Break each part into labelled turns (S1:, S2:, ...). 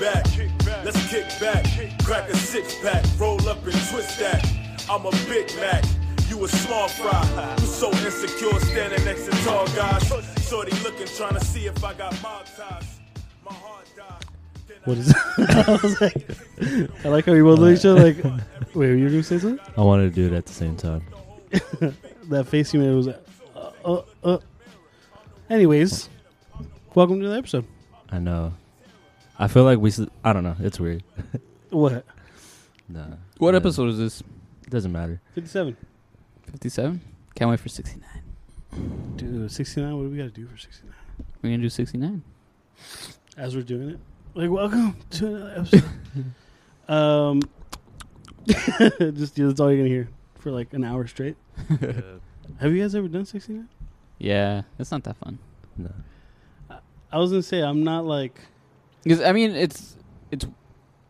S1: back. Let's kick back. Crack a six pack. Roll up and twist that. I'm a Big Mac. You a small fry. You so insecure standing next to tall guys. Shorty looking, trying to see if I got mob ties. My heart died. Then I
S2: What is that? I was like, I like how we both look at each other. Like, wait, were you gonna say something?
S3: I wanted to do it at the same time.
S2: That face you made was, uh, uh, uh. Anyways, welcome to the episode.
S3: I know. I feel like we. s- I don't know. It's weird.
S2: What?
S3: Nah.
S4: What
S3: Yeah.
S4: episode is this?
S3: Doesn't matter.
S2: Fifty-seven.
S4: 57? Can't wait for 69.
S2: Dude, sixty-nine. What do we gotta do for sixty-nine?
S4: We're going to do 69.
S2: As we're doing it, like, welcome to another episode. um, just that's all you're gonna hear for like an hour straight. Have you guys ever done sixty-nine?
S4: Yeah, it's not that fun.
S3: No.
S2: I was gonna say I'm not like
S4: Because, I mean, it's, it's,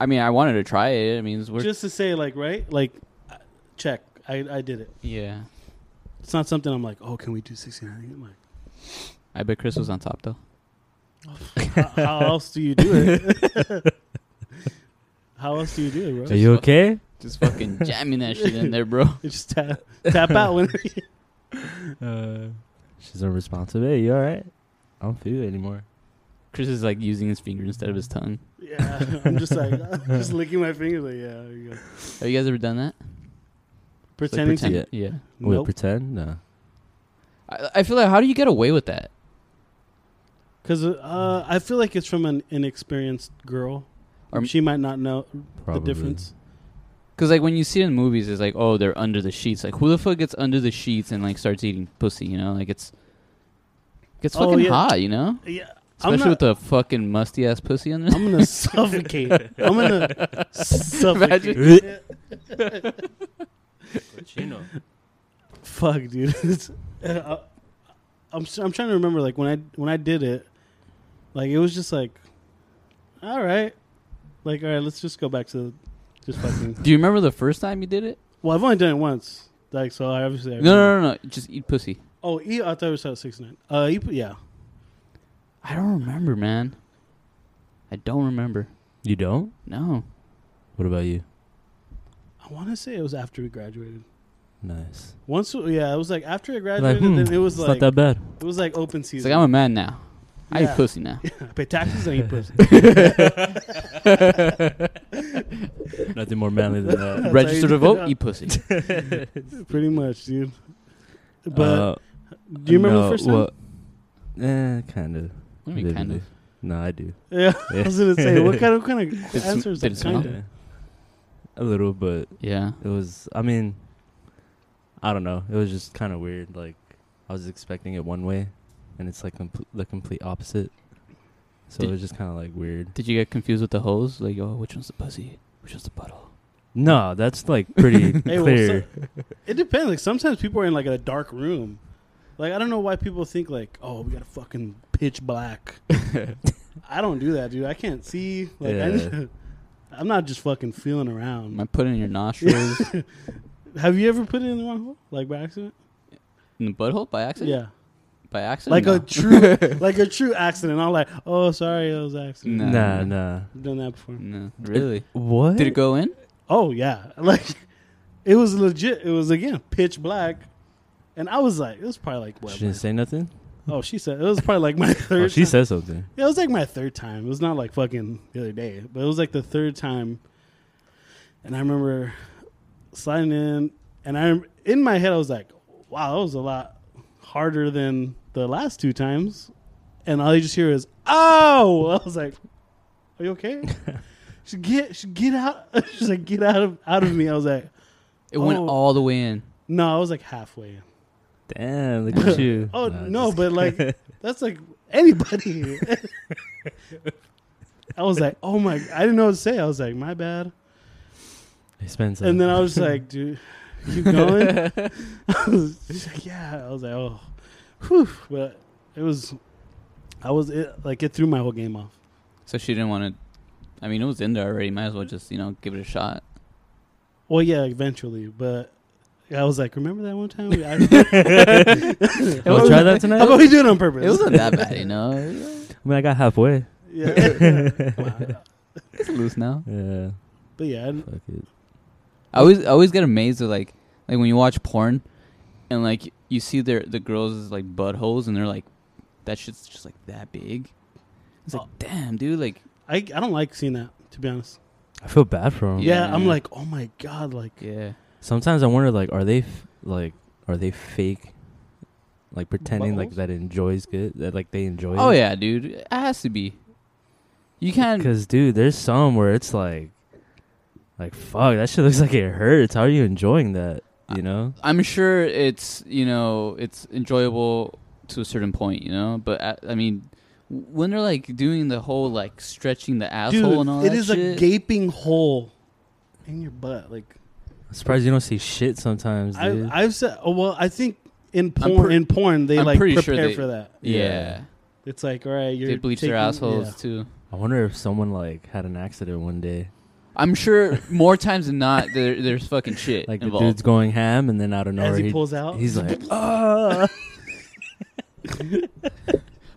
S4: I mean, I wanted to try it. I mean, it's worth,
S2: just to say like right like uh, check I I did it.
S4: yeah.
S2: It's not something I'm like oh can we do 69? I'm like
S4: I bet Chris was on top, though.
S2: how, how else do you do it? how else do you do it, bro?
S3: Are you okay?
S4: Just fucking jamming that shit in there, bro.
S2: You just tap tap out when
S3: Uh, She's unresponsive. Hey, you all right? I don't feel it anymore.
S4: Chris is like using his finger instead of his tongue.
S2: yeah. I'm just like just licking my fingers like yeah. There you go.
S4: Have you guys ever done that? Like,
S2: Pretending
S4: pretend-
S2: to
S4: Yeah.
S3: We'll
S2: nope
S3: pretend. No.
S4: I, I feel like, how do you get away with that?
S2: because uh, I feel like it's from an inexperienced girl.
S4: Or-
S2: she might not know
S3: Probably.
S2: the difference.
S4: Because, like, when you see it in movies, it's like, oh, they're under the sheets. Like, who the fuck gets under the sheets and, like, starts eating pussy, you know? Like, it's, gets
S2: Oh,
S4: fucking
S2: yeah.
S4: hot, you know?
S2: Yeah, I'm
S4: Especially
S2: not-
S4: with the fucking musty ass pussy on there.
S2: I'm gonna suffocate. I'm gonna suffocate. Fuck, dude. It's- I, I'm s- I'm trying to remember like when I when I did it, like it was just like, all right, like all right, let's just go back to just fucking.
S4: Do you remember the first time you did it?
S2: well, I've only done it once, like so. I obviously I
S4: No, no, no, no. Just eat pussy.
S2: Oh, e, I thought it was at six nine. Uh, you put, yeah.
S4: I don't remember, man. I don't remember.
S3: You don't?
S4: No.
S3: What about you?
S2: I want to say it was after we graduated.
S3: Nice.
S2: Once, yeah, it was like after I
S3: Like,
S2: graduated,
S3: hmm,
S2: then it was
S3: it's
S2: like
S3: not that bad.
S2: it was like open
S4: It's
S2: season.
S4: like I'm a man now. I eat
S2: Yeah.
S4: pussy now.
S2: I pay taxes and E eat pussy.
S3: Nothing more manly than that.
S4: Register to
S2: how you do
S4: vote,
S2: it.
S4: eat pussy.
S2: Pretty much, dude. But
S3: Uh,
S2: do you remember
S3: no,
S2: the first time?
S3: well, eh, kind of.
S4: I mean, kind of.
S3: No, I do.
S2: Yeah, I was gonna say what kind of kind of
S4: Did it sm-
S2: answer is
S4: did
S2: that
S4: it smell?
S2: kind of?
S3: A little, but
S4: Yeah.
S3: it was. I mean, I don't know. It was just kind of weird. Like I was expecting it one way, and it's like compl- the complete opposite. So
S4: Did-
S3: it was just kind of like weird.
S4: Did you get confused with the hose? Like, oh, which one's the pussy? Which one's the butthole?
S3: No, that's like pretty
S2: Hey, well,
S3: clear.
S2: It depends. Like sometimes people are in like a dark room. Like I don't know why people think like, oh, we gotta fucking pitch black. I don't do that, dude. I can't see. Like
S3: Yeah.
S2: I, am not just fucking feeling around.
S4: Am I putting in your nostrils?
S2: Have you ever put it in the wrong hole, like by accident?
S4: in the butthole by accident?
S2: Yeah,
S4: By accident?
S2: like a
S4: No.
S2: true, like a true accident. I'm like, oh, sorry, it was an accident.
S4: Nah.
S3: nah, nah.
S2: I've done that before.
S4: No. Really?
S3: What?
S4: Did it go in?
S2: Oh yeah, like it was legit. It was again pitch black, and I was like, it was probably like what?
S3: She didn't say nothing.
S2: my- oh, she said it was probably like my third.
S3: Oh, she
S2: time.
S3: said something.
S2: yeah, it was like my third time. It was not like fucking the other day, but it was like the third time. And I remember sliding in, and I rem- in my head I was like, wow, that was a lot harder than the last two times. And all you just hear is, oh, I was like, are you okay? She get, she get out. She's like, get out of out of me. I was like,
S4: It went
S2: Oh.
S4: all the way in.
S2: No, I was like halfway. in.
S3: Damn, look at you.
S2: Oh
S3: Nah,
S2: no,
S3: just-
S2: but like that's like anybody. I was like, oh my! I didn't know what to say. I was like, my bad.
S3: expensive.
S2: And then I was just like, dude, keep going. I was she's like, yeah. I was like, oh, whew. But it was, I was it, like, it threw my whole game off.
S4: So she didn't want to. I mean, it was in there already. Might as well just you know give it a shot.
S2: Well, yeah, eventually, but I was like, remember that one time? We, I,
S3: Wanna try that tonight.
S2: how about we do it on purpose?
S4: It wasn't that bad, you know.
S3: I mean, I got halfway.
S2: Yeah. Wow.
S4: It's loose now.
S3: Yeah,
S2: But yeah, I-
S3: fuck it.
S4: I always I always get amazed at like like when you watch porn and like you see their the girls' like buttholes and they're like that shit's just like that big. It's like damn dude, like
S2: I, I don't like seeing that to be honest.
S3: I feel bad for them.
S2: Yeah,
S4: Yeah.
S2: I'm like, oh my god, like
S4: yeah.
S3: Sometimes I wonder, like, are they f- like, are they fake? Like pretending like
S2: Buttholes?
S3: that enjoys good, that like they enjoy.
S4: Oh
S3: it?
S4: yeah, dude. It has to be. You can't
S3: Because dude, there's some where it's like, like fuck, that shit looks like it hurts. How are you enjoying that? You know?
S4: I'm sure it's you know it's enjoyable to a certain point, you know. But I, I mean, w- when they're like doing the whole like stretching the asshole
S2: dude,
S4: and all
S2: it
S4: that
S2: is
S4: shit,
S2: a gaping hole in your butt. Like
S3: I'm surprised you don't see shit sometimes,
S2: I,
S3: dude.
S2: I've said, oh well, I think in
S4: I'm
S2: porn,
S4: pre-
S2: in porn, they
S4: I'm
S2: like
S4: pretty
S2: prepare
S4: sure they-
S2: for that.
S4: yeah.
S3: Yeah.
S2: It's like, all right, you're
S4: They bleach
S2: taking-
S4: their assholes
S2: yeah.
S4: too.
S3: I wonder if someone like had an accident one day,
S4: I'm sure more times than not there, there's fucking shit
S3: like the dude's
S4: involved.
S3: going ham, and then out of nowhere
S2: As he pulls out?
S3: he's like, "Ah!"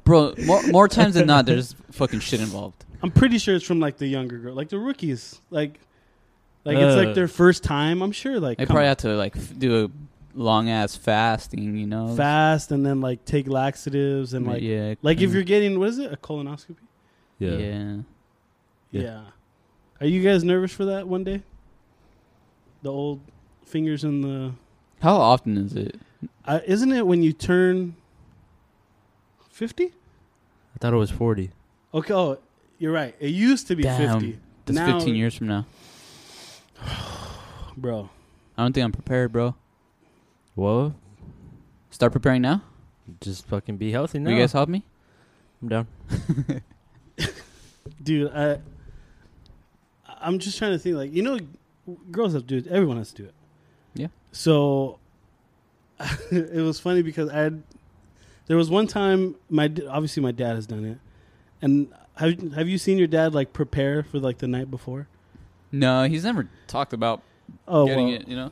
S4: Bro, more, more times than not there's fucking shit involved.
S2: I'm pretty sure it's from like the younger girl, like the rookies, like like it's
S3: Ugh.
S2: like their first time. I'm sure, like
S4: Uh. They
S2: come
S4: probably have to like f- do a long ass fasting, you know.
S2: fast and then like take laxatives and like
S4: yeah,
S2: like if
S4: mm,
S2: you're getting what is it a colonoscopy?
S3: yeah.
S4: yeah.
S2: Yeah.
S3: Yeah.
S2: Are you guys nervous for that one day? The old fingers in the.
S4: How often is it?
S2: Uh, isn't it when you turn fifty?
S3: I thought it was forty.
S2: Okay, oh, you're right. It used to be
S4: Damn.
S2: fifty.
S4: That's
S2: Now-
S4: 15 years from now.
S2: bro.
S4: I don't think I'm prepared, bro.
S3: Well,
S4: Start preparing now.
S3: just fucking be healthy now.
S4: Will you guys help me?
S3: I'm down.
S2: Dude, I. I'm just trying to think. Like you know, girls have to do it. Everyone has to do it.
S4: Yeah.
S2: So, it was funny because I had. There was one time my d- obviously my dad has done it, and have have you seen your dad like prepare for like the night before?
S4: No, he's never talked about
S2: Oh,
S4: getting
S2: well,
S4: it. You know,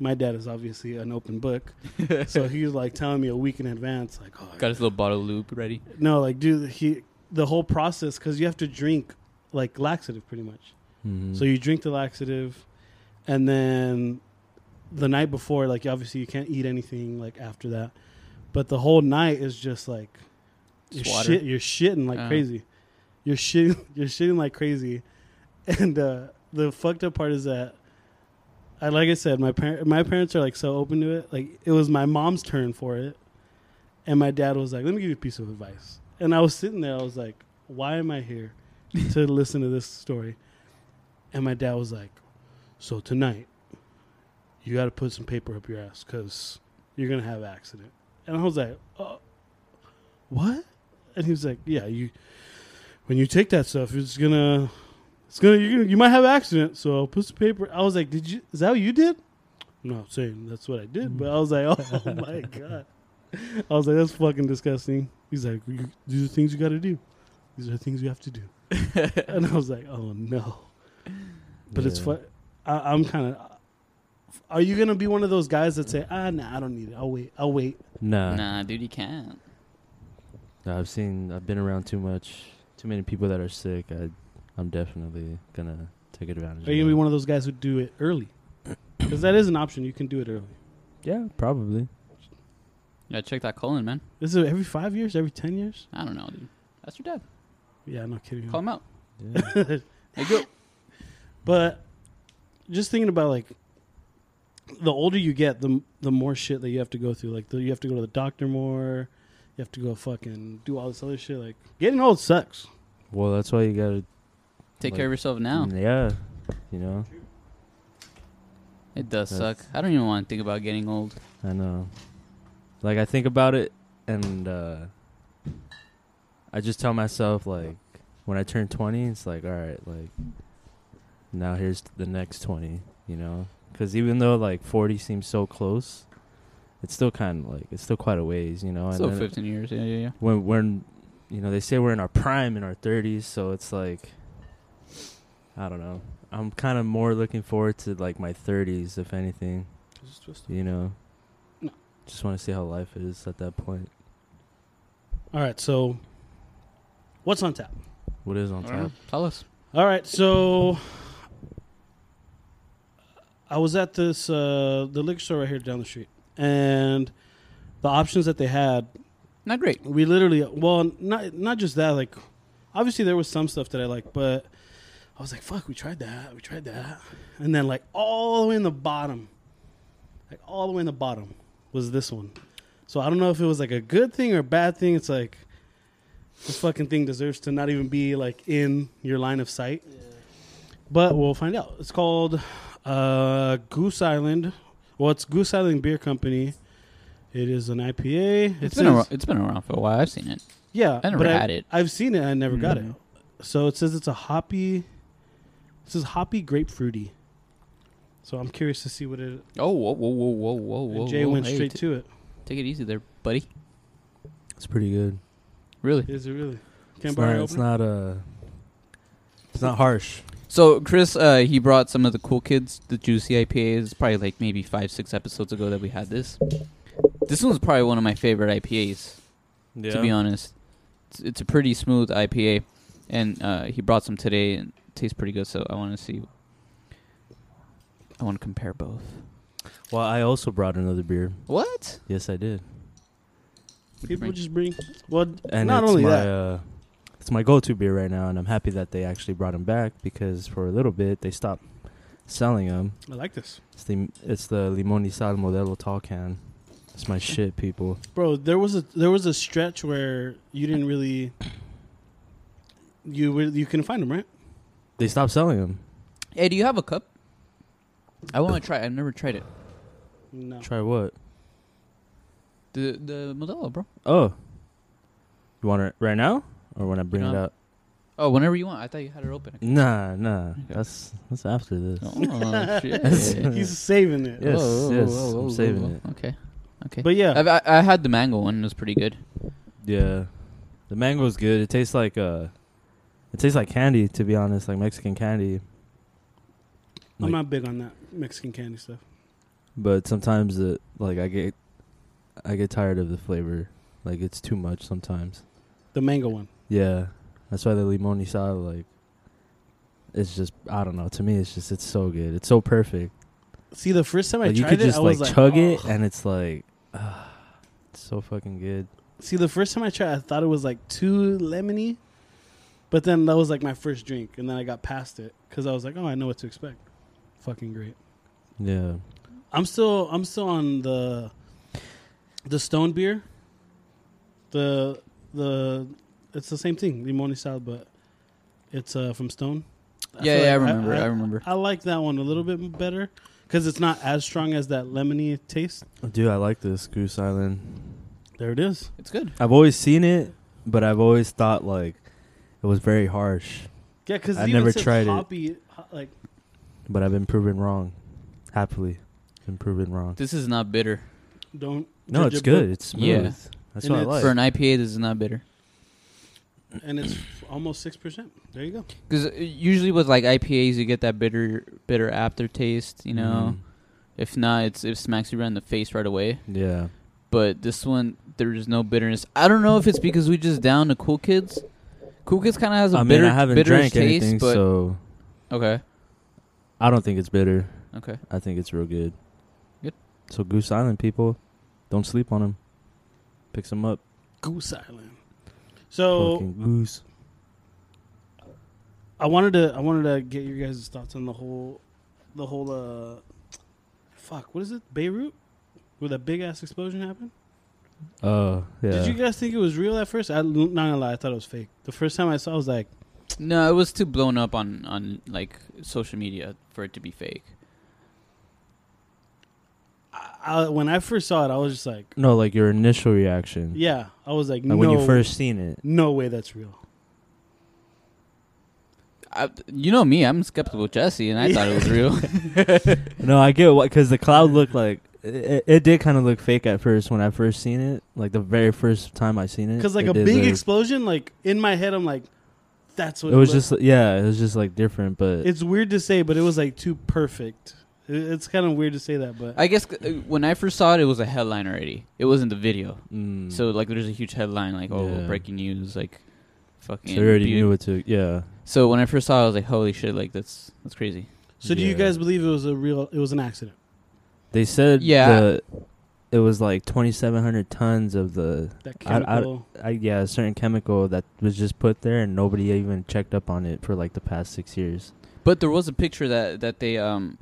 S2: my dad is obviously an open book, so he was like telling me a week in advance, like, oh,
S4: got his little bottle of lube ready.
S2: no, like, dude, he the whole process because you have to drink like laxative pretty much.
S4: Mm.
S3: Mhm.
S2: So you drink the laxative, and then the night before, like, obviously you can't eat anything like after that, but the whole night is just like you're
S4: Just water.
S2: shit, you're shitting like
S4: Uh-huh.
S2: crazy, you're shitting, you're shitting like crazy, and uh, the fucked up part is that. I, like I said, my par- my parents are like so open to it. Like it was my mom's turn for it, and my dad was like, "Let me give you a piece of advice." And I was sitting there, I was like, "Why am I here to listen to this story?" And my dad was like, "So tonight, you got to put some paper up your ass because you're gonna have an accident." And I was like, oh, "What?" And he was like, "Yeah, you when you take that stuff, it's gonna." It's gonna, you're gonna, you might have an accident, so put some paper. I was like, did you? Is that what you did? I'm not saying that's what I did, but I was like, oh my god. I was like, that's fucking disgusting. He's like, you, these are things you got to do. These are things you have to do. and I was like, oh no. But it's
S3: Yeah.
S2: fun. I, I'm kind of. Are you gonna be one of those guys that say, ah, nah, I don't need it. I'll wait. I'll wait.
S3: Nah.
S2: Uh.
S4: Nah, dude, you can't.
S3: No, I've seen. I've been around too much. Too many people that are sick. I, I'm definitely gonna take advantage.
S2: Are you
S3: of
S2: gonna be
S3: it.
S2: one of those guys who do it early? Because that is an option. You can do it early.
S3: Yeah, probably.
S4: Yeah, check that colon, man.
S2: This is every five years, every ten years.
S4: I don't know, dude. That's your dad.
S2: Yeah, no kidding.
S4: Call him out.
S3: Yeah.
S4: Hey, go.
S2: But just thinking about like the older you get, the the more shit that you have to go through. Like the, you have to go to the doctor more. You have to go fucking do all this other shit. Like getting old sucks.
S3: well, that's why you gotta.
S4: Take care of yourself now.
S2: mm,
S3: Yeah. You know.
S4: It does suck.
S3: That's-
S4: I don't even want to think about getting old.
S3: I know. Like I think about it, and uh I just tell myself like, when I turn twenty, it's like, all right, like, now here's the next twenty. You know, because even though like forty seems so close, it's still kind of like it's still quite a ways. You know,
S4: Still
S3: then-
S4: 15 years. Yeah, yeah, yeah.
S3: when when you know they say we're in our prime in our 30s so it's like i don't know i'm kind of more looking forward to like my 30s if anything you know
S2: No.
S3: just want to see how life is at that point
S2: All right, so what's on tap?
S3: what is on
S4: I don't know.
S3: top
S4: Tell us.
S2: All right, so I was at this uh, the liquor store right here down the street, and the options that they had,
S4: Not great.
S2: we literally well, not not just that. Like, obviously there was some stuff that I liked, but I was like, "Fuck, we tried that, we tried that," and then like all the way in the bottom, like all the way in the bottom was this one. So I don't know if it was like a good thing or a bad thing. It's like this fucking thing deserves to not even be like in your line of sight. But we'll find out. It's called uh, Goose Island. Well, it's Goose Island Beer Company. It is an IPA.
S4: It's
S2: It's
S4: been around, it's been around for a while. I've seen it.
S2: yeah,
S4: I never
S2: but
S4: had it.
S2: I've seen it. I never got it.
S4: Mm.
S2: So it says it's a hoppy. It says hoppy grapefruity. So I'm curious to see what it.
S4: Oh, whoa, whoa, whoa, whoa, whoa, whoa!
S2: Jay
S4: whoa.
S2: went
S4: Hey,
S2: straight
S4: t-
S2: to it.
S4: Take it easy there, buddy.
S3: It's pretty good.
S4: Really.
S2: Is it really? Can't
S3: It's
S2: borrow
S3: not,
S2: your
S3: it's
S2: opener?
S3: not uh it's not harsh.
S4: So Chris, uh, he brought some of the cool kids, the juicy IPAs. Probably like maybe five, six episodes ago that we had this. This one's probably one of my favorite IPAs.
S3: Yeah.
S4: To be honest, it's, it's a pretty smooth IPA, and uh, he brought some today and it tastes pretty good. So I want to see. I want to compare both.
S3: Well, I also brought another beer.
S4: What?
S3: Yes, I did.
S2: People just bring. Well,
S3: And
S2: not
S3: it's
S2: only
S3: my,
S2: that.
S3: Uh, it's my go-to beer right now, and I'm happy that they actually brought them back because for a little bit they stopped selling them.
S2: I like this.
S3: It's the it's the Limoni Sal Modelo tall can. It's my shit, people.
S2: Bro, there was a there was a stretch where you didn't really you were- you couldn't find them, right?
S3: They stopped selling them.
S4: Hey, do you have a cup? I want to try. it. I've never tried it.
S2: No.
S3: Try what?
S4: The the Modelo, bro.
S3: Oh, you want it right now or when I bring it
S4: know.
S3: up?
S4: Oh, whenever you want. I thought you had it open.
S3: Nah, nah.
S4: Okay.
S3: That's that's after this.
S4: Oh shit.
S2: He's saving it.
S3: Yes,
S4: Whoa, whoa,
S3: yes.
S4: whoa, whoa,
S3: I'm
S4: whoa,
S3: saving
S4: whoa.
S3: it.
S4: Okay. Okay.
S2: But yeah,
S4: I've, I, I had the mango one. It was pretty good.
S3: Yeah, the mango's good. It tastes like uh, it tastes like candy. To be honest, like Mexican candy.
S2: I'm
S3: like-
S2: not big on that Mexican candy stuff.
S3: But sometimes it like I get, I get tired of the flavor. Like it's too much sometimes.
S2: The mango one.
S3: Yeah, that's why the limon y sal like. It's just I don't know. To me, it's just it's so good. It's so perfect.
S2: See, the first time I
S3: Like, you
S2: tried
S3: could
S2: it,
S3: just
S2: I
S3: like,
S2: was like, "Oh."
S3: chug
S2: "Ugh."
S3: it, and it's like, ah, it's so fucking good.
S2: See, the first time I tried, I thought it was like too lemony, but then that was like my first drink, and then I got past it because I was like, "Oh, I know what to expect." Fucking great.
S3: Yeah,
S2: I'm still I'm still on the the stone beer. The the it's the same thing, limoni sal, but it's uh, from Stone. I
S4: yeah,
S2: feel
S4: yeah, I
S2: like
S4: remember. I, remember.
S2: I like that one a little bit better because it's not as strong as that lemony taste.
S3: dude, I like this Goose Island.
S2: There it is.
S4: It's good.
S3: I've always seen it, but I've always thought like it was very harsh.
S2: Yeah, because
S3: I never tried it.
S2: it. Like
S3: But I've been proven wrong, happily, been proven wrong.
S4: This is not bitter.
S2: don't.
S3: No,
S2: judge
S3: it's
S2: a book
S3: good. It's smooth.
S4: Yeah.
S3: That's
S2: And
S3: what I
S2: it's
S3: like.
S4: For an IPA, this is not bitter.
S2: and it's almost six percent. There you go.
S4: Because uh, usually with like IPAs, you get that bitter, bitter aftertaste. You
S3: Mm-hmm.
S4: know, if not, it's it smacks you right in the face right away.
S3: Mhm. Yeah.
S4: But this one, there's no bitterness. I don't know if it's because we just down to Cool Kids. Cool Kids kind of has a
S3: I mean,
S4: bitter,
S3: I haven't
S4: bitterish
S3: drank
S4: taste,
S3: anything,
S4: but
S3: so
S4: okay,
S3: I don't think it's bitter.
S4: okay.
S3: I think it's real good.
S4: Good.
S3: So Goose Island people, don't sleep on them. Picks them up.
S2: Goose Island. So
S3: Fucking goose.
S2: I wanted to I wanted to get your guys' thoughts on the whole the whole uh fuck what is it Beirut where that big ass explosion happened.
S3: Oh yeah.
S2: Did you guys think it was real at first? I not gonna lie, I thought it was fake. The first time I saw, it, I was like,
S4: No, it was too blown up on on like social media for it to be fake.
S2: I, I, when I first saw it, I was just like,
S3: no, like your initial reaction.
S2: yeah, I was like, no,
S3: Like when you first seen it.
S2: no way that's real.
S4: I, you know me, I'm skeptical, Jesse, and I thought it was real.
S3: No, I get what because the cloud looked like it, it did kind of look fake at first when I first seen it, like the very first time I seen it.
S2: Because like
S3: it
S2: a
S3: did
S2: big
S3: look-
S2: explosion, like in my head, I'm like, that's what
S3: it was
S2: looked-
S3: just yeah, it was just like different, but
S2: It's weird to say, but it was like too perfect. It- It's kind of weird to say that, but
S4: I guess uh, when I first saw it, it was a headline already. It wasn't the video.
S3: mm,
S4: So like, there's a huge headline like, "Oh,
S3: Yeah.
S4: breaking news!" Like, fucking.
S3: so you already
S4: be-
S3: knew what to yeah.
S4: So when I first saw, it, I was like, "Holy shit! Like that's that's crazy."
S2: So do you
S3: Yeah.
S2: guys believe it was a real? It was an accident.
S3: They said
S4: Yeah.
S3: the, it was like 2,700 tons of the
S2: That
S3: I- I-
S2: chemical.
S3: I, yeah a certain chemical that was just put there and nobody even checked up on it for like the past six years.
S4: But there was a picture that that they um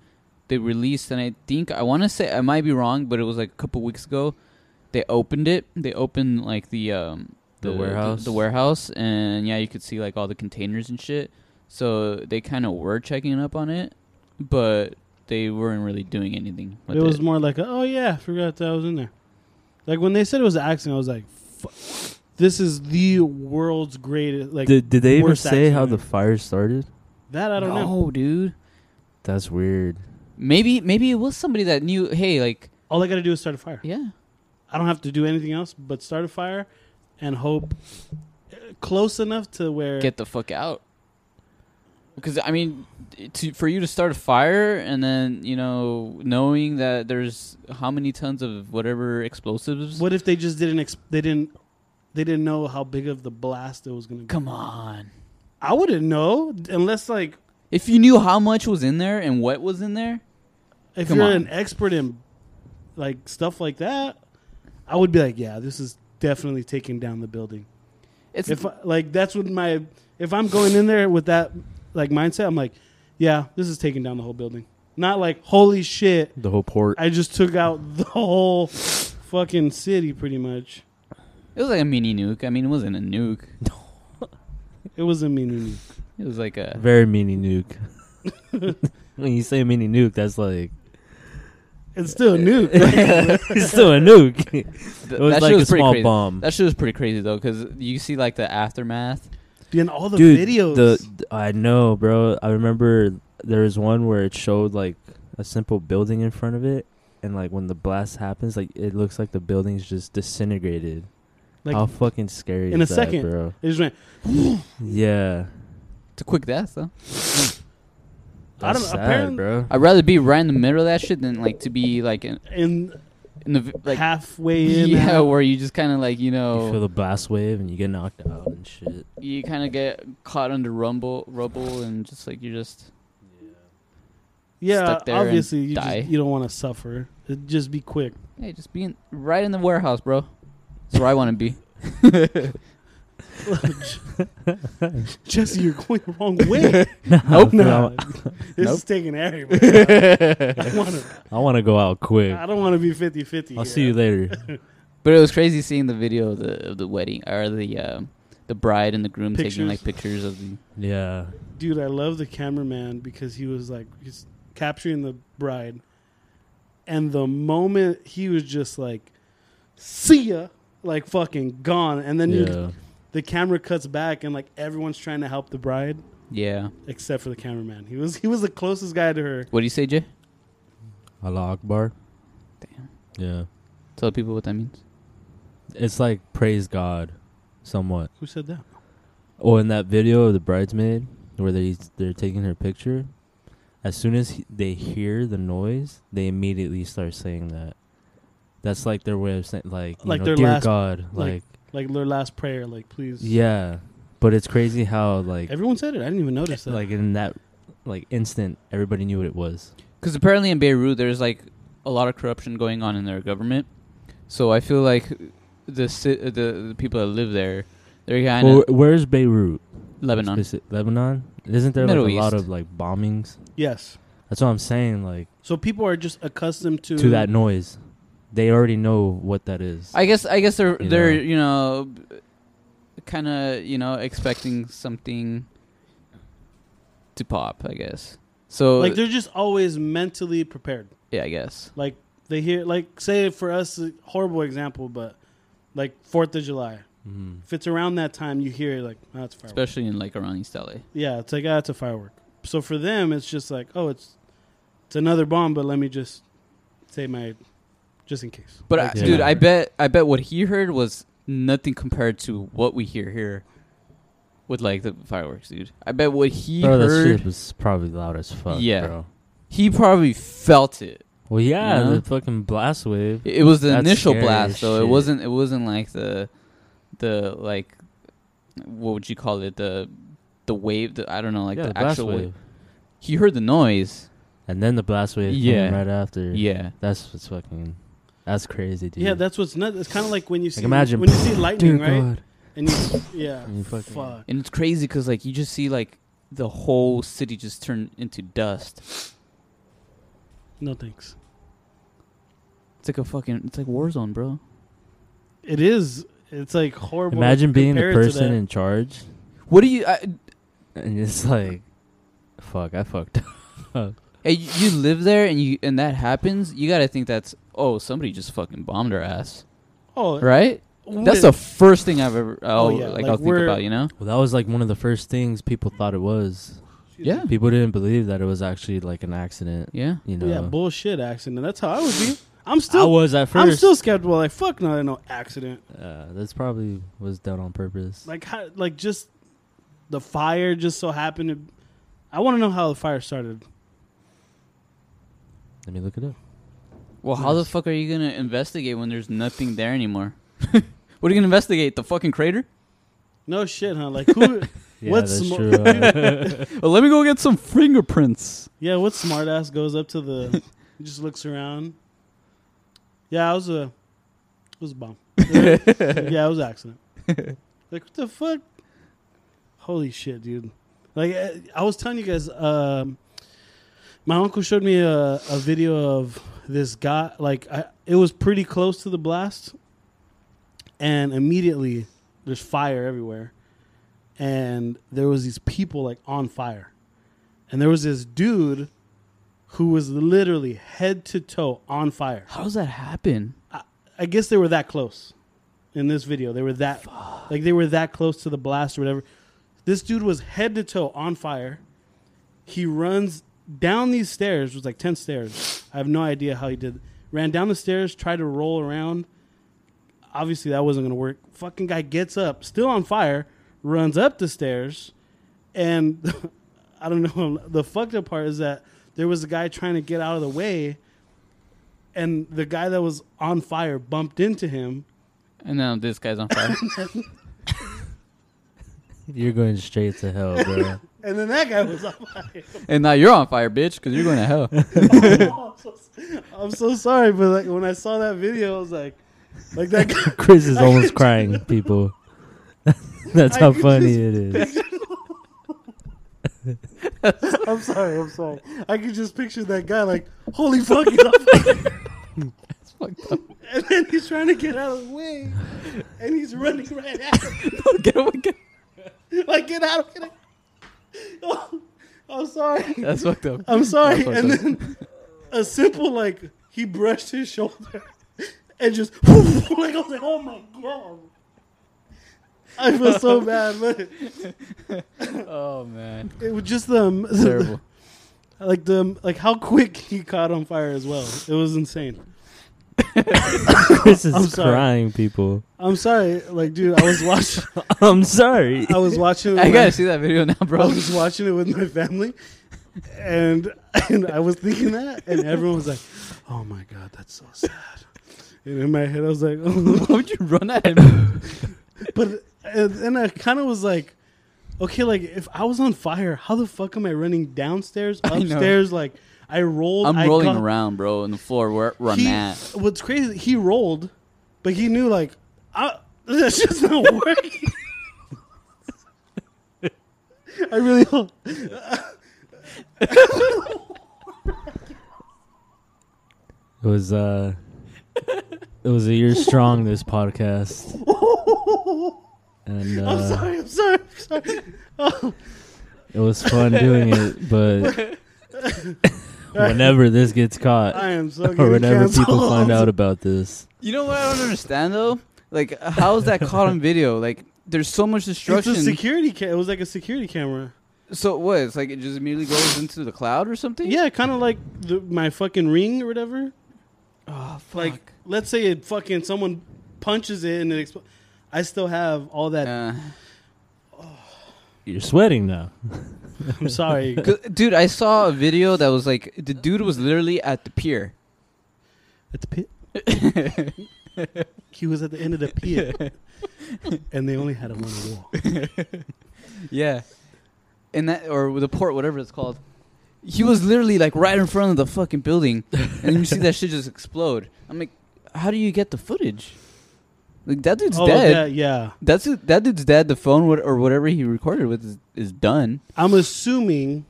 S4: they released, and I think I want to say I might be wrong, but it was like a couple weeks ago. They opened it. They opened like the um
S3: The warehouse?
S4: the, warehouse, and yeah, you could see like all the containers and shit. So they kind of were checking up on it, but they weren't really doing anything. With
S2: it was more like, a, oh yeah, I forgot that I was in there. Like when they said it was an accident, I was like, Fuck, this is the world's greatest. Like
S3: did did they ever
S2: worst
S3: say how the
S2: accident.
S3: fire started?
S2: that, I don't know.
S4: no, dude.
S3: That's weird.
S4: Maybe maybe it was somebody that knew. Hey, like
S2: All I got to do is start a fire.
S4: yeah,
S2: I don't have to do anything else but start a fire and hope uh, close enough to where
S4: get the fuck out. Because I mean, to, for you to start a fire and then you know knowing that there's how many tons of whatever explosives.
S2: What if they just didn't? Ex- they didn't. They didn't know how big of the blast it was going to be.
S4: Come on!
S2: I wouldn't know unless like
S4: If you knew how much was in there and what was in there,
S2: if
S4: Come
S2: you're
S4: on.
S2: an expert in like stuff like that. I would be like, yeah, this is definitely taking down the building.
S4: it's
S2: If I- like that's what my if I'm going in there with that like mindset, I'm like, yeah, this is taking down the whole building. Not like holy shit,
S3: The whole port.
S2: I just took out the whole fucking city pretty much.
S4: it was like a mini nuke. I mean, it wasn't a nuke.
S2: It was a mean
S4: It was like a
S3: Very mini nuke. when you say mini nuke, that's like
S2: It's still a nuke. right?
S3: it's still a nuke.
S4: th-
S3: It was like
S4: that shit
S3: a
S4: pretty
S3: small
S4: crazy.
S3: bomb.
S4: That shit was pretty crazy though, because you see like the aftermath.
S2: Dude, and all the
S3: Dude,
S2: videos.
S3: The, th- I know, bro. I remember there was one where it showed like a simple building in front of it, and like when the blast happens, like it looks like the building's just disintegrated.
S2: Like,
S3: How fucking scary!
S2: in
S3: is
S2: a
S3: that,
S2: second.
S3: bro.
S2: it just went.
S3: Yeah,
S4: It's a quick death though.
S2: I don't
S3: That's
S2: know,
S3: sad,
S2: apparent-
S3: bro.
S4: I'd rather be right in the middle of that shit than like to be like in,
S2: in
S4: in the v- like
S2: halfway in.
S4: yeah,
S2: out.
S4: where you just kind of like you know
S3: You feel the blast wave and you get knocked out and shit.
S4: you kind of get caught under rumble rubble and just like you're just
S2: yeah.
S4: stuck there and
S2: obviously, you,
S4: die.
S2: Just, you don't want to suffer. It'd just be quick.
S4: hey just being right in the warehouse bro that's where i want to be
S2: Jesse, you're going the wrong way.
S3: Nope.
S2: no,
S3: no,
S2: this is taking everybody. out. I, wanna,
S3: I want to go out quick.
S2: I don't want to be 50 50.
S3: I'll see you later.
S4: but it was crazy seeing the video of the, of the wedding or the um the bride and the groom taking
S2: Pictures.
S4: like pictures of the
S3: yeah,
S2: Dude, I love the cameraman because he was like, he's capturing the bride. And the moment he was just like, see ya, like fucking gone. And then you
S3: yeah.
S2: the camera cuts back and like everyone's trying to help the bride
S4: yeah
S2: except for the cameraman. He was he was the closest guy to her.
S4: what do you say jay
S3: Allah Akbar.
S4: Damn.
S3: Yeah,
S4: tell people what that means
S3: it's like praise God, somewhat.
S2: Who said that?
S3: Oh, in that video of the bridesmaid where they they're taking her picture, as soon as he, they hear the noise, they immediately start saying that. That's like their way of saying, like, you
S2: Like
S3: know,
S2: their
S3: dear
S2: last-
S3: God, like,
S2: like- Like their last prayer, like please.
S3: yeah. But it's crazy how like
S2: Everyone said it. I didn't even notice that.
S3: like in that like instant, everybody knew what it was.
S4: because apparently in beirut there's like a lot of corruption going on in their government so i feel like the ci- the, the people that live there they're kind of
S3: Well, where's Beirut?
S4: lebanon
S3: Speci- Lebanon. Isn't there
S4: Middle
S3: like a lot
S4: East.
S3: of like bombings?
S2: yes.
S3: That's what I'm saying. Like
S2: So people are just accustomed to
S3: to that noise, they already know what that is.
S4: I guess I guess they're
S3: You
S4: they're
S3: know?
S4: you know kind of you know expecting something to pop. I guess so.
S2: like they're just always mentally prepared.
S4: yeah, I guess.
S2: Like they hear like say for us a horrible example, but like Fourth of July.
S3: Mhm.
S2: If it's around that time you hear like oh, it's a firework.
S4: Especially in like around East LA.
S2: Yeah, it's like ah, it's a firework. So for them, it's just like oh, it's it's another bomb, but let me just say my just in case.
S4: But
S2: Like,
S4: I,
S3: Yeah.
S4: dude, I bet I bet what he heard was nothing compared to what we hear here with like the fireworks, dude. I bet what he
S3: Bro, that shit
S4: heard,
S3: was probably loud as fuck.
S4: Yeah.
S3: Bro.
S4: he probably felt it.
S3: Well, yeah,
S4: You know?
S3: the fucking blast wave.
S4: It it was the
S3: That's
S4: initial
S3: scary
S4: blast,
S3: as
S4: though. It
S3: shit.
S4: wasn't. It wasn't like the, the like, what would you call it? The the wave. The, I don't know, like
S3: yeah,
S4: the,
S3: the blast
S4: actual wave.
S3: wave.
S4: He heard the noise.
S3: And then the blast wave
S4: Yeah.
S3: came right after.
S4: Yeah,
S3: That's what's fucking. That's crazy, dude.
S2: Yeah, that's what's nuts. It's kind of like when you see
S3: Like, imagine.
S2: when you see lightning,
S3: Dear
S2: right?
S3: God.
S2: And you, yeah,
S3: And you fucking-
S2: fuck.
S4: and it's crazy because like you just see like the whole city just turn into dust.
S2: No thanks.
S4: It's like a fucking. It's like war zone, bro.
S2: It is. It's like horrible.
S3: Imagine being the
S2: compared to
S3: person
S2: that.
S3: in charge
S4: What do you? I,
S3: and it's like, fuck, I fucked up.
S4: Hey, you you live there and you and that happens, you gotta think that's oh somebody just fucking bombed our ass,
S2: oh,
S4: right? That's the first thing I've ever I'll,
S2: yeah,
S4: like,
S2: like,
S4: I'll think
S2: we're-
S4: about, you know?
S3: Well, that was like one of the first things people thought it was.
S4: Yeah,
S3: People didn't believe that it was actually like an accident.
S4: yeah.
S3: You know,
S2: yeah bullshit accident. That's how I would be. I'm
S3: uh, I
S2: still
S3: was at 1st
S2: I'm still skeptical. Like fuck, no, no accident.
S3: uh, this probably was done on purpose.
S2: Like how, like just the fire just so happened to. I want to know how the fire started.
S3: Let me look it up.
S4: Well, how the fuck are you gonna investigate when there's nothing there anymore? what are you gonna investigate? The fucking crater?
S2: No shit, huh? Like who?
S3: Yeah,
S2: What's
S3: that's
S2: mo-
S3: true. uh,
S4: Oh, let me go get some fingerprints.
S2: yeah, what smartass goes up to the, just looks around. Yeah, I was a, it was a bomb. yeah, it was an accident. Like what the fuck? Holy shit, dude! Like I, I was telling you guys, um, my uncle showed me a, a video of this guy. Like I, it was pretty close to the blast, and immediately there's fire everywhere, and there was these people like on fire, and there was this dude who was literally head to toe on fire.
S4: How does that happen?
S2: I, I guess they were that close in this video. They were that like they were that close to the blast or whatever. This dude was head to toe on fire. He runs down these stairs, it was like 10 stairs. I have no idea how he did. Ran down the stairs, tried to roll around. Obviously that wasn't going to work. Fucking guy gets up, still on fire, runs up the stairs and I don't know the fucked up part is that there was a guy trying to get out of the way and the guy that was on fire bumped into him.
S4: And now this guy's on fire.
S3: you're going straight to hell, bro.
S2: And then that guy was on fire.
S4: and now you're on fire, bitch, because you're going to hell.
S2: I'm so sorry, but like when I saw that video, I was like, like that guy.
S3: Chris is almost crying, people. That's
S2: I
S3: how
S2: could
S3: funny
S2: just
S3: it is.
S2: I'm sorry, I'm sorry. I could just picture that guy like, holy fuck, he's on fire.
S4: It's fucked up.
S2: and then he's trying to get out of the way, and he's running right at him.
S4: Get away, get-
S2: Like, get out, get out. Oh, I'm sorry.
S4: That's fucked up.
S2: I'm sorry.
S4: That's what
S2: And
S4: I
S2: then a simple like he brushed his shoulder and just like I was like, oh my god. I feel so bad, but
S4: Oh man,
S2: it was just the,
S4: terrible.
S2: like the like how quick he caught on fire as well. It was insane.
S3: Chris is
S2: I'm sorry.
S3: crying, people.
S2: I'm sorry, like dude, I was watching,
S3: I'm sorry.
S2: I was watching. it
S4: I
S2: with
S4: gotta see that video now,
S2: my, I
S4: bro.
S2: was watching it with my family, and and I was thinking that, and everyone was like, "Oh my god, that's so sad." And in my head, I was like, "Oh
S4: Why would you run at him?
S2: But uh, then I kind of was like, okay, like if I was on fire, how the fuck am I running downstairs,
S4: I know.
S2: upstairs? Like I rolled.
S4: I'm
S2: I
S4: rolling
S2: got-
S4: around, bro, on the floor where, where
S2: He-
S4: I'm at.
S2: What's crazy? He rolled, but he knew like, I, that's just not working. I really hope.
S3: It was uh it was a year strong this podcast. And
S2: I'm
S3: uh,
S2: sorry. I'm sorry. I'm sorry. Oh,
S3: it was fun doing it, but whenever this gets caught
S2: I am so.
S3: or
S2: getting
S3: whenever people
S2: canceled.
S3: find out about this,
S4: You know what I don't understand though? Like, how is that caught on video? Like, there's so much
S2: It's
S4: destruction.
S2: a security. Ca- it was like a security camera.
S4: so what? It's like it just immediately goes into the cloud or something?
S2: Yeah, kind of like the, my fucking ring or whatever.
S4: Oh fuck.
S2: Like, let's say it fucking someone punches it and it explodes. I still have all that.
S4: Uh,
S3: you're sweating now.
S2: I'm sorry.
S4: 'cause- dude, I saw a video that was like the dude was literally at the pier.
S2: at the pit. he was at the end of the pit, and they only had a one wall.
S4: Yeah. and that or the port, whatever it's called. He was literally like right in front of the fucking building, and you see that shit just explode. I'm like, how do you get the footage? Like that dude's
S2: oh,
S4: dead.
S2: that- yeah.
S4: That's that dude's dead. The phone what, or whatever he recorded with is, is done.
S2: I'm assuming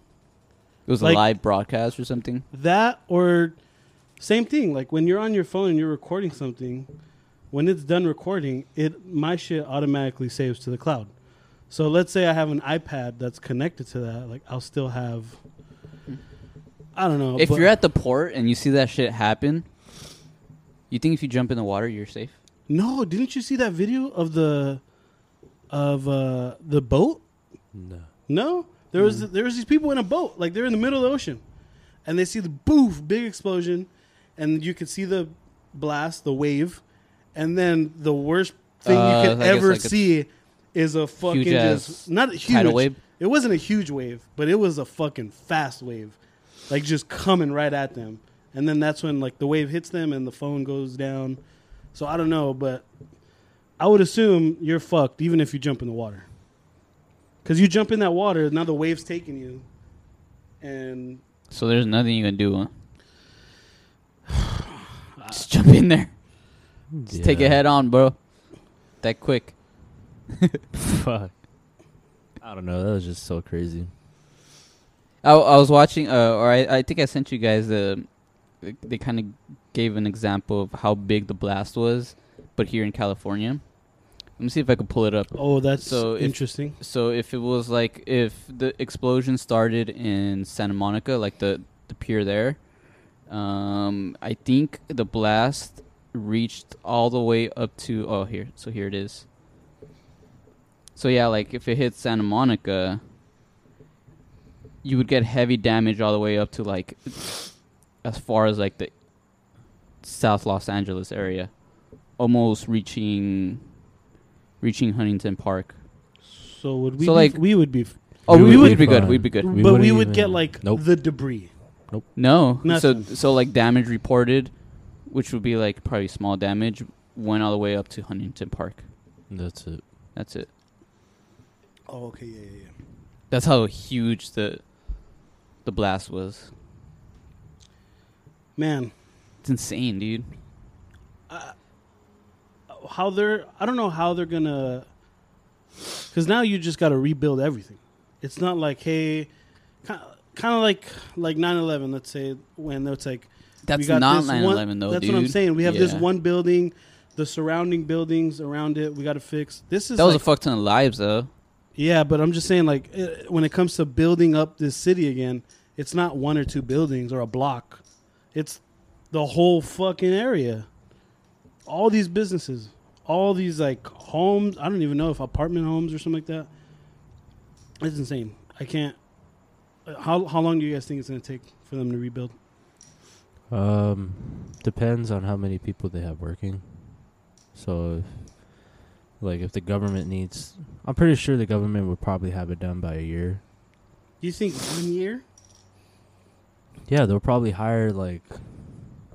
S4: It was
S2: Like-
S4: a live broadcast or something.
S2: that or same thing. Like when you're on your phone and you're recording something, when it's done recording, it my shit automatically saves to the cloud. So let's say I have an iPad that's connected to that, like I'll still have. I don't know.
S4: If
S2: Oh, but-
S4: you're at the port and you see that shit happen, you think if you jump in the water you're safe?
S2: no, didn't you see that video of the of uh the boat?
S3: No.
S2: No, there was there was these people in a boat, like they're in the middle of the ocean, and they see the boof big explosion, and you could see the blast, the wave, and then the worst thing
S4: Uh,
S2: you
S4: I
S2: could
S4: guess
S2: ever
S4: like a
S2: see is a fucking
S4: huge-ass
S2: just not a huge
S4: tidal wave?
S2: It wasn't a huge wave, but it was a fucking fast wave, like just coming right at them, and then that's when like the wave hits them and the phone goes down. So I don't know, but I would assume you're fucked even if you jump in the water. Because you jump in that water, now the wave's taking you. And
S4: So there's nothing you can do, huh? Just jump in there. Just take it head on, bro. That quick.
S3: Fuck. I don't know. That was just so crazy.
S4: I, I was watching, uh, or I, I think I sent you guys the. They kind of gave an example of how big the blast was, but here in California. Let me see if I can pull it up.
S2: oh, that's
S4: So if-
S2: interesting.
S4: So if it was like if the explosion started in Santa Monica, like the the pier there, um, I think the blast reached all the way up to oh here. So here it is. So yeah, like if it hit Santa Monica, you would get heavy damage all the way up to like as far as like the South Los Angeles area, almost reaching reaching Huntington Park.
S2: so would we?
S4: so,
S2: be,
S4: like-
S2: we would be,
S4: Oh,
S3: We
S4: we,
S3: would
S4: would
S3: be
S4: be good.
S3: fine.
S4: We'd be good.
S3: We
S2: but we
S3: wouldn't
S2: would
S3: even-
S2: get like
S3: Nope.
S2: the debris.
S4: No.
S2: Nothing.
S4: So so like damage reported, which would be like probably small damage, went all the way up to Huntington Park.
S3: That's it.
S4: That's it.
S2: Oh, okay, yeah, yeah, yeah.
S4: That's how huge the the blast was.
S2: Man,
S4: It's insane, dude.
S2: how they're? I don't know how they're gonna. Because now you just got to rebuild everything. It's not like hey, kind of like like 9-11, Let's say when it's like
S4: That's
S2: We got
S4: not
S2: this one-
S4: 9/11 though,
S2: That's
S4: dude.
S2: what I'm saying. We have this
S4: Yeah.
S2: one building, the surrounding buildings around it. We got to fix. This is
S4: That was
S2: like-
S4: a fuck ton of lives though.
S2: yeah, but I'm just saying like it, when it comes to building up this city again, it's not one or two buildings or a block. It's the whole fucking area. All these businesses, all these like homes. I don't even know if apartment homes or something like that. It's insane. I can't. uh, How how long do you guys think it's gonna take for them to rebuild?
S3: Um, depends on how many people they have working. So, if, like, if the government needs, I'm pretty sure the government would probably have it done by a year.
S2: Do you think one year?
S3: Yeah, they'll probably hire like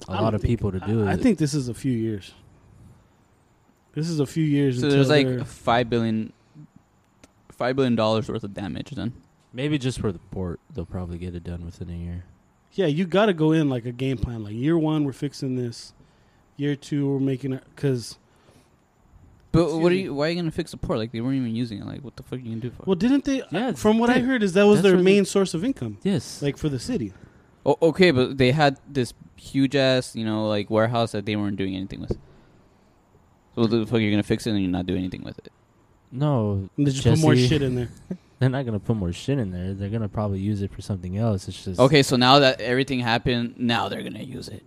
S3: a
S2: I
S3: lot
S2: don't
S3: of
S2: think-
S3: people to do
S2: I,
S3: it.
S2: I think this is a few years. This is a few years.
S4: So
S2: until
S4: there's like
S2: they're-
S4: five billion five billion dollars worth of damage then.
S3: maybe just for the port, they'll probably get it done within a year.
S2: yeah, you got to go in like a game plan. Like year one, we're fixing this. Year two, we're making it because
S4: But
S2: Excuse
S4: what are
S2: me.
S4: you why are you gonna fix the port? Like they weren't even using it. Like what the fuck are you gonna do for it?
S2: well, didn't they?
S3: Yeah,
S2: from what I
S3: they-
S2: heard, is that was
S3: that's
S2: their
S3: where they-
S2: main source of income,
S3: Yes.
S2: like for the city.
S4: O- okay, but they had this huge ass, you know, like warehouse that they weren't doing anything with. So what the fuck you're gonna fix it and you're not doing anything with it?
S3: no,
S2: And they just put more
S3: Jesse.
S2: shit in there.
S3: they're not gonna put more shit in there. They're gonna probably use it for something else. It's just
S4: Okay, so now that everything happened, now they're gonna use it.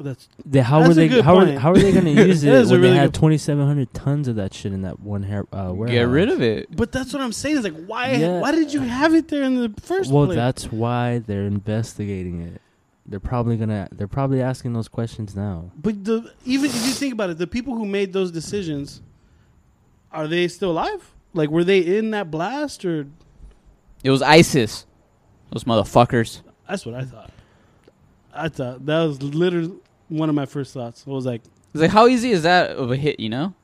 S2: That's
S3: They, how
S2: That's
S3: were
S2: a
S3: they?
S2: good
S3: How are,
S2: point.
S3: how are they gonna use
S2: That
S3: it
S2: is a
S3: when
S2: really
S3: they had
S2: good-
S3: 2,700 tons of that shit in that one hair uh, warehouse?
S4: Get rid of it.
S2: but that's what I'm saying. Is like why
S3: Yeah.
S2: why did you have it there in the first
S3: Well,
S2: place?
S3: that's why they're investigating it. They're probably gonna. They're probably asking those questions now.
S2: But the even if you think about it, the people who made those decisions are they still alive? Like, were they in that blast or?
S4: It was ISIS. Those motherfuckers.
S2: That's what I thought. I thought that was literally one of my first thoughts. I was like,
S4: It's like how easy is that of a hit, you know?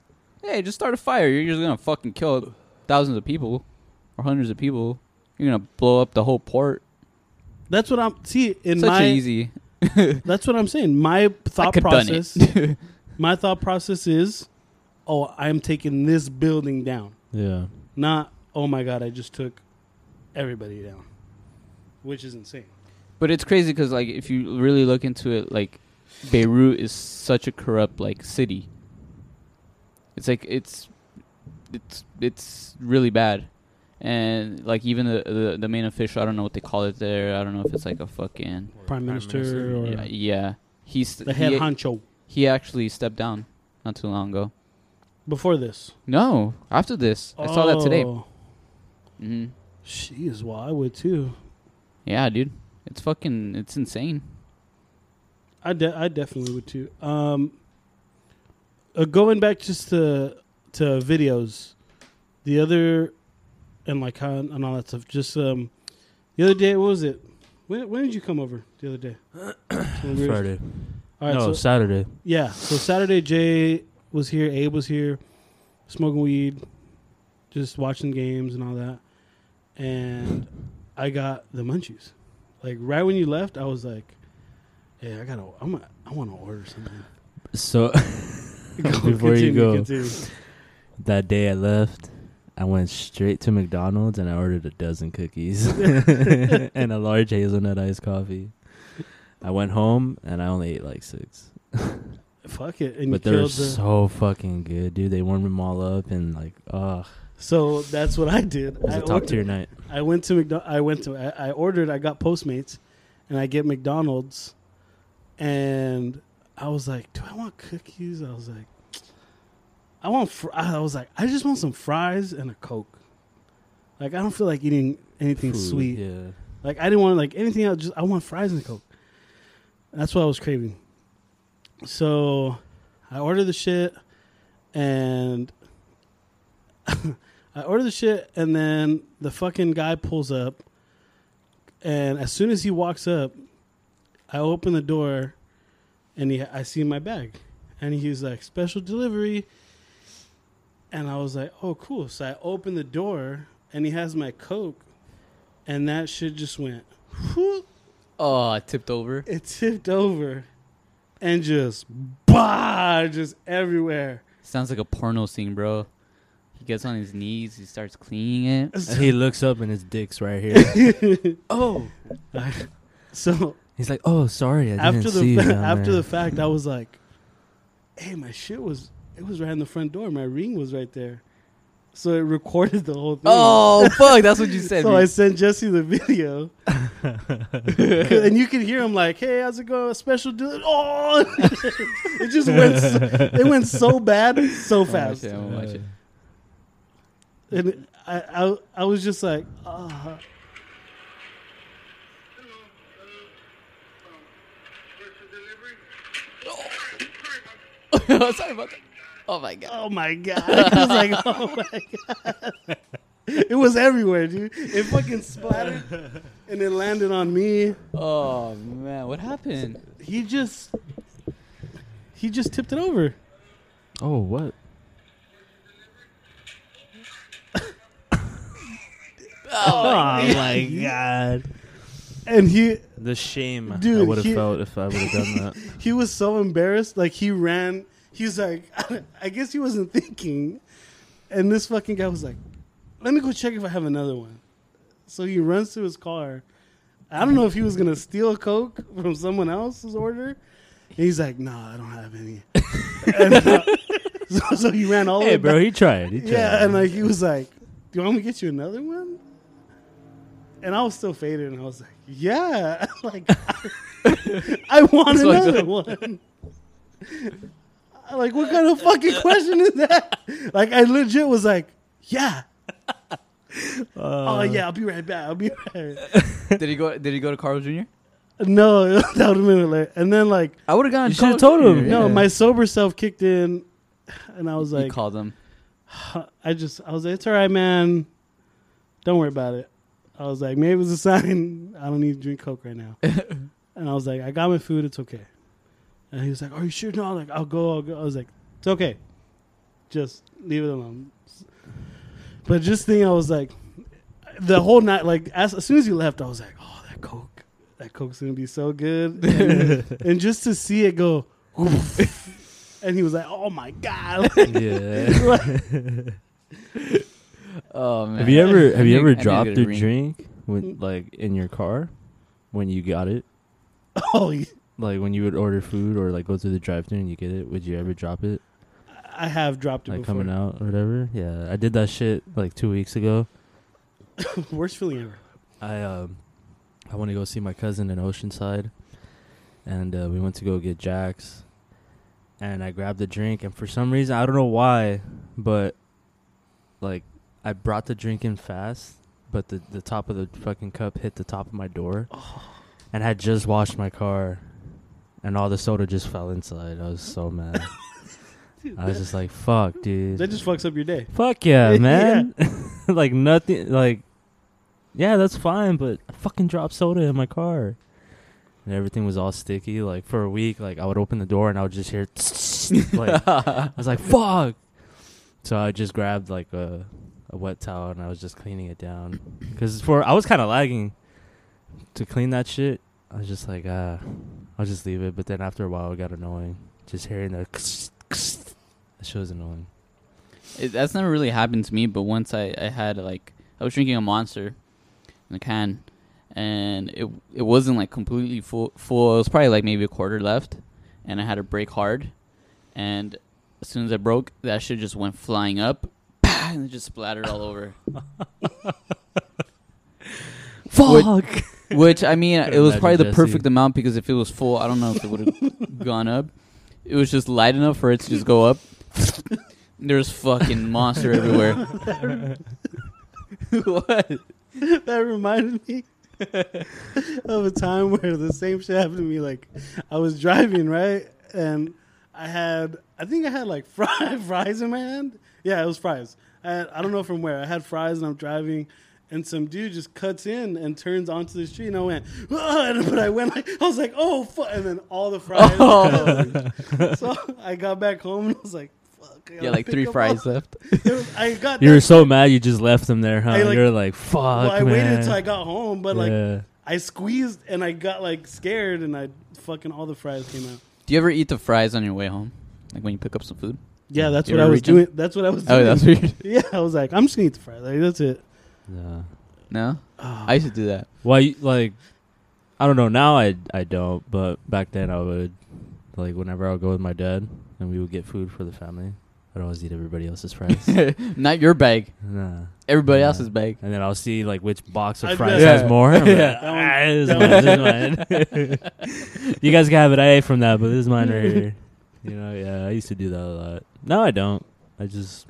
S4: Hey, just start a fire. You're just gonna fucking kill thousands of people or hundreds of people. You're gonna blow up the whole port.
S2: That's what I'm see in
S4: Such
S2: my.
S4: an easy.
S2: That's what I'm saying. My thought
S4: could done it.
S2: process. my thought process is, oh, I'm taking this building down.
S3: Yeah.
S2: Not, oh my god, I just took everybody down, which is insane.
S4: But it's crazy because like if you really look into it, like Beirut is such a corrupt like city. It's like it's it's it's really bad, and like even the the, the main official, I don't know what they call it there. I don't know if it's like a fucking
S2: Prime Minister, or
S4: yeah. yeah. He's
S2: the head
S4: he,
S2: honcho
S4: he actually stepped down not too long ago.
S2: before this.
S4: No, after this, I saw that today.
S2: Oh,
S4: hmm
S2: She is well, I would too.
S4: Yeah, dude, it's fucking it's insane.
S2: I de- I definitely would too. Um, uh, going back just to to videos, the other and like how and all that stuff. Just um, the other day, what was it? When when did you come over the other day? When we were-
S3: Friday.
S2: All right,
S3: no,
S2: so,
S3: Saturday.
S2: yeah. So Saturday, Jay was here. Abe was here, smoking weed, just watching games and all that. And I got the munchies. Like right when you left, I was like, "Hey, I gotta. I'm. A, I want to order something."
S3: So
S2: Go,
S3: Before you go.
S2: continue.
S3: that day I left, I went straight to McDonald's and I ordered a dozen cookies and a large hazelnut iced coffee. I went home and I only ate like six.
S2: Fuck it, and
S3: But
S2: you
S3: they were
S2: killed the.
S3: so fucking good, dude. They warmed them all up and like, ugh,
S2: So that's what I did.
S3: it was
S2: I
S3: a top
S2: ordered-
S3: tier night.
S2: I went to McDonald's. I went to. I, I ordered. I got Postmates, and I get McDonald's, and I was like, "Do I want cookies?" I was like, "I want." Fr-. I was like, "I just want some fries and a coke." Like I don't feel like eating anything
S3: Food,
S2: sweet.
S3: Yeah.
S2: Like I didn't want like anything else. Just I want fries and coke. That's what I was craving. So I ordered the shit, and I ordered the shit, and then the fucking guy pulls up, and as soon as he walks up, I open the door, and he, I see my bag, and he's like special delivery. And I was like, oh, cool. So I open the door, and he has my Coke, and that shit just went. whoop,
S4: Oh, I tipped over.
S2: it tipped over, and just bah, just everywhere.
S4: Sounds like a porno scene, bro. He gets on his knees, he starts cleaning it.
S3: And he looks up and his dick's right here.
S2: Oh, so
S3: He's like, "Oh, sorry, I
S2: after
S3: didn't see you
S2: the fa-
S3: down
S2: after
S3: there."
S2: the fact, I was like, "Hey, my shit was it was right in the front door. My ring was right there, so it recorded the whole thing."
S4: Oh fuck, that's what you said.
S2: so
S4: me.
S2: I sent Jesse the video, and you could hear him like, "Hey, how's it going? Special dude? Oh, it just went. So, it went so bad, so
S3: Oh,
S4: I won't watch
S2: fast.
S4: it, I won't watch it.
S2: and I, I I was just like, ah.
S4: Oh, sorry about that. Oh my god.
S2: oh my god! I was like, oh my god! it was everywhere, dude. It fucking splattered, and it landed on me.
S4: Oh man, what happened?
S2: He just, he just tipped it over.
S3: oh, what? Oh my god!
S2: And he
S3: The shame I
S2: Dude,
S3: would have
S2: he-
S3: felt if I would have done that.
S2: he was so embarrassed. Like he ran. He was like, I guess he wasn't thinking. And this fucking guy was like, let me go check if I have another one. So he runs to his car. I don't know if he was gonna steal Coke from someone else's order. And he's like, nah, I don't have any. and, uh, so, so he ran all the
S3: hey,
S2: way
S3: bro,
S2: back.
S3: he tried. He tried.
S2: Yeah, and like he was like, "Do you want me to get you another one?" And I was still faded, and I was like, "Yeah, like I, want
S4: That's what I
S2: another one." I- like, what kind of fucking question is that? Like, I legit was like, "Yeah, oh yeah, I'll be right back. I'll be right." back.
S4: did he go did he go to Carl Jr.?
S2: No, that would have been hilarious. And then like,
S4: I would have gone
S3: You should've told him.
S2: no,
S3: Yeah.
S2: my sober self kicked in, and I was
S4: you
S2: like,
S4: called him.
S2: I just I was like, it's all right, man. Don't worry about it. I was like, maybe it was a sign. I don't need to drink Coke right now. and I was like, I got my food. It's okay. And he was like, Are you sure? No, like I'll go. I'll go. I was like, It's okay. Just leave it alone. But just thing, I was like, the whole night, like as, as soon as you left, I was like, oh, that coke, that coke's gonna be so good, and, and just to see it go, and he was like, oh my god,
S3: yeah.
S4: Oh man.
S3: Have you ever have you
S4: I
S3: ever
S4: need- I need to
S3: dropped
S4: get a
S3: your
S4: ring.
S3: drink when like in your car when you got it?
S2: oh, yeah.
S3: Like when you would order food or like go through the drive thru and you get it, would you ever drop it?
S2: I have dropped it
S3: Like
S2: before.
S3: coming out or whatever? Yeah. I did that shit like two weeks ago.
S2: Worst feeling ever.
S3: I um I want to go see my cousin in Oceanside, and uh, we went to go get Jack's, and I grabbed a drink, and for some reason I don't know why, but like I brought the drink in fast, but the the top of the fucking cup hit the top of my door, and I had just washed my car, and all the soda just fell inside. I was so mad. I was just like, "Fuck, dude."
S2: That just fucks up your day.
S3: Fuck yeah,
S2: Yeah.
S3: man. like nothing like yeah, that's fine, but I fucking dropped soda in my car. And everything was all sticky. Like for a week, like I would open the door and I would just hear like I was like, fuck. So I just grabbed like a a wet towel and I was just cleaning it down. Cause for I was kinda lagging to clean that shit. I was just like, ah, I'll just leave it. But then after a while it got annoying. Just hearing the that shit was annoying.
S4: It, that's never really happened to me, but once I, I had like I was drinking a monster in a can, and it it wasn't like completely full. Full. It was probably like maybe a quarter left, and I had to break hard, and as soon as I broke, that shit just went flying up, and it just splattered all over. Fuck. Which I mean, it was
S3: Imagine
S4: probably the
S3: Jesse.
S4: perfect amount because if it was full, I don't know if it would have gone up. It was just light enough for it to just go up. There's fucking monster everywhere. what?
S2: that reminded me of a time where the same shit happened to me. Like I was driving right, and I had I think I had like fry, fries in my hand. Yeah, it was fries. I, had, I don't know from where I had fries, and I'm driving. And some dude just cuts in and turns onto the street, and I went, "Ah," and- but I went like, I was like, oh, fuck. and then all the fries.
S3: Oh.
S2: so I got back home and I was like, fuck. I
S4: Yeah,
S2: gotta
S4: like
S2: pick
S4: three
S2: up
S4: fries
S2: all-
S4: left.
S2: I got.
S3: You
S2: that-
S3: were so mad you just left them there, huh?
S2: I, like-
S3: you were like, fuck,
S2: well, I
S3: man.
S2: waited until I got home, but like
S3: yeah.
S2: I squeezed and I got like scared and I fucking all the fries came out.
S4: Do you ever eat the fries on your way home? Like when you pick up some food?
S2: Yeah, that's
S4: You
S2: what
S4: were
S2: I was
S4: reaching?
S2: doing. That's what I was doing.
S4: Oh, that's weird.
S2: yeah, I was like, I'm just gonna eat the fries. Like, that's it.
S3: yeah.
S4: No?
S2: Oh,
S4: I used to do that.
S3: Why, you- like, I don't know. Now I I don't, but back then I would, like, whenever I would go with my dad and we would get food for the family, I'd always eat everybody else's fries.
S4: Not your bag.
S3: nah.
S4: Everybody
S3: Yeah.
S4: else's bag.
S3: And then I'll see, like, which box of
S2: I'd be
S3: fries
S2: like-
S3: has
S4: Yeah.
S3: more. I'm like,
S2: Yeah.
S3: "Ah, this
S2: That
S3: is mine, this is mine." you guys can have it. I ate from that, but this is mine right here. You know, yeah, I used to do that a lot. Now I don't. I just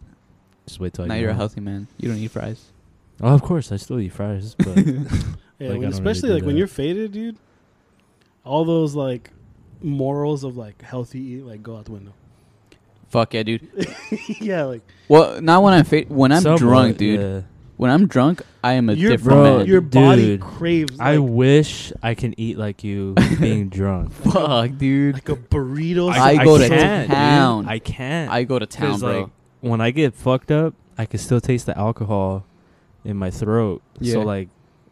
S3: just wait till I
S4: now
S3: get
S4: you're a
S3: home.
S4: healthy man. You don't eat fries.
S3: Oh, of course, I still eat fries, but
S2: yeah,
S3: like, I
S2: when-
S3: don't really
S2: especially
S3: do
S2: like when
S3: that.
S2: you're faded, dude. All those like morals of like healthy eat like go out the window.
S4: Fuck yeah, dude.
S2: yeah, like
S4: Well, not when I'm fa- when I'm
S3: Somewhat,
S4: drunk, dude.
S3: yeah.
S4: When I'm drunk, I am a
S2: your
S4: different
S3: Bro,
S4: man.
S2: your body
S3: dude.
S2: craves
S3: I
S2: like,
S3: wish I can eat like you being drunk.
S4: Fuck, dude.
S2: like a burrito.
S4: I- I go to
S3: can't, dude.
S4: town.
S3: I can't.
S4: I go to
S3: 'Cause,
S4: town, bro.
S3: like, when I get fucked up, I can still taste the alcohol in my throat.
S4: Yeah.
S3: So like,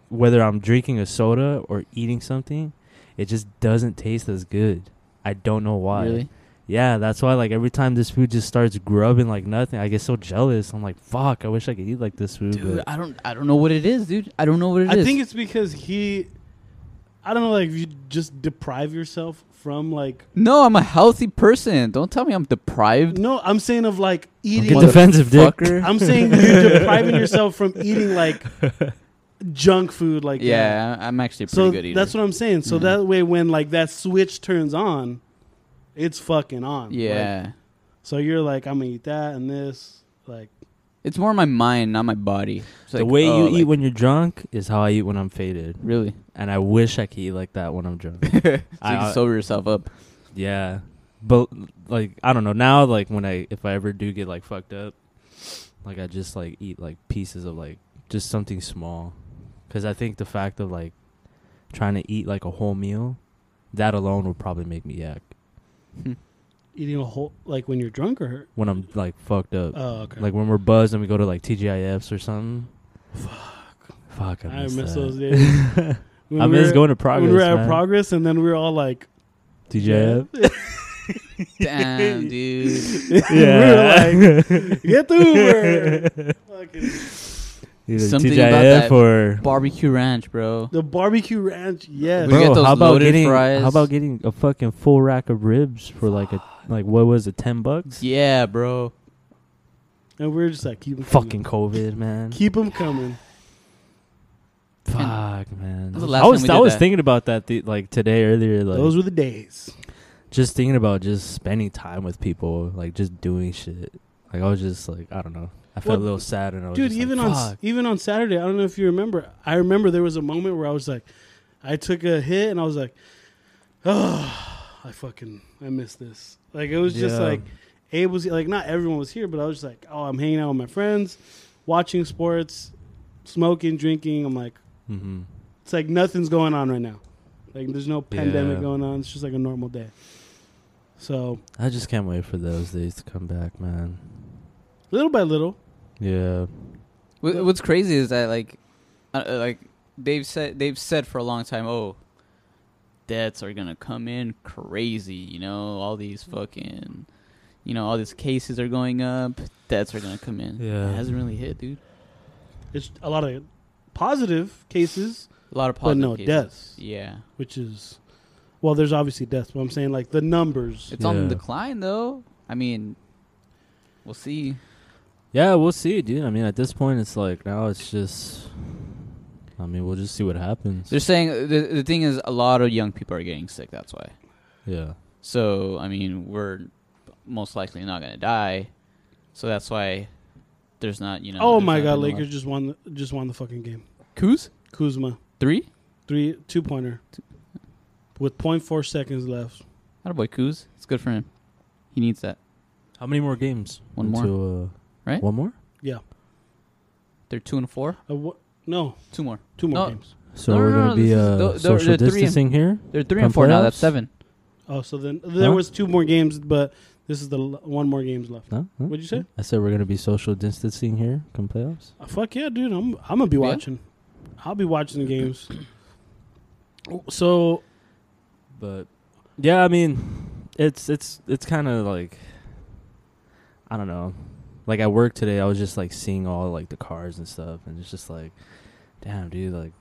S3: whether I'm drinking a soda or eating something, it just doesn't taste as good. I don't know why.
S4: Really?
S3: Yeah, that's why like every time this food just starts grubbing like nothing, I get so jealous. I'm like, fuck, I wish I could eat like this food.
S4: Dude,
S3: but
S4: I don't I don't know what it is, dude. I don't know what it is.
S2: I think it's because he. I don't know, like if you just deprive yourself from like.
S4: No, I'm a healthy person. Don't tell me I'm deprived.
S2: No, I'm saying of like eating.
S3: get defensive, dick.
S4: Fucker.
S2: I'm saying you're depriving yourself from eating like junk food, like that.
S4: yeah, I- I'm actually a pretty
S2: So
S4: good eater.
S2: that's what I'm saying. So
S3: Mm-hmm.
S4: Mhm.
S2: that way, when like that switch turns on, it's fucking on. Like,
S4: yeah.
S2: so you're like, I'm gonna eat that and this. Like,
S4: it's more my mind, not my body. It's
S3: the
S4: like,
S3: way
S4: oh,
S3: you eat
S4: like-
S3: when you're drunk is how I eat when I'm faded,
S4: really.
S3: and I wish I could eat like that when I'm drunk.
S4: so you
S3: I-
S4: can sober yourself up.
S3: yeah, but like I don't know now. Like when I if I ever do get like fucked up, like I just like eat like pieces of like just something small, because I think the fact of like trying to eat like a whole meal, that alone would probably make me yak
S2: eating a whole like when you're drunk or hurt.
S3: when I'm like fucked up.
S2: Oh, okay.
S3: Like when we're buzzed and we go to like TGIFs or something. Fuck. Fuck, I
S2: I
S3: miss,
S2: miss
S3: that.
S2: those days. When
S3: I
S2: we
S3: miss
S2: were-
S3: going to progress.
S2: when we were at
S3: man.
S2: progress, and then we were all like,
S3: TJF.
S4: Damn, dude.
S3: Yeah.
S2: we were like, get the Uber. Fucking-
S3: Either
S4: Something about
S3: TJF
S4: that
S3: or
S4: Barbecue ranch, bro.
S2: the barbecue ranch, yes.
S4: We Bro, get those
S3: how about
S4: loaded
S3: getting
S4: fries.
S3: how about getting a fucking full rack of ribs for like a like what was it ten bucks?
S4: Yeah, bro.
S2: and we are just like, keep them
S3: Fucking COVID, man.
S2: keep them coming.
S3: Fuck, man.
S4: That was the last
S3: I was
S4: time we
S3: I
S4: did
S3: was
S4: that.
S3: thinking about that the, like today earlier, like
S2: Those were the days.
S3: just thinking about just spending time with people, like just doing shit. Like I was just like I don't know. I felt
S2: Well,
S3: a little sad and I was
S2: dude
S3: just
S2: even
S3: like,
S2: on
S3: Fuck.
S2: even on saturday i don't know if you remember i remember there was a moment where i was like i took a hit and i was like oh i fucking i miss this like it was just
S3: Yeah.
S2: like abe was like not everyone was here but i was just like oh i'm hanging out with my friends watching sports smoking drinking i'm like
S3: Mhm.
S2: it's like nothing's going on right now like there's no pandemic
S3: Yeah.
S2: going on it's just like a normal day so
S3: I just can't wait for those days to come back, man.
S2: little by little
S3: Yeah.
S4: Wh- What's crazy is that like, uh, uh, like they've said they've said for a long time. Oh, deaths are gonna come in crazy. You know, all these fucking, you know, all these cases are going up. Deaths are gonna come in.
S3: Yeah.
S4: it hasn't really hit, dude.
S2: it's a lot of positive cases
S4: A lot of
S2: but
S4: positive
S2: no
S4: cases.
S2: deaths
S4: Yeah,
S2: which is well there's obviously deaths but i'm saying like the numbers
S4: it's on the
S3: Yeah.
S4: decline though. I mean, we'll see.
S3: Yeah, we'll see, dude. I mean, at this point, it's like now it's just. I mean, we'll just see what happens.
S4: They're saying the the thing is a lot of young people are getting sick. That's why.
S3: yeah,
S4: So I mean, we're most likely not gonna die. So that's why there's not you know.
S2: oh
S4: there's
S2: my
S4: not
S2: god
S4: been a
S2: lakers
S4: lot-
S2: just won the, just won the fucking game
S4: Kuz
S2: kuzma
S4: three.
S2: three two pointer with 0.4 seconds left
S4: That boy Kuz. It's good for him. He needs that.
S3: how many more games?
S4: One more.
S3: Until, uh,
S4: Right?
S3: One more.
S2: yeah
S4: They're two and four.
S2: uh, wha- no
S4: Two more.
S2: two more
S4: No.
S2: games
S3: So
S4: No,
S3: we're
S4: no,
S3: gonna
S4: no,
S3: be
S4: this is-
S3: uh,
S4: tho- tho-
S3: social
S4: the three and-
S3: distancing here.
S4: They're three
S3: From
S4: and four now. That's
S3: playoffs?
S4: seven.
S2: oh so then there
S3: Huh?
S2: was two more games but this is the l- one more games left
S3: No? Huh?
S2: what'd you say
S3: I said we're gonna be social distancing here. Come playoffs.
S2: Uh, fuck yeah dude i'm, I'm gonna be
S4: Yeah?
S2: watching i'll be watching the games so
S3: But yeah, I mean, it's it's it's kind of like I don't know. Like at work today, I was just like seeing all like the cars and stuff, and it's just like, damn, dude, like,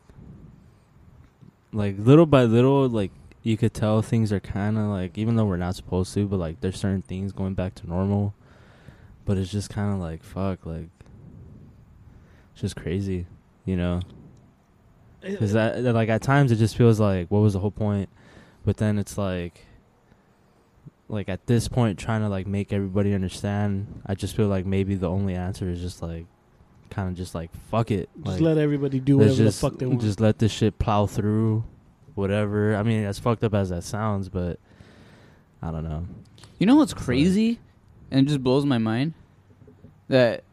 S3: like little by little, like you could tell things are kind of like, even though we're not supposed to, but like there's certain things going back to normal, but it's just kind of like fuck, like, it's just crazy, you know?
S2: eh,
S3: Because that that, like at times it just feels like what was the whole point? But then it's like, like at this point, trying to like make everybody understand. I just feel like maybe the only answer is just like, kind of just like fuck it.
S2: just
S3: like,
S2: let everybody do
S3: let's
S2: whatever
S3: just-
S2: the fuck they want
S3: Just let this shit plow through, whatever. I mean, as fucked up as that sounds, but I don't know.
S4: You know what's
S3: It's like-
S4: crazy, and it just blows my mind that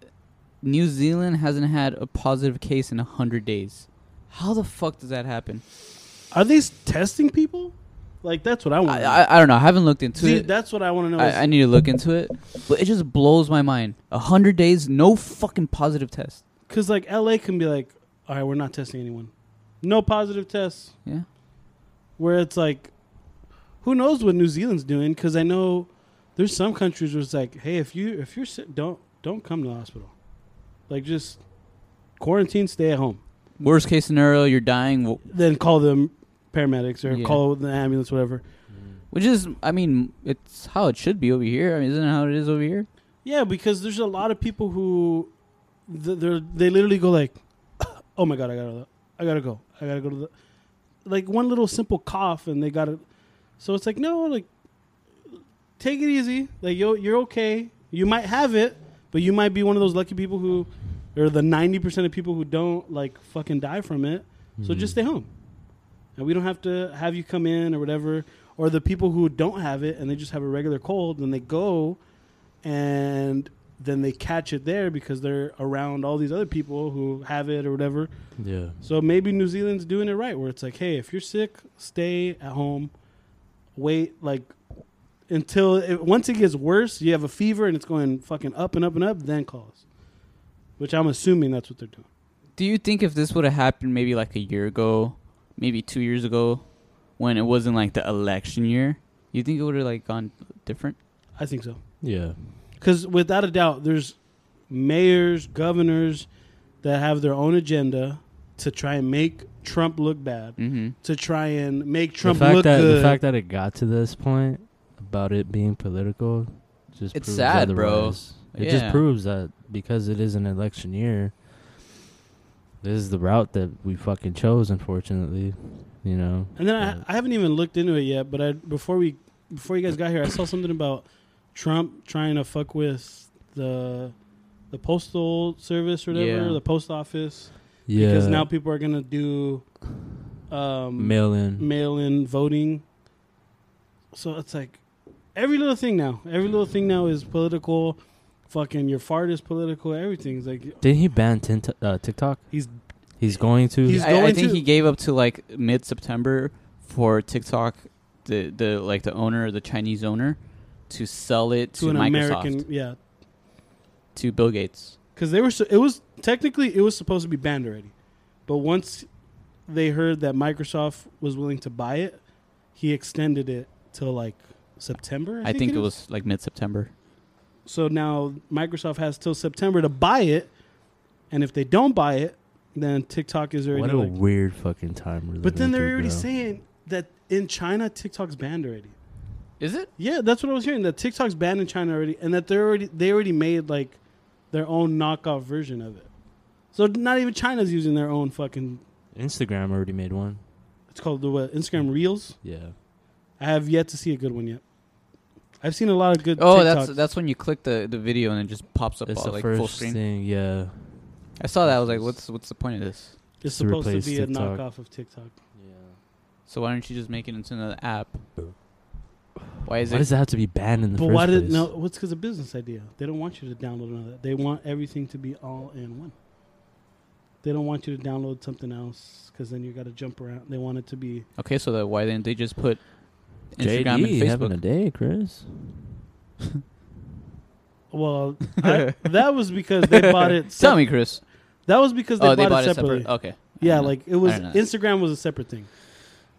S4: New Zealand hasn't had a positive case in hundred days. How the fuck does that happen?
S2: Are they s- testing people? Like that's what I want.
S4: I, I, I don't know. I haven't looked into
S2: See,
S4: it.
S2: that's what I want to know. is-
S4: I, I need to look into it, but it just blows my mind. A hundred days, no fucking positive test.
S2: Cause like LA can be like, all right, we're not testing anyone, no positive tests.
S4: Yeah,
S2: Where it's like, who knows what New Zealand's doing? Because I know there's some countries where it's like, hey, if you if you're sick, don't don't come to the hospital, like just quarantine, stay at home.
S4: worst case scenario, you're dying, w-
S2: Then call the paramedics or
S4: Yeah.
S2: call the ambulance, whatever.
S4: which is, I mean, it's how it should be over here. I mean, isn't it how it is over here?
S2: Yeah, because there's a lot of people who th- they're they literally go like, "Oh my god, I gotta, I gotta go, I gotta go to the," like one little simple cough and they got it. So it's like, no, like, take it easy. Like you you're okay. You might have it, but you might be one of those lucky people who, or the ninety percent of people who don't like fucking die from it. So just stay home, and we don't have to have you come in or whatever. Or the people who don't have it and they just have a regular cold, and they go and then they catch it there because they're around all these other people who have it or whatever.
S3: Yeah.
S2: So maybe New Zealand's doing it right, where it's like, hey, if you're sick, stay at home, wait like until it, once it gets worse, you have a fever and it's going fucking up and up and up, then call us. Which I'm assuming that's what they're doing.
S4: Do you think if this would have happened maybe like a year ago, maybe two years ago, when it wasn't like the election year, you think it would have like gone different?
S2: I think so.
S3: Yeah.
S2: Because without a doubt, there's mayors, governors that have their own agenda to try and make Trump look bad,
S4: Mm-hmm.
S2: to try and make Trump
S3: the fact
S2: look
S3: that
S2: good.
S3: the fact that it got to this point about it being political just
S4: It's
S3: proves
S4: sad, bro.
S3: otherwise. It
S4: Yeah.
S3: just proves that because it is an election year, this is the route that we fucking chose. Unfortunately, you know.
S2: and then
S3: but-
S2: I, I haven't even looked into it yet, but I before we before you guys got here, I saw something about Trump trying to fuck with the the postal service or whatever,
S4: Yeah.
S2: the post office,
S3: Yeah.
S2: because now people are gonna do um,
S3: mail in.
S2: mail in voting. So it's like every little thing now. Every little thing now is political. Fucking your fart is political. Everything's like
S3: Didn't he ban tint- uh, TikTok?
S2: He's-
S3: he's going to.
S2: He's
S4: I, I
S2: going
S4: think
S2: to-
S4: he gave up to like mid September for TikTok, the the like the owner, the Chinese owner, to sell it to,
S2: to an
S4: Microsoft
S2: American. Yeah,
S4: to Bill Gates.
S2: because they were. So, it was technically it was supposed to be banned already, but once they heard that Microsoft was willing to buy it, he extended it till like September.
S4: I, think it
S2: is.
S4: was like mid September.
S2: So now Microsoft has till September to buy it, and if they don't buy it, then TikTok is already.
S3: what a
S2: like-
S3: weird fucking time. We're
S2: But then
S3: living
S2: they're
S3: through,
S2: already
S3: bro.
S2: saying that in China TikTok's banned already.
S4: Is it?
S2: Yeah, that's what I was hearing. That TikTok's banned in China already, and that they're already they already made like their own knockoff version of it. So not even China's using their own fucking.
S3: Instagram already made one.
S2: It's called the what, Instagram Reels.
S3: Yeah.
S2: I have yet to see a good one yet. I've seen a lot of good.
S4: Oh,
S2: TikToks.
S4: that's that's when you click the, the video and it just pops up
S3: It's
S4: all,
S3: the
S4: like full
S3: first
S4: screen.
S3: thing. Yeah.
S4: I saw that. I was like, what's what's the point of this?
S2: it's
S3: to
S2: supposed to
S3: replace
S2: be a
S3: TikTok.
S2: knockoff of TikTok.
S3: Yeah.
S4: So why don't you just make it into another app? Why is
S3: Why
S4: it?
S3: does that have to be banned in the
S2: But
S3: first
S2: why
S3: place?
S2: did no? What's because of business idea? They don't want you to download another. They want everything to be all in one. They don't want you to download something else because then you got to jump around. They want it to be
S4: okay, so that why didn't they just put
S3: JD
S4: Instagram and
S3: having a
S4: Facebook?
S3: day, Chris.
S2: well. I, that was because they bought it.
S4: Tell
S2: Sep-
S4: me, Chris.
S2: that was because they,
S4: oh,
S2: bought,
S4: they bought
S2: it separately.
S4: Okay.
S2: Yeah,
S4: don't know.
S2: like it was
S4: I don't know.
S2: Instagram was a separate thing,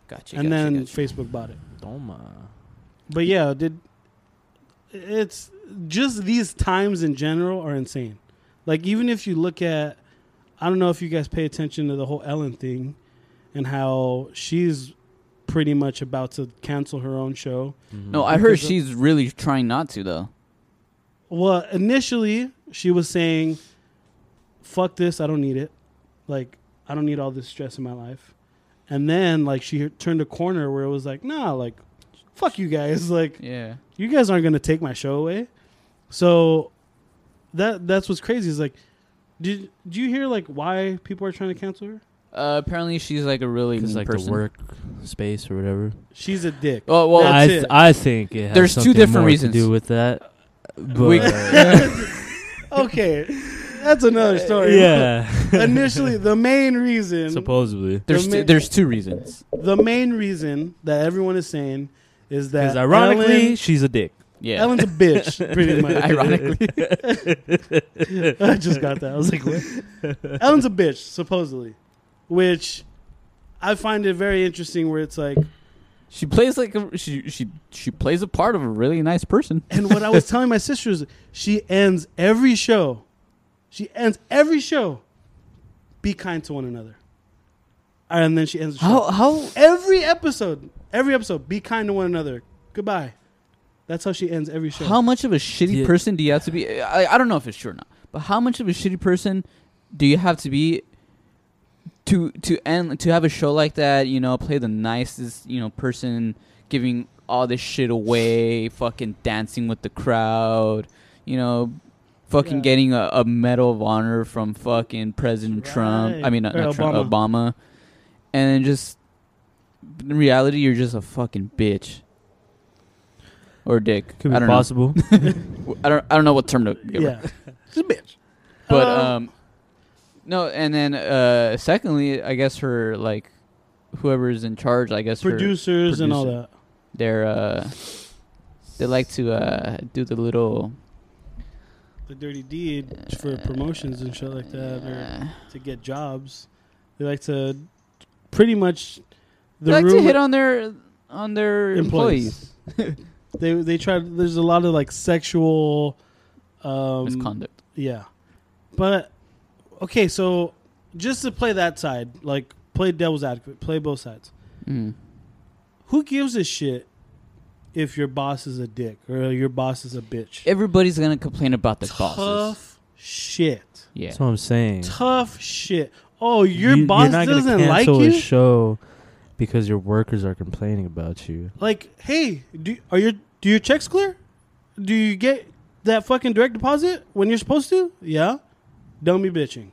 S4: Gotcha.
S2: and
S4: gotcha,
S2: then
S4: gotcha.
S2: Facebook bought it.
S3: Toma.
S2: But yeah, did it's just these times in general are insane. Like even if you look at I don't know if you guys pay attention to the whole Ellen thing and how she's pretty much about to cancel her own show.
S3: Mm-hmm.
S4: No, I heard
S2: Because, uh,
S4: she's really trying not to though.
S2: Well, initially she was saying fuck this, I don't need it. Like I don't need all this stress in my life. And then like she turned a corner where it was like, "Nah, like fuck you guys." Like
S4: Yeah.
S2: you guys aren't gonna take my show away. So that that's what's crazy is like, did do you hear like why people are trying to cancel her?
S4: Uh, apparently she's like a really mean
S3: Because like
S4: person.
S3: the work space or whatever.
S2: She's a dick.
S4: Oh well,
S2: That's
S3: I th-
S2: it.
S3: I think it has
S4: There's two
S3: something
S4: different
S3: more
S4: reasons.
S3: to do with that.
S4: We-
S3: But-
S2: Okay, that's another story.
S3: yeah,
S2: Initially, the main reason
S3: supposedly
S4: there's
S2: the ma-
S4: two, there's two reasons.
S2: the main reason that everyone is saying is that
S3: because ironically
S2: Ellen-
S3: she's a dick.
S4: Yeah.
S2: Ellen's a bitch, pretty much.
S4: Ironically,
S2: I just got that. I was like, what? Ellen's a bitch, supposedly, which I find it very interesting. Where it's like,
S4: she plays like a, she she she plays a part of a really nice person.
S2: And what I was telling my sister is she ends every show. She ends every show. Be kind to one another. And then she ends the show.
S4: how
S2: Every episode. Every episode. Be kind to one another. Goodbye. That's how she ends every show.
S4: how much of a shitty
S3: Yeah.
S4: person do you have to be? I, I don't know if it's true or not, but how much of a shitty person do you have to be to to end to have a show like that? You know, play the nicest you know person, giving all this shit away, fucking dancing with the crowd, you know. Fucking
S2: Yeah.
S4: getting a, a medal of honor from fucking President Trump. I
S2: Right.
S4: mean, uh, not,
S2: Or
S4: not Trump,
S2: Obama.
S4: Obama, and then just in reality, you're just a fucking bitch or a dick.
S3: Could
S4: I
S3: be
S4: don't know.
S3: possible.
S4: I don't I don't know what term to give her.
S2: Yeah. She's a bitch.
S4: But
S2: Uh,
S4: um no, and then uh secondly, I guess her like whoever's in charge, I guess her-
S2: producers and all
S4: producer.
S2: that.
S4: they're uh they like to uh do the little
S2: the dirty deed for
S4: uh,
S2: promotions and shit like that, or to get jobs. They like to pretty much the
S4: they like to
S2: rumor-
S4: hit on their on their employees.
S2: Employees. they they try. There's a lot of like sexual um,
S4: Misconduct.
S2: Yeah, but okay. So just to play that side, like play devil's advocate, play both sides.
S4: Mm.
S2: Who gives a shit if your boss is a dick or your boss is a bitch?
S4: Everybody's gonna complain about their
S2: Tough
S4: bosses.
S2: shit.
S4: Yeah.
S3: That's what I'm saying.
S2: Tough shit. Oh, your
S3: You-
S2: boss
S3: you're not gonna
S2: doesn't like
S3: cancel
S2: you.
S3: a show because your workers are complaining about you.
S2: like, hey, do are your do your checks clear? Do you get that fucking direct deposit when you're supposed to? Yeah. Don't be bitching.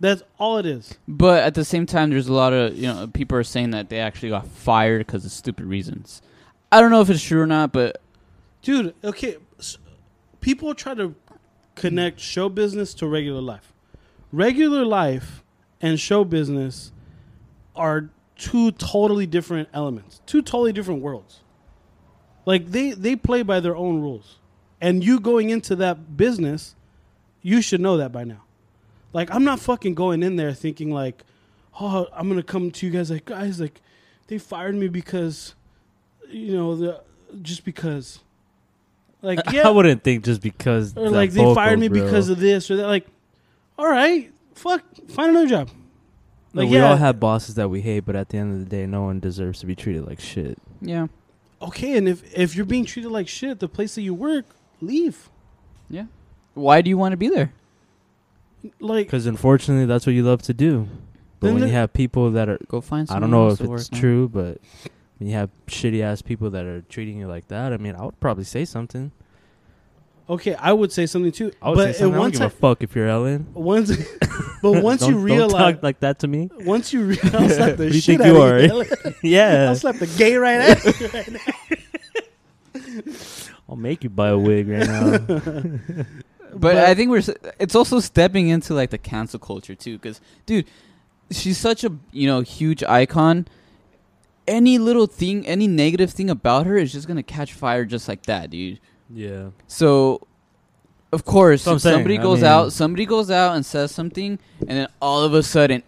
S2: That's all it is.
S4: But at the same time, there's a lot of you know people are saying that they actually got fired because of stupid reasons. I don't know if it's true or not, but
S2: dude okay s people try to connect show business to regular life regular life and show business are two totally different elements two totally different worlds like they they play by their own rules and you going into that business you should know that by now like i'm not fucking going in there thinking like oh i'm gonna come to you guys like guys like they fired me because you know the just because like yeah
S3: I wouldn't think just because
S2: or like they fired me because of this or that. Like, all right, fuck, find another job. Like,
S3: we
S2: yeah,
S3: all have bosses that we hate, but at the end of the day, no one deserves to be treated like shit.
S4: yeah,
S2: okay. And if if you're being treated like shit, at the place that you work, leave.
S4: yeah. Why do you want to be there?
S2: Like,
S3: Because unfortunately, that's what you love to do. But
S2: Then
S3: when you
S2: the-
S3: have people that are,
S4: Go find.
S3: I don't
S4: Someone
S3: know
S4: else
S3: if
S4: to
S3: it's
S4: work, man.
S3: true, but when you have shitty ass people that are treating you like that, I mean, I would probably say something.
S2: okay, I would say something too.
S3: I would
S2: but uh,
S3: say
S2: at
S3: something. I don't
S2: one
S3: give
S2: time,
S3: a fuck if you're Ellen.
S2: once, but once
S3: Don't-
S2: you
S3: don't
S2: realize,
S3: talk like that to me.
S2: once you realize, I'll slap
S3: Who
S2: the
S3: do you
S2: shit
S3: think
S2: out of you.
S3: you are,
S2: Ellen. I'll
S3: yeah,
S2: slap the gay right out. of you.
S3: I'll make you buy a wig right now.
S4: But,
S2: But-
S4: I think we're. s- It's also stepping into like the cancel culture too, because dude, she's such a you know huge icon. Any little thing, any negative thing about her is just gonna catch fire just like that, dude.
S3: yeah,
S4: So, of course,
S3: That's what I'm
S4: if somebody
S3: saying. I
S4: goes
S3: mean-
S4: out, somebody goes out and says something, and then all of a sudden,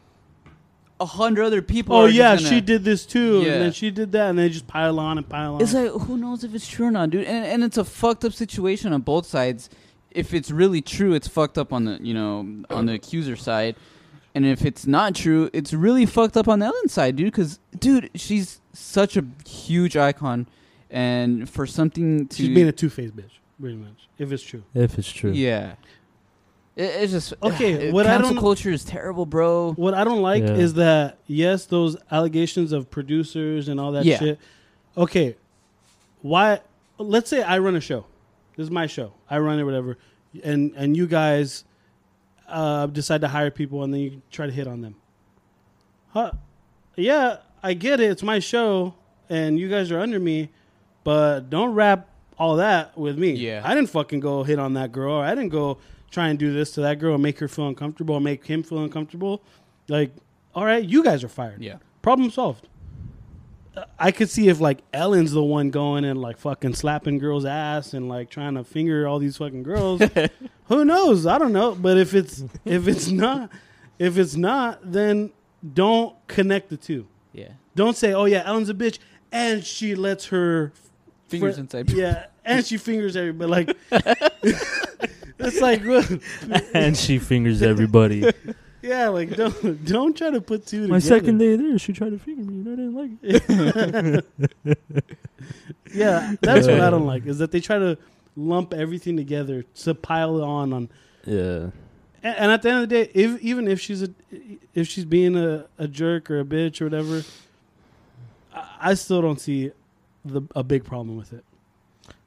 S4: a hundred other people.
S2: oh
S4: are just
S2: yeah,
S4: gonna-
S2: she did this too,
S4: Yeah.
S2: and then she did that, and they just pile on and pile on.
S4: It's like who knows if it's true or not, dude. And and it's a fucked up situation on both sides. If it's really true, it's fucked up on the you know on the accuser side, and if it's not true, it's really fucked up on the Ellen's side, dude. Because dude, she's such a huge icon, and for something to
S2: She's being a two faced bitch, pretty much. If it's true.
S3: if it's true.
S4: yeah, it, it's just
S2: Okay,
S4: uh,
S2: what I
S4: cancel
S2: don't-
S4: culture is terrible, bro.
S2: What I don't like
S3: Yeah.
S2: is that yes, those allegations of producers and all that
S4: Yeah.
S2: shit. Okay, why? Let's say I run a show. This is my show. I run it, whatever. And and you guys uh, decide to hire people, and then you try to hit on them. Huh? Yeah, I get it. It's my show, and you guys are under me. But don't wrap all that with me.
S4: Yeah.
S2: I didn't fucking go hit on that girl. Or I didn't go try and do this to that girl and make her feel uncomfortable, make him feel uncomfortable. Like, all right, you guys are fired.
S4: Yeah.
S2: Problem solved. Uh, I could see if like Ellen's the one going and like fucking slapping girls' ass and like trying to finger all these fucking girls. Who knows? I don't know. But if it's if it's not if it's not, then don't connect the two.
S4: Yeah,
S2: Don't say, "Oh yeah, Ellen's a bitch," and she lets her
S4: fingers
S2: fri-
S4: inside.
S2: Yeah, and she fingers everybody. Like it's like, look,
S3: and she fingers everybody.
S2: yeah, like don't don't try to put two.
S3: My
S2: together.
S3: second day there, she tried to finger me, and I didn't like it.
S2: Yeah, that's what I don't like is that they try to lump everything together to pile on on.
S3: Yeah,
S2: And, and at the end of the day, if even if she's a if she's being a, a jerk or a bitch or whatever, I, I still don't see the a big problem with it.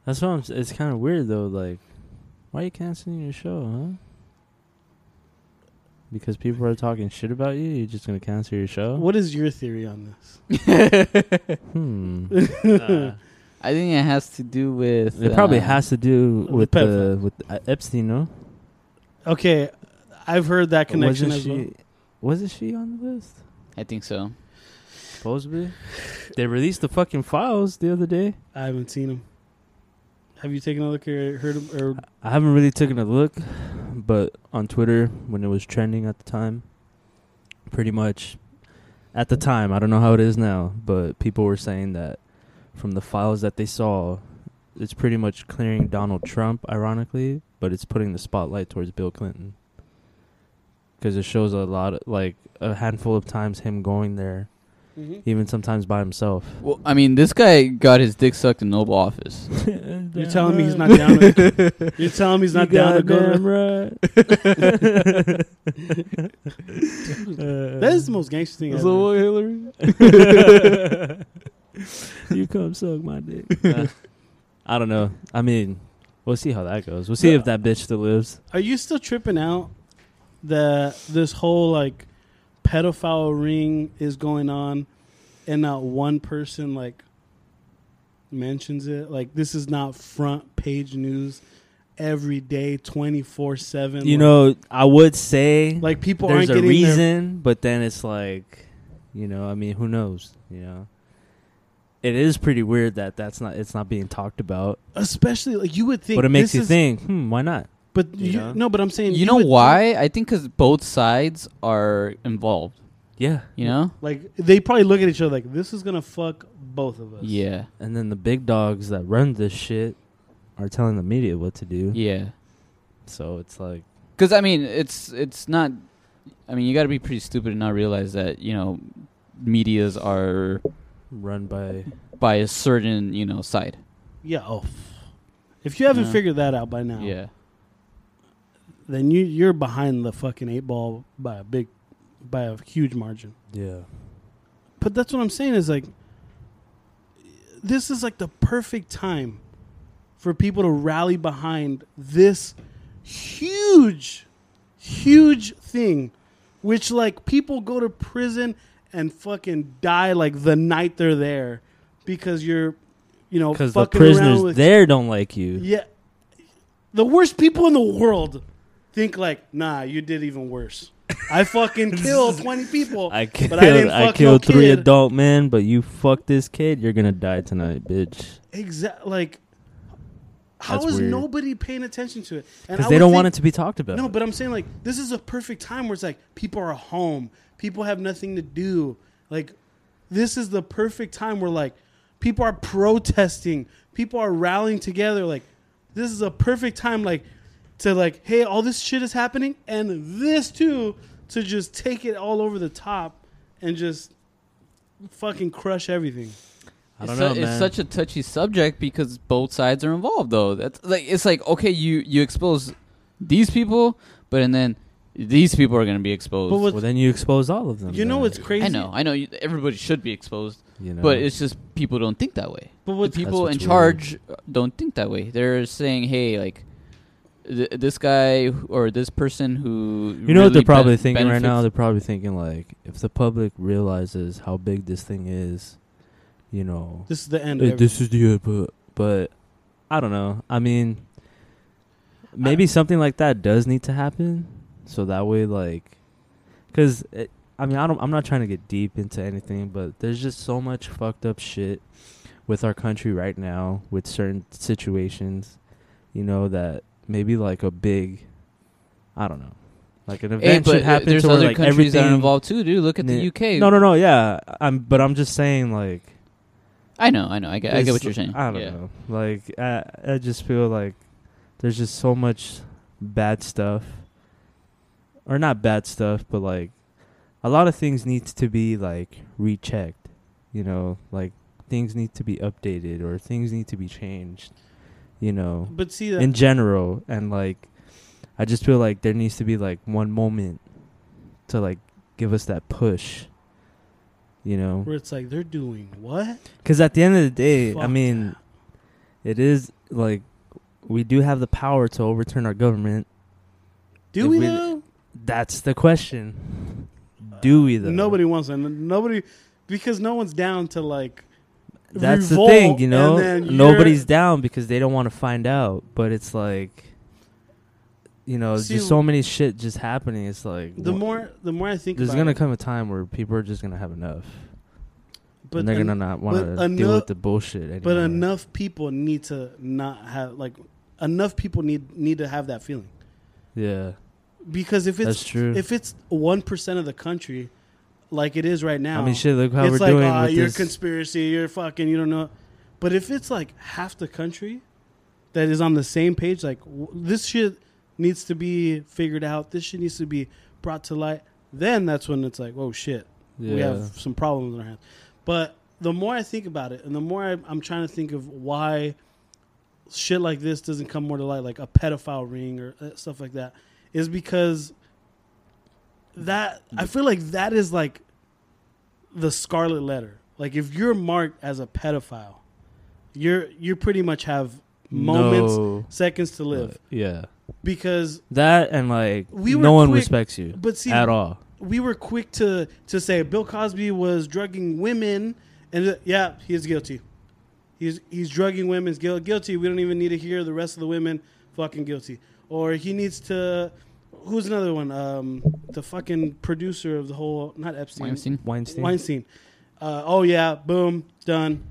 S3: that's what I'm. s- It's kind of weird though. Like, why are you canceling your show, huh? Because people are talking shit about you, you're just gonna cancel your show.
S2: What is your theory on this?
S3: Hmm.
S4: I think it has to do with.
S3: it probably
S4: uh,
S3: has to do
S2: The
S3: with the
S2: pedophile.
S3: with uh, Epstein, no?
S2: Okay, I've heard that connection
S3: wasn't
S2: as
S3: she?
S2: well.
S3: Wasn't she on the list?
S4: I think so.
S3: Supposedly, they released the fucking files the other day.
S2: I haven't seen him. Have you taken a look or heard of, or
S3: I haven't really taken a look, but on Twitter when it was trending at the time, pretty much at the time, I don't know how it is now, but people were saying that from the files that they saw, it's pretty much clearing Donald Trump ironically, but it's putting the spotlight towards Bill Clinton. Cuz it shows a lot of, like a handful of times him going there, even sometimes by himself.
S4: Well, I mean, this guy got his dick sucked in Noble office.
S2: you're telling me he's not down? To, you're telling me he's not down to go. to- that is the most gangster thing. Ever.
S3: Hillary. you come suck my dick. Uh, I don't know. I mean, we'll see how that goes. We'll see if that bitch still lives.
S2: Are you still tripping out that this whole like pedophile ring is going on and not one person like mentions it? Like this is not front page news every day, twenty four seven.
S3: You know, I would say
S2: like people
S3: there's
S2: aren't
S3: a
S2: getting their-
S3: reason, but then it's like, you know, I mean, who knows? You know, it is pretty weird that that's not it's not being talked about,
S2: especially like you would think,
S3: but it makes
S2: this
S3: you
S2: is-
S3: think, hmm, why not?
S2: But
S3: you
S2: you-
S3: know?
S2: no, but I'm saying
S4: You know
S2: would think-
S4: why? I think because both sides are involved.
S3: Yeah,
S4: You know?
S2: Like they probably look at each other like this is gonna fuck both of us.
S4: Yeah.
S3: and then the big dogs that run this shit are telling the media what to do.
S4: Yeah.
S3: So it's like,
S4: Because I mean, it's it's not. I mean, you got to be pretty stupid to not realize that you know, media's are
S3: run by
S4: by a certain you know side.
S2: yeah. Oh, f- if you haven't
S4: Yeah.
S2: figured that out by now,
S4: Yeah.
S2: then you you're behind the fucking eight ball by a big by a huge margin.
S3: yeah
S2: But that's what I'm saying is like this is like the perfect time for people to rally behind this huge huge thing which like people go to prison and fucking die like the night they're there because you're you know
S3: because
S2: fucking
S3: the
S2: around
S3: prisoners
S2: with
S3: there don't like you.
S2: yeah. The worst people in the world think like, nah, you did even worse. I fucking killed twenty people.
S3: I killed,
S2: but I didn't
S3: I,
S2: fuck
S3: killed
S2: no
S3: three
S2: kid.
S3: adult men, but you fuck this kid, you're gonna die tonight, bitch.
S2: Exactly. Like, how is
S3: That's weird.
S2: nobody paying attention to it? And
S3: Because
S2: I
S3: they
S2: would
S3: don't
S2: think-
S3: want it to be talked about.
S2: No, but I'm saying like this is a perfect time where it's like people are home, people have nothing to do. Like this is the perfect time where like people are protesting, people are rallying together. Like this is a perfect time like to like hey, all this shit is happening and this too to just take it all over the top and just fucking crush everything.
S3: I don't
S4: it's
S3: know,
S4: su-
S3: man.
S4: It's such a touchy subject because both sides are involved, though. That's like it's like okay, you you expose these people, but and then these people are gonna be exposed.
S2: But what-
S3: well, then you expose all of them.
S2: You know
S3: then,
S2: what's crazy?
S4: I know, I know. You, everybody should be exposed,
S3: You know,
S4: but it's just people don't think that way.
S2: But
S4: the
S2: what's
S4: people
S3: what's
S4: in
S3: weird.
S4: charge don't think that way. They're saying, "Hey, like th- this guy who- or this person who
S3: you know what they're
S4: really
S3: probably
S4: ben-
S3: thinking right now.
S4: benefits-
S3: They're probably thinking like, if the public realizes how big this thing is, you know,
S2: this is the end.
S3: "Hey,
S2: of
S3: this is the but but I don't know. I mean, maybe something like that does need to happen, so that way, like, because I mean, I don't. I'm not trying to get deep into anything, but there's just so much fucked up shit with our country right now with certain situations, you know, that maybe like a big, I don't know, like an
S4: Hey,
S3: event
S4: but uh,
S3: should happen.
S4: there's
S3: to where,
S4: other
S3: like,
S4: countries that are
S3: everything-
S4: involved too, dude. Look at
S3: Yeah.
S4: the UK.
S3: No, no, no. Yeah, I'm. But I'm just saying, like.
S4: I know, I know. I get, I get what
S3: It's-
S4: you're saying.
S3: I don't
S4: Yeah.
S3: know. Like I, I just feel like there's just so much bad stuff, or not bad stuff, but like a lot of things needs to be like rechecked. You know, like things need to be updated or things need to be changed. You know,
S2: but see that
S3: in general, and like I just feel like there needs to be like one moment to like give us that push. You know,
S2: where it's like they're doing what?
S3: because at the end of the day, I
S2: Fuck
S3: mean, it is like we do have the power to overturn our government.
S2: Do
S3: If
S2: we
S3: we-
S2: know?
S3: That's the question. Do we though?
S2: Nobody wants to. Nobody, because no one's down to like.
S3: That's
S2: revolt,
S3: the thing, you know.
S2: and then
S3: Nobody's
S2: you're-
S3: down because they don't want to find out. But it's like, you know,
S2: See,
S3: just so many shit just happening. It's like
S2: The
S3: wh-
S2: more, the more I think
S3: there's
S2: about
S3: gonna
S2: it,
S3: come a time where people are just gonna have enough.
S2: but
S3: and they're
S2: an-
S3: gonna not
S2: but
S3: want to deal
S2: enough-
S3: with the bullshit. Anymore.
S2: but enough people need to not have like enough people need need to have that feeling
S3: yeah,
S2: because if it's
S3: that's true.
S2: if it's one percent of the country, like it is right now,
S3: I mean, shit, look how
S2: it's
S3: we're
S2: like
S3: doing
S2: "Ah,
S3: with
S2: you're
S3: this.
S2: conspiracy, you're fucking, you don't know. But if it's like half the country that is on the same page, like w- this shit needs to be figured out. This shit needs to be brought to light. Then that's when it's like, oh shit,
S3: yeah,
S2: we have some problems in our hands. But the more I think about it, and the more I, I'm trying to think of why shit like this doesn't come more to light, like a pedophile ring or uh, stuff like that, is because that I feel like that is like the scarlet letter. Like if you're marked as a pedophile, you're you pretty much have moments,
S3: No.
S2: seconds to live
S3: yeah,
S2: because.
S3: that and like
S2: We were
S3: no one
S2: quick-
S3: respects you
S2: But see,
S3: at all.
S2: we were quick to to say Bill Cosby was drugging women, and th- yeah, he is guilty. He's he's drugging women. He's guil- guilty. We don't even need to hear the rest of the women fucking guilty. Or he needs to. Who's another one? Um, the fucking producer of the whole not Epstein.
S4: Weinstein.
S3: Weinstein.
S2: Weinstein. Uh, oh yeah, boom, done.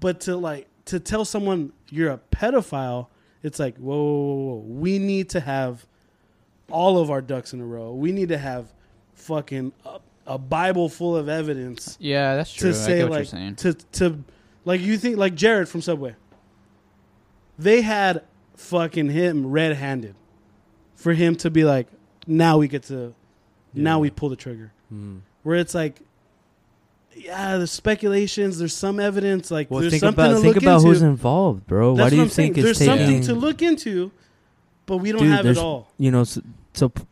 S2: But to like to tell someone you're a pedophile, it's like whoa, whoa, whoa, whoa. we need to have all of our ducks in a row. We need to have fucking a, a Bible full of evidence
S4: Yeah, that's true.
S2: to
S4: I
S2: say
S4: get what you're
S2: like
S4: saying.
S2: to to like you think like Jared from Subway. They had fucking him red-handed for him to be like, now we get to, now
S3: Yeah.
S2: we pull the trigger
S3: Mm.
S2: where it's like, yeah, there's speculations. There's some evidence. Like
S3: Well,
S2: there's
S3: think
S2: something
S3: about
S2: to
S3: think
S2: look
S3: about
S2: into.
S3: who's involved, bro.
S2: That's
S3: Why do
S2: what
S3: you
S2: I'm saying.
S3: think
S2: There's
S3: it's taking?
S2: something to look into, but we don't
S3: Dude,
S2: have it
S3: there's-
S2: all.
S3: you know, so, so p-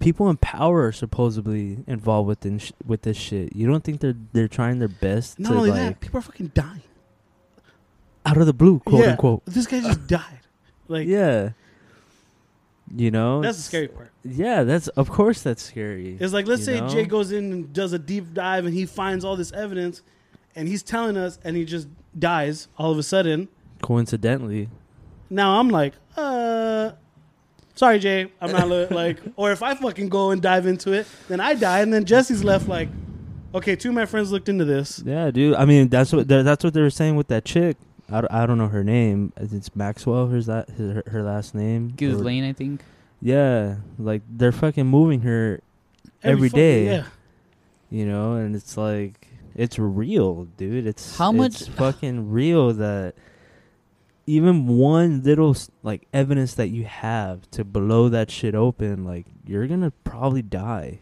S3: people in power are supposedly involved with in sh- with this shit. You don't think they're they're trying their best
S2: Not
S3: to
S2: only
S3: like
S2: that, people are fucking dying.
S3: out of the blue, quote
S2: Yeah,
S3: unquote.
S2: This guy just died. Like
S3: yeah, you know,
S2: that's the scary part.
S3: Yeah, that's of course that's scary.
S2: It's like let's
S3: You
S2: say
S3: know?
S2: Jay goes in and does a deep dive and he finds all this evidence, and he's telling us, and he just dies all of a sudden.
S3: Coincidentally,
S2: Now I'm like, uh, sorry, Jay, I'm not li- like. Or if I fucking go and dive into it, then I die, and then Jesse's left like, okay, two of my friends looked into this.
S3: yeah, dude. I mean, that's what that- that's what they were saying with that chick. I, don't- I don't know her name. It's Maxwell. Here's that her, her last name. Or-
S4: Ghislaine, I think.
S3: Yeah, like they're fucking moving her, Every
S2: fucking-
S3: day.
S2: yeah.
S3: you know, and it's like it's real, dude. It's
S4: How
S3: it's
S4: much-
S3: fucking real that even one little s- like evidence that you have to blow that shit open, like you're gonna probably die.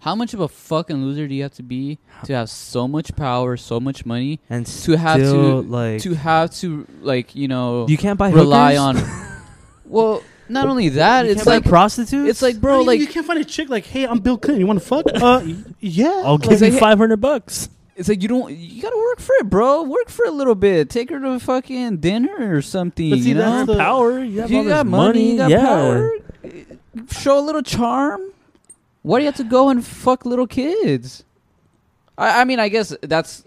S4: How much of a fucking loser do you have to be to have so much power, so much money,
S3: And
S4: To have
S3: still,
S4: to-
S3: like
S4: to have to like you know
S3: you can't buy
S4: rely
S3: hookers?
S4: on? well, not only that,
S3: You
S4: it's
S3: can't buy
S4: like
S3: prostitutes.
S4: it's like
S2: Bro,
S4: bro,
S2: like
S4: like
S2: you can't find a chick like, hey, I'm Bill Clinton. You want to fuck? Uh, y- yeah.
S3: I'll
S4: like,
S3: give you
S4: hey-
S3: five hundred bucks.
S4: it's like you don't you gotta work for it, bro. Work for a little bit. Take her to fucking dinner or something.
S2: But see,
S4: you know?
S2: that's the-
S3: power. You have all
S4: you
S3: this
S4: got money,
S3: money.
S4: you got
S3: yeah.
S4: power. Show a little charm. Why do you have to go and fuck little kids? I, I mean, I guess that's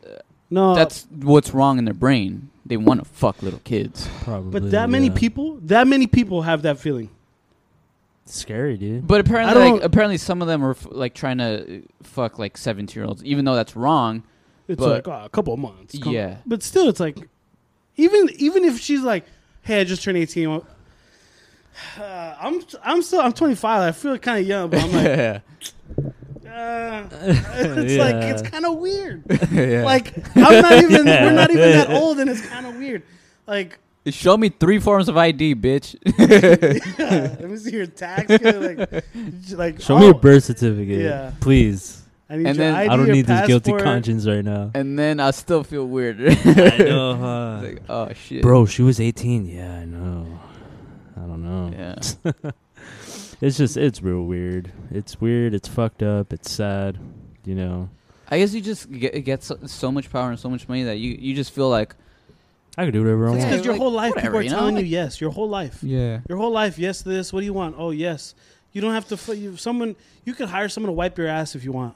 S2: No,
S4: that's what's wrong in their brain. They want to fuck little kids.
S3: Probably.
S2: but that many
S3: yeah.
S2: people, that many people have that feeling.
S3: Scary, dude.
S4: But
S2: I
S4: apparently,
S2: don't-
S4: like, apparently, some of them are f- like trying to uh, fuck like seventeen-year-olds, even though that's wrong.
S2: It's like
S4: But-
S2: oh, a couple of months. Come on.
S4: Yeah.
S2: but still, it's like, even even if she's like, hey, I just turned 18. I'm- Uh, I'm I'm still I'm 25. I feel kind of young, but I'm like,
S4: yeah,
S2: Uh, it's like it's
S3: Yeah.
S2: kind of weird.
S4: yeah.
S2: Like I'm not even
S3: Yeah.
S2: we're not even that old, and it's kind of weird. Like
S4: show me three forms of ID, bitch.
S2: uh, let me see your tax. code, Like, j- like
S3: Show me your
S2: oh,
S3: birth certificate,
S2: Yeah.
S3: please.
S2: I need
S4: And
S2: your
S4: then-
S2: ID,
S4: I
S3: I don't
S2: your
S3: need this guilty
S2: passport.
S3: conscience right now.
S4: and then I still feel weird.
S3: I know, huh?
S4: like, oh shit,
S3: bro. She was eighteen. Yeah, I know. I don't know.
S4: Yeah.
S3: It's just it's real weird. It's weird. It's fucked up. It's sad. You know.
S4: I guess you just get, get so, so much power and so much money that you, you just feel like
S3: I could do whatever I
S2: It's
S3: want.
S2: because your
S4: like,
S2: whole life
S4: whatever,
S2: people are
S4: you know,
S2: telling
S4: like-
S2: you yes. Your whole life.
S4: yeah
S2: Your whole life. Yes, this. What do you want? Oh, yes. You don't have to. f- You, someone. You could hire someone to wipe your ass if you want.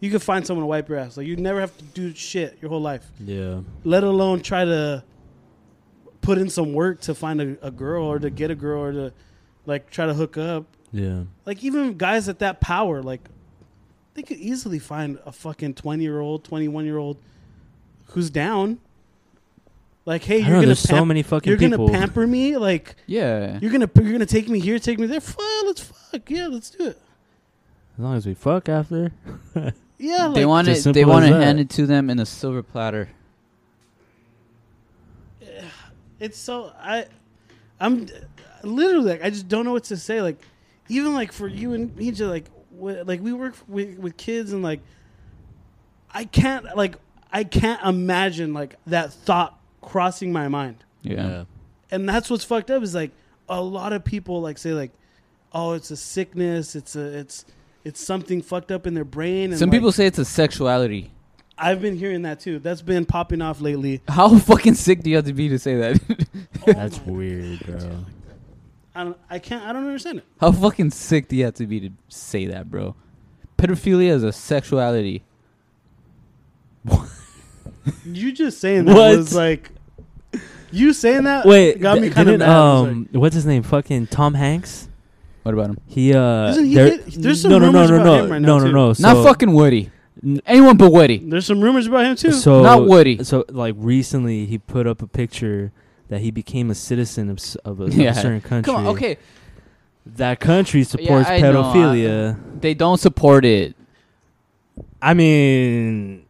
S2: You could find someone to wipe your ass. Like you never have to do shit your whole life.
S3: Yeah.
S2: let alone try to put in some work to find a, a girl or to get a girl or to like try to hook up.
S3: Yeah.
S2: Like even guys at that power, like They could easily find a fucking twenty year old, twenty one year old who's down. Like, hey,
S3: I
S2: you're
S3: know,
S2: gonna
S3: there's so
S2: pam-
S3: many fucking
S2: you're
S3: people.
S2: gonna pamper me, like
S4: Yeah.
S2: you're gonna you're gonna take me here, take me there. Fuck, let's fuck, yeah, let's do it.
S3: As long as we fuck after.
S2: Yeah, like,
S4: they want
S3: Just
S4: it. They
S3: simple
S4: want to
S3: as that.
S4: hand it to them in a silver platter.
S2: it's so I, I'm literally like I just don't know what to say. Like even like for you and me, just like w- like we work with, with kids and like I can't like I can't imagine like that thought crossing my mind.
S4: Yeah.
S2: And that's what's fucked up is like a lot of people like say like, oh, it's a sickness. It's a it's it's something fucked up in their brain. And
S4: Some
S2: like,
S4: people say it's a sexuality.
S2: I've been hearing that too. That's been popping off lately.
S4: How fucking sick do you have to be to say that?
S3: That's weird, bro.
S2: I don't. I can't. I don't understand it.
S4: How fucking sick do you have to be to say that, bro? Pedophilia is a sexuality.
S2: You just saying that
S3: What?
S2: was like you saying that
S3: Wait,
S2: got me
S3: d-
S2: kind of
S3: didn't,
S2: mad. I was
S3: um, what's his name? Fucking Tom Hanks.
S4: What about him?
S3: He uh,
S2: Doesn't he
S3: there-
S2: get- there's some
S3: no, no, no,
S2: rumors
S3: no,
S2: about
S3: no,
S2: him right now,
S3: no, no,
S2: too.
S3: no. So,
S4: Not fucking Woody.
S3: N-
S4: Anyone but Woody.
S2: like, there's some rumors about him too.
S3: So
S4: Not Woody.
S3: So like recently, he put up a picture that he became a citizen of, s- of, a, of
S4: Yeah.
S3: a certain country.
S4: Come on, okay.
S3: That country supports
S4: I know, I-
S3: pedophilia.
S4: They don't support it.
S3: I mean,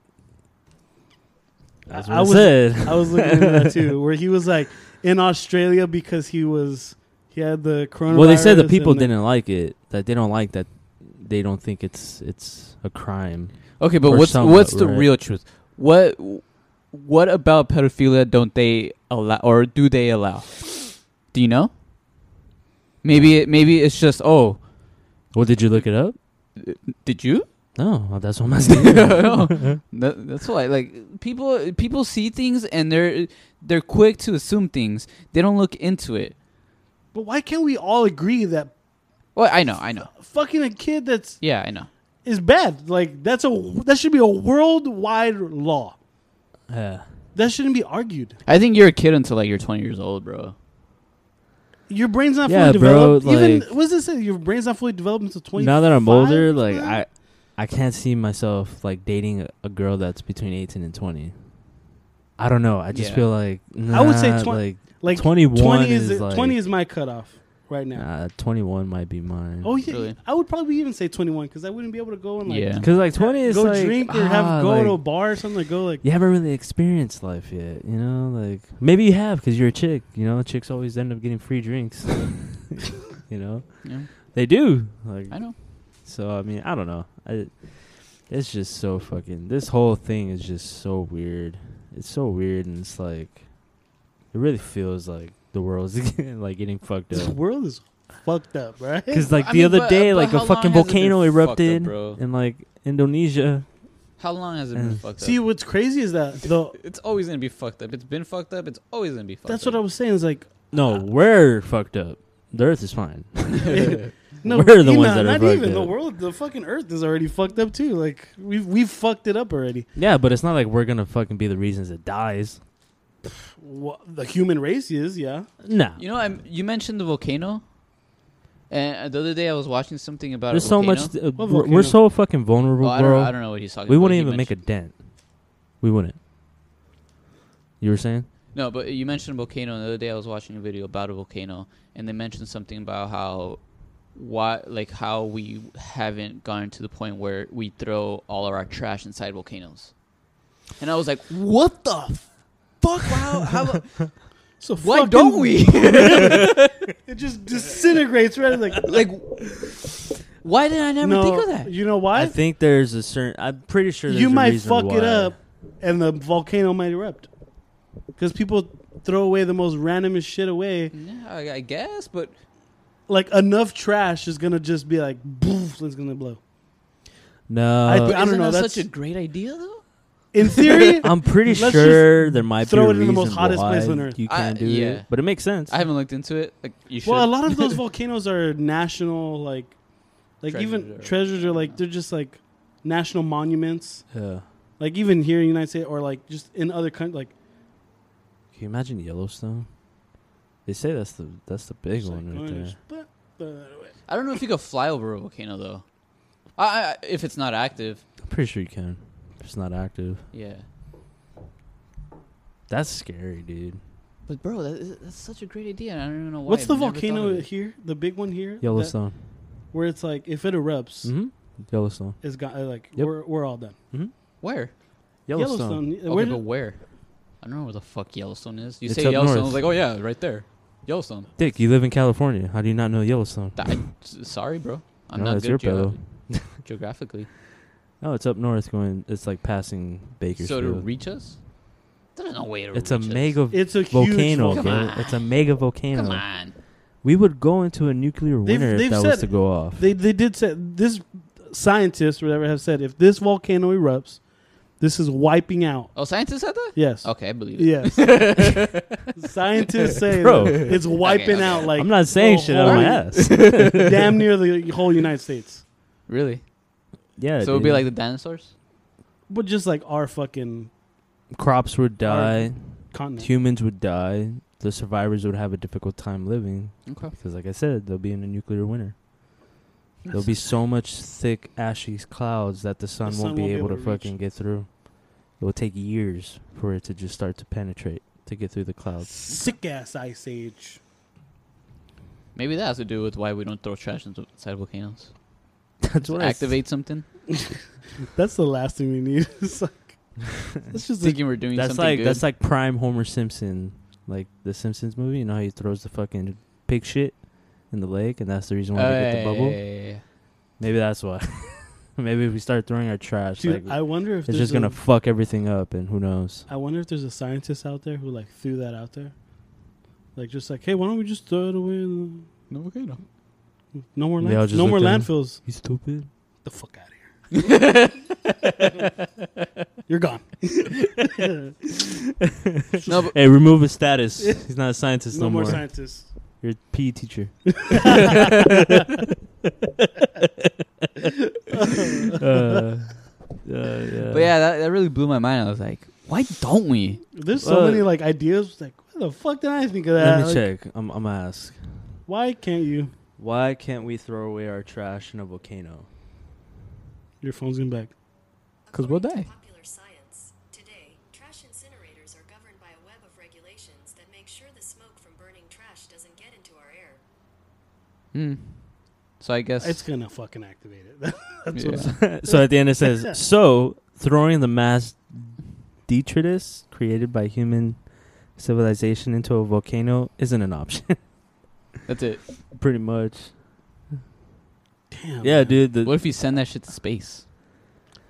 S3: that's
S2: I-
S3: what
S2: I
S3: I,
S2: was-
S3: said.
S2: I was looking into that too, where he was like in Australia because he was he had the coronavirus.
S3: well, they said the people
S2: and-
S3: didn't like it. That they don't like that. They don't think it's it's a crime.
S4: Okay, but
S3: Or
S4: what's
S3: somewhat,
S4: what's the
S3: right.
S4: real truth? What what about pedophilia don't they allow or do they allow? Do you know? Maybe it, maybe it's just oh,
S3: Well, did you look it up?
S4: did you?
S3: No, well, that's what I'm asking.
S4: No. that, that's why like people people see things and they're they're quick to assume things. They don't look into it.
S2: But why can't we all agree that
S4: Well, I know, I know.
S2: fucking a kid that's
S4: Yeah, I know.
S2: is bad? Like that's a that should be a worldwide law.
S3: yeah.
S2: That shouldn't be argued.
S4: I think you're a kid until like you're 20 years old, bro.
S2: Your brain's not
S3: Yeah,
S2: fully
S3: bro,
S2: developed. Even
S3: like-
S2: what does it say? Your brain's not fully developed until twenty.
S3: Now that I'm older, like I, I can't see myself like dating a, a girl that's between 18 and 20. I don't know. I just
S4: Yeah.
S3: feel like
S2: I would say
S3: nah,
S2: twen-
S3: like
S2: like
S3: 21
S2: 20 is,
S3: is like-
S2: twenty is my cutoff right now.
S3: nah, 21 might be mine.
S2: Oh yeah,
S4: Really?
S2: I would probably even say 21 because I wouldn't be able to go and like
S4: Yeah.
S3: Because like 20 is
S2: go
S3: like
S2: drink or have
S3: ah,
S2: go
S3: like,
S2: to a bar or something. Like, go like
S3: you haven't really experienced life yet, you know. Like maybe you have because you're a chick. You know, chicks always end up getting free drinks. you know,
S4: Yeah,
S3: they do. Like
S4: I know.
S3: so, I mean, I don't know. I, it's just so fucking. This whole thing is just so weird. It's so weird, and it's like, it really feels like the world's like getting fucked
S2: this
S3: up.
S2: world is fucked up, right?
S3: Because like
S4: I
S3: the
S4: mean,
S3: other
S4: but-
S3: day,
S4: but
S3: like
S4: how
S3: a
S4: long
S3: fucking
S4: has it been
S3: volcano
S4: fucked up,
S3: erupted
S4: bro?
S3: in like Indonesia.
S4: How long has it
S3: been
S4: been
S3: Mm.
S4: fucked up?
S2: See, what's crazy is that though.
S4: it's always gonna be fucked up. It's been fucked up. It's always gonna be fucked
S2: That's
S4: up.
S2: what I was saying. Is like
S3: No, we're fucked up. The Earth is fine.
S2: no,
S3: We're the
S2: e- not,
S3: ones that are
S2: not
S3: fucked
S2: even the
S3: up.
S2: world. The fucking Earth is already fucked up too. Like we've we've fucked it up already.
S3: Yeah, but it's not like we're gonna fucking be the reasons it dies.
S2: Wha the human race is, yeah.
S3: Nah.
S4: You know, I you mentioned the volcano, and the other day I was watching something about.
S3: There's
S4: a
S3: so
S4: volcano.
S3: much. th-
S2: What
S3: we're,
S2: volcano?
S3: we're so fucking vulnerable,
S4: Oh,
S3: bro.
S4: I, don't, I don't know what he's talking.
S3: we
S4: about.
S3: wouldn't
S4: He
S3: even make a
S4: mentioned-
S3: dent. We wouldn't. You were saying?
S4: No, but you mentioned volcano. and The other day I was watching a video about a volcano, and they mentioned something about how, why, like how we haven't gotten to the point where we throw all of our trash inside volcanoes. And I was like, what the fuck? How? how
S2: So
S4: why
S2: fucking-
S4: don't we?
S2: It just disintegrates right. Like
S4: like, why did I never
S2: no,
S4: think of that?
S2: You know why?
S3: I think there's a certain. I'm pretty sure there's
S2: you
S3: a
S2: might
S3: reason
S2: fuck
S3: why.
S2: it up and the volcano might erupt because people throw away the most randomest shit away
S4: Yeah, I, I guess, but
S2: like enough trash is gonna just be like boof it's gonna blow
S3: No,
S2: I
S4: but
S2: don't
S4: isn't
S2: know,
S4: that
S2: that's-
S4: such a great idea though?
S2: in theory
S3: I'm pretty
S2: Let's
S3: sure there might
S2: throw
S3: be a
S2: it in the most
S3: reason
S2: hottest
S3: why
S2: place on Earth.
S3: You
S4: I-
S3: can't do
S4: yeah.
S3: it, but it makes sense.
S4: I haven't looked into it. Like you should.
S2: well a lot of those volcanoes are national like like even
S4: Treasures are-
S2: treasures are like they're just like national monuments
S3: yeah. Can
S2: like even here in the united states or like just in other countries like
S3: you imagine Yellowstone? They say that's the that's the big
S2: just, like,
S3: one
S2: going
S3: right
S2: to
S3: there.
S2: split the-
S4: I don't know if you could fly over a volcano though. I, I if it's not active,
S3: I'm pretty sure you can. If It's not active.
S4: yeah.
S3: That's scary, dude.
S4: But bro, that is, that's such a great idea. and I don't even know why.
S2: What's
S4: I've
S2: the
S4: never thought of
S2: volcano
S4: it.
S2: here? The big one here? that-
S3: Yellowstone.
S2: where it's like, if it erupts,
S3: Mm-hmm. Yellowstone.
S2: it's got, uh, like,
S3: Yep.
S2: we're, we're all done.
S4: Where?
S3: Yellowstone.
S2: Yellowstone, uh, where
S4: Okay, but
S2: did-
S4: where? I don't know where the fuck Yellowstone is. You
S3: It's
S4: say
S3: up
S4: Yellowstone, I
S3: north.
S4: was like, oh yeah, right there, Yellowstone.
S3: Dick, you live in California. How do you not know Yellowstone?
S4: Th- I- s- sorry, bro. I'm
S3: No,
S4: not
S3: that's
S4: good
S3: your
S4: geo- geographically.
S3: Oh, it's up north going. It's like passing
S4: So
S3: Bakersfield.
S4: to reach us, there's no way to
S3: it's a
S4: reach
S3: mega
S2: It's a huge
S3: volcano.
S2: volcano.
S4: Come
S3: dude.
S4: on.
S3: It's a mega
S4: Us.
S3: volcano.
S4: Come on.
S3: We would go into a nuclear
S2: They've-
S3: winter
S2: they've
S3: if that
S2: said-
S3: was to go off.
S2: They, they did say, this scientists, whatever, have said, if this volcano erupts, this is wiping out.
S4: Oh, scientists said that.
S2: Yes.
S4: Okay, I believe it.
S2: Yes. Scientists say
S3: Bro.
S2: that it's wiping
S4: okay.
S2: out like oh,
S3: I'm not saying
S2: the
S3: shit out of my
S2: whole-
S3: ass.
S2: damn near the whole United States.
S4: Really?
S3: yeah.
S4: so it'd be
S3: dude.
S4: like the dinosaurs.
S2: But just like our fucking
S3: crops would die,
S2: continent.
S3: humans would die, the survivors would have a difficult time living
S4: Okay.
S3: because, like I said, they'll be in a nuclear winter. There'll be so much thick, ashy clouds that the sun,
S2: sun
S3: won't be able, to,
S2: reach.
S3: fucking get through. It will take years for it to just start to penetrate to get through the clouds.
S2: Sick ass ice age.
S4: Maybe that has to do with why we don't throw trash into- inside volcanoes.
S3: That's
S4: To activate something.
S2: That's the last thing we need. it's like it's just like
S4: Thinking we're doing
S3: That's
S4: something
S3: like
S4: good.
S3: that's like prime Homer Simpson, like the Simpsons movie. You know how he throws the fucking pig shit in the lake, and that's the reason why
S4: Oh,
S3: they get the
S4: yeah,
S3: bubble.
S4: yeah, yeah, yeah, yeah.
S3: Maybe that's why. Maybe if we start throwing our trash,
S2: dude.
S3: like,
S2: I wonder if
S3: it's
S2: there's
S3: just gonna
S2: a-
S3: fuck everything up, and who knows?
S2: I wonder if there's a scientist out there who like threw that out there, like just like, hey, why don't we just throw it away? and
S4: No volcano.
S2: No more
S3: They all
S2: landfills.
S3: just
S2: No more
S3: looked at him.
S2: landfills.
S3: You stupid.
S2: The fuck out of here. You're gone.
S4: No, but
S3: Hey, remove his status. He's not a scientist
S2: no, more, scientists.
S3: You're a PE teacher. uh, yeah.
S4: But yeah, that, that really blew my mind. I was like, why don't we?
S2: There's so
S3: Uh,
S2: many like ideas. Like, what the fuck did I think of that?
S3: Let me
S2: Like,
S3: check. I'm, I'm gonna ask.
S2: Why can't you?
S3: Why can't we throw away our trash in a volcano?
S2: Your phone's going back.
S4: Because we'll die.
S5: Popular science. Today, trash incinerators are governed by a web of regulations that make sure the smoke from burning trash doesn't get into our air.
S4: Mm. So I guess
S2: It's gonna fucking activate it. That's
S4: yeah.
S2: what I'm-
S3: so at the end it says, so throwing the mass detritus created by human civilization into a volcano isn't an option.
S4: that's it.
S3: Pretty much.
S2: Damn.
S3: Yeah,
S2: man.
S3: dude. The,
S4: What if you send that shit to space?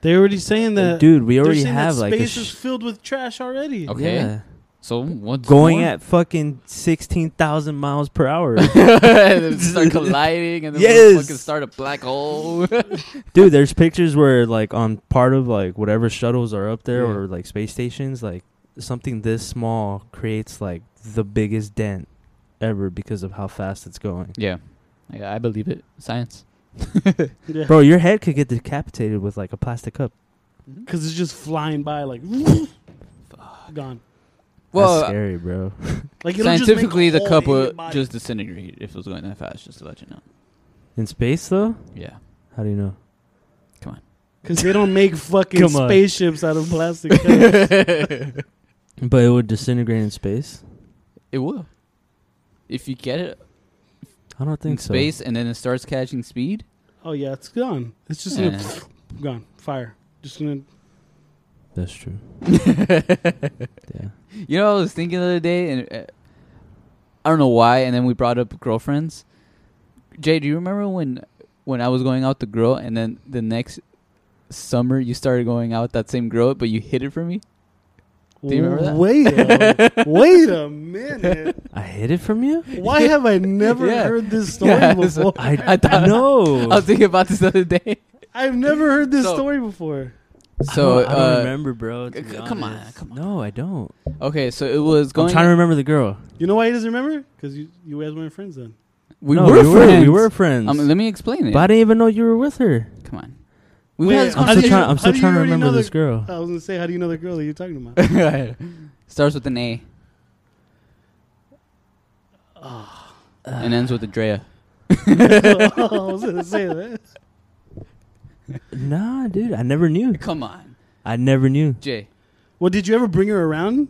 S2: They're already saying that.
S3: dude, we
S2: they're
S3: already
S2: saying
S3: have
S2: that
S3: like a
S2: space
S3: sh-
S2: is filled with trash already.
S4: Okay.
S3: Yeah.
S4: So what's
S3: going
S4: more?
S3: at fucking sixteen thousand miles per hour,
S4: They start colliding and then we'll
S3: Yes.
S4: fucking start a black hole.
S3: dude. There's pictures where like on part of like whatever shuttles are up there
S4: Yeah.
S3: or like space stations, like something this small creates like the biggest dent ever because of how fast it's going.
S4: yeah. I, I believe it. Science.
S2: Yeah.
S3: Bro, your head could get decapitated with like a plastic cup.
S2: Because it's just flying by like. Gone.
S4: Well, uh,
S3: That's scary, bro.
S2: Like it'll just make
S4: scientifically,
S2: a
S4: the
S2: hole
S4: cup
S2: in your
S4: would
S2: body.
S4: just disintegrate if it was going that fast. Just to let you know.
S3: In space though,
S4: Yeah.
S3: how do you know?
S2: Because they don't make fucking
S3: Come on.
S2: spaceships out of plastic. cups.
S3: But it would disintegrate in space.
S4: It will. If you get it
S3: I don't
S4: in
S3: think so.
S4: space and then it starts catching speed,
S2: oh yeah, it's gone. It's just
S4: eh,
S2: gonna gone. Fire. Just gonna.
S3: That's true. yeah.
S4: You know, what I was thinking the other day, and uh, I don't know why. And then we brought up girlfriends. Jay, do you remember when when I was going out the girl, and then the next summer you started going out with that same girl, but you hid it from me? Do you remember that?
S2: Wait. A, wait a minute.
S3: I hid it from you.
S2: Why have I never
S4: Yeah.
S2: heard this story
S4: Yeah, it's-
S2: before?
S3: I,
S4: I thought-
S3: no.
S4: I was thinking about this the other day.
S2: I've never heard this
S4: So-
S2: story before.
S4: So
S3: I don't, I don't
S4: uh,
S3: remember, bro. to
S4: c-
S3: be
S4: c- come on,
S3: honest.
S4: come on.
S3: No, I don't.
S4: okay, so it was going.
S3: I'm trying to remember the girl.
S2: You know why he doesn't remember? Because you, you guys weren't friends then.
S4: we,
S3: No,
S4: were friends.
S3: We were friends.
S4: Um, let me explain it.
S3: but I didn't even know you were with her.
S4: Come on, we
S2: Wait,
S4: had this
S2: I'm
S3: I'm
S2: do
S3: still
S2: you-
S3: trying. I'm
S2: how
S3: still
S2: do you
S3: trying to
S2: already know
S3: remember
S2: the-
S3: this girl.
S2: I was gonna say, how do you know the girl that you're talking about?
S4: conversation. Starts with an A Ah. and ends with a Drea.
S2: I was gonna say that.
S3: nah, dude, I never knew.
S4: Come on,
S3: I never knew.
S4: Jay.
S2: Well, did you ever bring her around?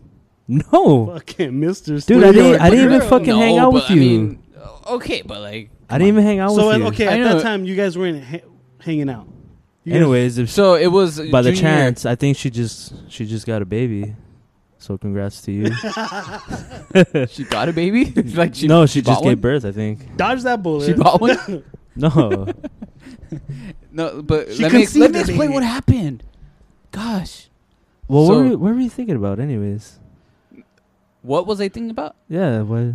S3: No,
S2: Fucking Mister.
S3: dude, I didn't. I didn't even
S4: Girl,
S3: fucking
S4: no,
S3: hang out
S4: but
S3: with
S4: I
S3: you.
S4: mean, uh, okay, but like,
S3: I didn't even hang out
S2: So
S3: with
S2: at,
S3: you.
S2: okay,
S4: I
S2: at
S4: know.
S2: that time you guys weren't ha- hanging out. You guys-
S3: Anyways, if
S4: so it was uh,
S3: by the
S4: junior year.
S3: chance, I think she just she just got a baby. So congrats to you.
S4: she got a baby. like she
S3: no, she,
S4: bought
S3: just gave
S4: one?
S3: birth. I think.
S2: dodge that bullet.
S4: She bought one.
S3: No,
S4: No, but
S2: She
S4: let me
S2: conceived
S4: let me
S2: it,
S4: explain
S2: baby.
S4: what happened. Gosh,
S3: well, what,
S4: So-
S3: were you, what were you thinking about, anyways?
S4: what was I thinking about?
S3: Yeah, what?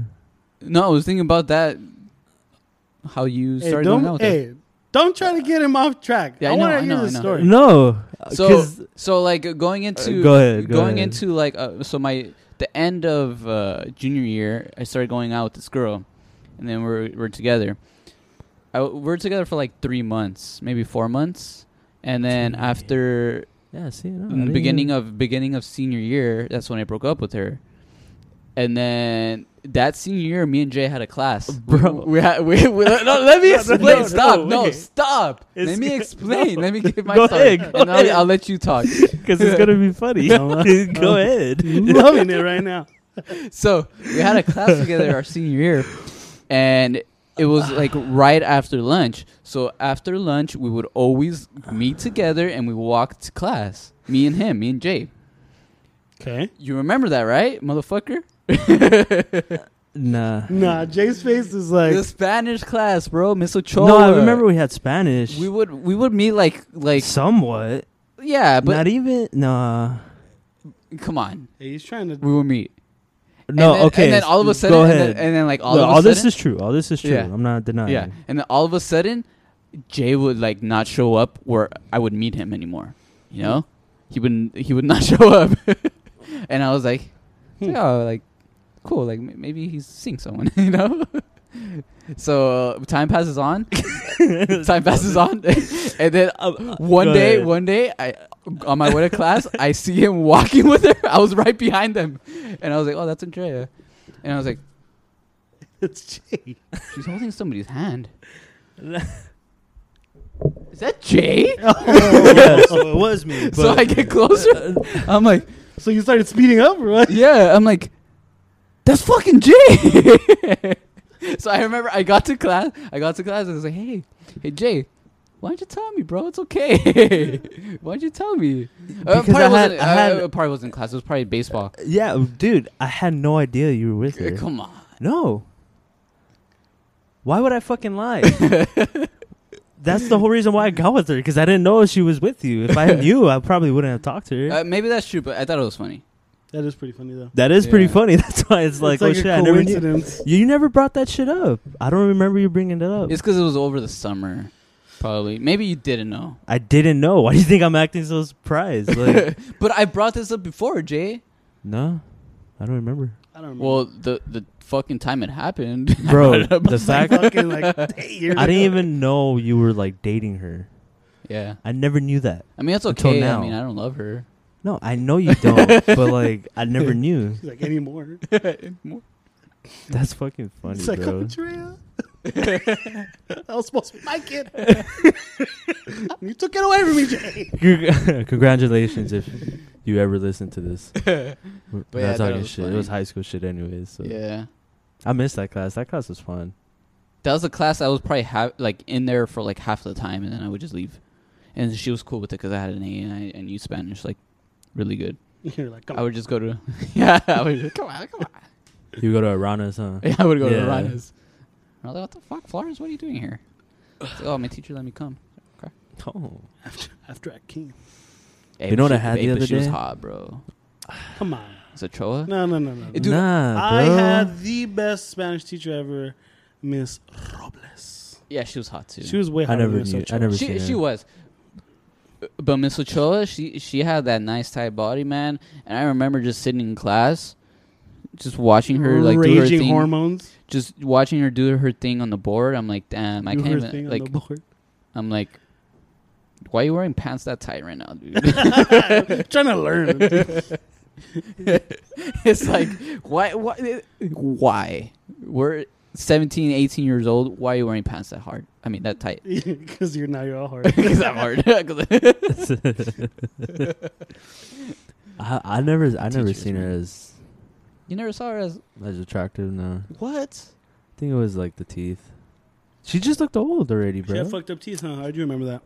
S4: No, I was thinking about that. How you
S2: hey,
S4: started going out
S2: don't,
S4: with her.
S2: hey, don't try to get him off track.
S4: Yeah, I
S2: I,
S4: know,
S2: want
S4: I
S2: to hear
S4: know,
S2: the
S4: I know.
S2: story.
S3: No,
S4: So
S3: because
S4: so like uh, going into
S3: Uh, go ahead, go
S4: going
S3: ahead.
S4: into like uh, so my the end of uh, junior year I started going out with this girl, and then we're we're together. I, we we're together for like three months, maybe four months, and then
S3: Damn.
S4: after
S3: yeah, see, no, I
S4: in the
S3: didn't
S4: beginning
S3: even-
S4: of beginning of senior year, that's when I broke up with her, and then. That senior year, me and Jay had a class.
S3: Bro.
S4: we, we, had, we, we no, let me
S2: No, no,
S4: explain.
S2: no,
S4: stop!
S2: no,
S4: No,
S2: wait.
S4: stop!
S3: It's-
S4: let me explain.
S3: no.
S4: Let me give my
S3: Go
S4: story,
S3: ahead, go
S4: and I'll,
S3: ahead.
S4: I'll let you talk.
S3: Because it's gonna be funny. Go
S2: I'm
S3: ahead.
S2: loving it right now.
S4: so we had a class together our senior year, and it was like right after lunch. So after lunch, we would always meet together and we walked to class. Me and him, me and Jay.
S2: Okay.
S4: You remember that, right, motherfucker?
S3: Nah.
S2: Nah, Jay's face is like
S4: the Spanish class, bro, Miss Ochoa.
S3: No, I remember we had Spanish.
S4: we would we would meet like like
S3: somewhat.
S4: yeah,
S3: not
S4: Uh, but
S3: even. Nah.
S4: come on,
S2: Hey, he's trying to.
S4: we would meet. And
S3: No.
S4: then-
S3: okay.
S4: and then all of a
S3: s-
S4: sudden,
S3: go
S4: and
S3: ahead.
S4: then, and then, like all
S3: No,
S4: of a
S3: all
S4: sudden,
S3: this is true. All this is true.
S4: Yeah.
S3: I'm not denying.
S4: yeah, and then all of a sudden, Jay would like not show up where I would meet him anymore. You know, he wouldn't. He would not show up, and I was like,
S2: Hmm.
S4: oh, like cool. Like m- maybe he's seeing someone. You know. So uh, time passes on, time passes on, and then uh, one
S3: Go
S4: day,
S3: ahead.
S4: one day, I on my way to class, I see him walking with her. I was right behind him, and I was like, "Oh, that's Andrea," and I was like,
S2: It's Jay.
S4: "She's holding somebody's hand."
S3: Oh,
S4: Is that Jay?
S6: yeah, so it was me. But
S4: so I get closer. I'm like,
S2: So you started speeding up, or what?
S4: yeah. I'm like, that's fucking Jay. so I remember I got to class. I got to class and I was like, hey, hey Jay, why don't you tell me, bro? It's okay. why don't you tell me? Uh,
S3: Because
S4: probably
S3: I had-
S4: wasn't,
S3: I had-
S4: uh, probably wasn't in class. It was probably baseball.
S3: Yeah, dude. I had no idea you were with
S4: Uh,
S3: her.
S4: Come on.
S3: No. Why would I fucking lie? That's the whole reason why I got with her because I didn't know she was with you. If I knew, I probably wouldn't have talked to her.
S4: Uh, maybe that's true, but I thought it was funny.
S2: That is pretty funny though.
S3: that is pretty
S4: yeah.
S3: funny. That's why it's
S2: it's
S3: like,
S2: like
S3: oh shit,
S2: a
S3: I never knew.
S2: coincidence.
S3: You never brought that shit up. I don't remember you bringing it up.
S4: It's because it was over the summer, probably. Maybe you didn't know.
S3: I didn't know. Why do you think I'm acting so surprised? Like,
S4: But I brought this up before, Jay.
S3: no, I don't remember,
S2: I don't remember.
S4: Well, the the fucking time it happened.
S3: bro. the fact
S2: fucking like eight years
S3: I didn't
S2: ago.
S3: even know you were like dating her.
S4: yeah.
S3: I never knew that.
S4: I mean, that's
S3: Until
S4: okay. I
S3: now.
S4: mean, I don't love her.
S3: No, I know you don't, but like, I never knew.
S2: He's like anymore.
S3: That's fucking funny,
S2: It's like,
S3: bro.
S2: oh, Drea. that was supposed to be my kid. you took it away from me, Jay.
S3: Congr- Congratulations if you ever listen to this. We're
S4: But
S3: not
S4: yeah, I thought it
S3: talking
S4: was
S3: shit.
S4: funny.
S3: It was high school shit, anyways. So.
S4: Yeah.
S3: I missed that class. That class was fun.
S4: That was a class I was probably ha- like in there for like half the time, and then I would just leave. And she was cool with it because I had an A and I, I knew Spanish like really good.
S2: You're like, come
S4: I
S2: on.
S4: would just go to yeah. I would come on, come on.
S3: You go to Aranas, huh?
S4: Yeah, I would go to
S3: Yeah.
S4: Rana's. I was like, what the fuck, Flores? What are you doing here? It's like, oh, my teacher let me come.
S3: Oh,
S2: After, after I came.
S4: Hey,
S3: You
S4: but
S3: know what I
S4: she-
S3: had the
S4: hey, but
S3: other
S4: She was
S3: day?
S4: hot, bro.
S2: Come on.
S4: Is it Choa?
S2: No, no, no, no. no.
S4: Dude,
S3: nah,
S2: I
S3: bro.
S2: had the best Spanish teacher ever, Miss Robles.
S4: Yeah, she was hot too.
S2: She was way
S3: I
S2: hotter
S3: never
S2: than Miss
S3: knew. I
S2: Ochoa.
S3: never.
S4: she
S3: seen
S4: she
S3: her.
S4: was. But Miss Ochoa, she she had that nice tight body, man. And I remember just sitting in class, just watching her like do her
S2: Raging
S4: thing,
S2: hormones.
S4: just watching her do her thing on the board. I'm like, damn, I
S2: do
S4: can't
S2: her
S4: even
S2: thing
S4: like.
S2: on the board.
S4: I'm like, why are you wearing pants that tight right now, dude?
S2: trying to learn.
S4: it's like, why, why, why? We're 17, 18 years old, why are you wearing pants that hard? I mean, that tight.
S2: because you're now you're all hard.
S4: Because I'm hard. 'Cause-
S3: I, I never, I never
S4: Teachers,
S3: seen her
S4: man.
S3: as
S4: you never saw her as
S3: as attractive. No,
S4: what?
S3: I think it was like the teeth. She just looked old already,
S2: She
S3: bro.
S2: had fucked up teeth, huh? I do remember that.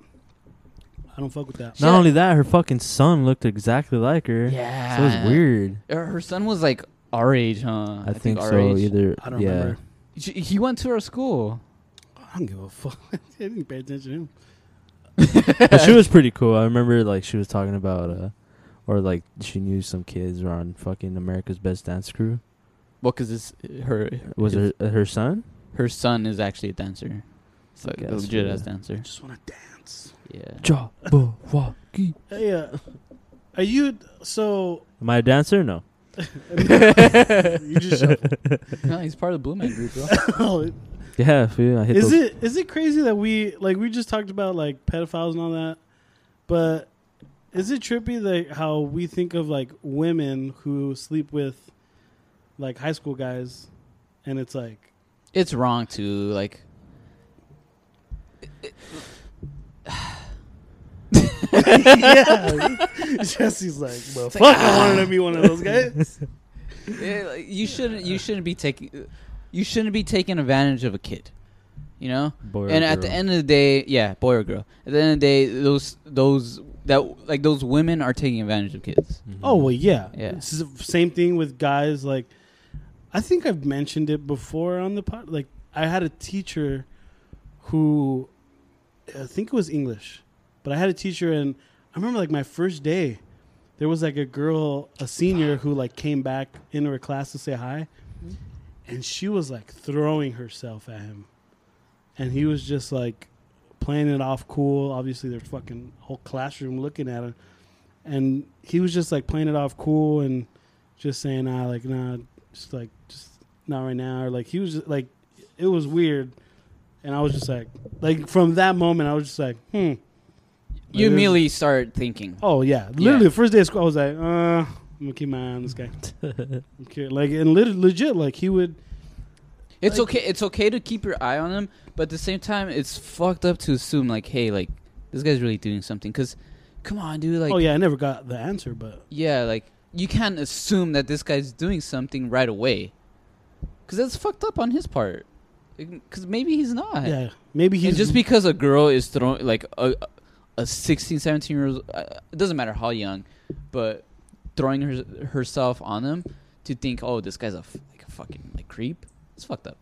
S2: I don't fuck with that.
S4: No.
S3: Not only that, her fucking son looked exactly like her.
S4: Yeah.
S3: so it was weird.
S4: Her, Er, her son was like our age, huh?
S3: I, think,
S4: our
S3: so.
S4: age.
S3: Either
S2: I don't
S3: yeah.
S2: remember.
S4: She, he went to our school.
S2: I don't give a fuck. I didn't pay attention to him.
S3: but she was pretty cool. I remember like she was talking about uh or like she knew some kids were on fucking America's Best Dance Crew.
S4: Well, because it's her.
S3: Was her uh, her son?
S4: her son is actually a dancer, like a
S3: guess,
S4: legit
S3: yeah.
S4: ass dancer.
S2: I just want to dance.
S4: Yeah.
S3: Ja Jabberwocky.
S2: Hey, uh, are you so?
S3: Am I a dancer? No.
S2: You just shuffle.
S4: no, he's part of the Blue Man Group, bro.
S3: Yeah, fool, I hit
S2: is
S3: those-
S2: it is it crazy that we like we just talked about like pedophiles and all that, but is it trippy like how we think of like women who sleep with like high school guys, and it's like
S4: it's wrong to like.
S2: yeah, Jesse's like, "Ah." well, fuck, I wanted to be one of those guys.
S4: Yeah, like, you shouldn't. You shouldn't be taking. You shouldn't be taking advantage of a kid. You know.
S3: Boy or
S4: and at the
S3: girl.
S4: end of the day, yeah, boy or girl. At the end of the day, those those that like those women are taking advantage of kids.
S3: Mm-hmm.
S2: Oh well, yeah,
S4: Yeah.
S2: It's the same thing with guys. Like, I think I've mentioned it before on the pod. Like, I had a teacher who I think it was English, but I had a teacher, and I remember like my first day, there was like a girl, a senior, who like came back into her class to say hi, and she was like throwing herself at him, and he was just like playing it off cool. Obviously, their fucking whole classroom looking at her, and he was just like playing it off cool and just saying, "Ah, like nah, just like just not right now," or like he was like, it was weird. And I was just like, like from that moment, I was just like, hmm.
S4: You
S2: Like,
S4: immediately start thinking.
S2: Oh yeah, literally
S4: Yeah.
S2: the first day of school, I was like, uh, I'm gonna keep my eye on this guy. I'm curious. Like and lit- legit, like he would.
S4: It's okay. It's okay to keep your eye on them, but at the same time, it's fucked up to assume like, hey, like this guy's really doing something. Because, come on, dude. Like,
S2: oh yeah, I never got the answer, but
S4: yeah, like you can't assume that this guy's doing something right away. Because that's fucked up on his part. Because maybe he's not.
S2: yeah, maybe
S4: And
S2: he's
S4: just because a girl is throwing like a a 16, 17 year old, uh, it doesn't matter how young, but throwing her, herself on him to think, oh, this guy's a f- like a fucking like creep. It's fucked up.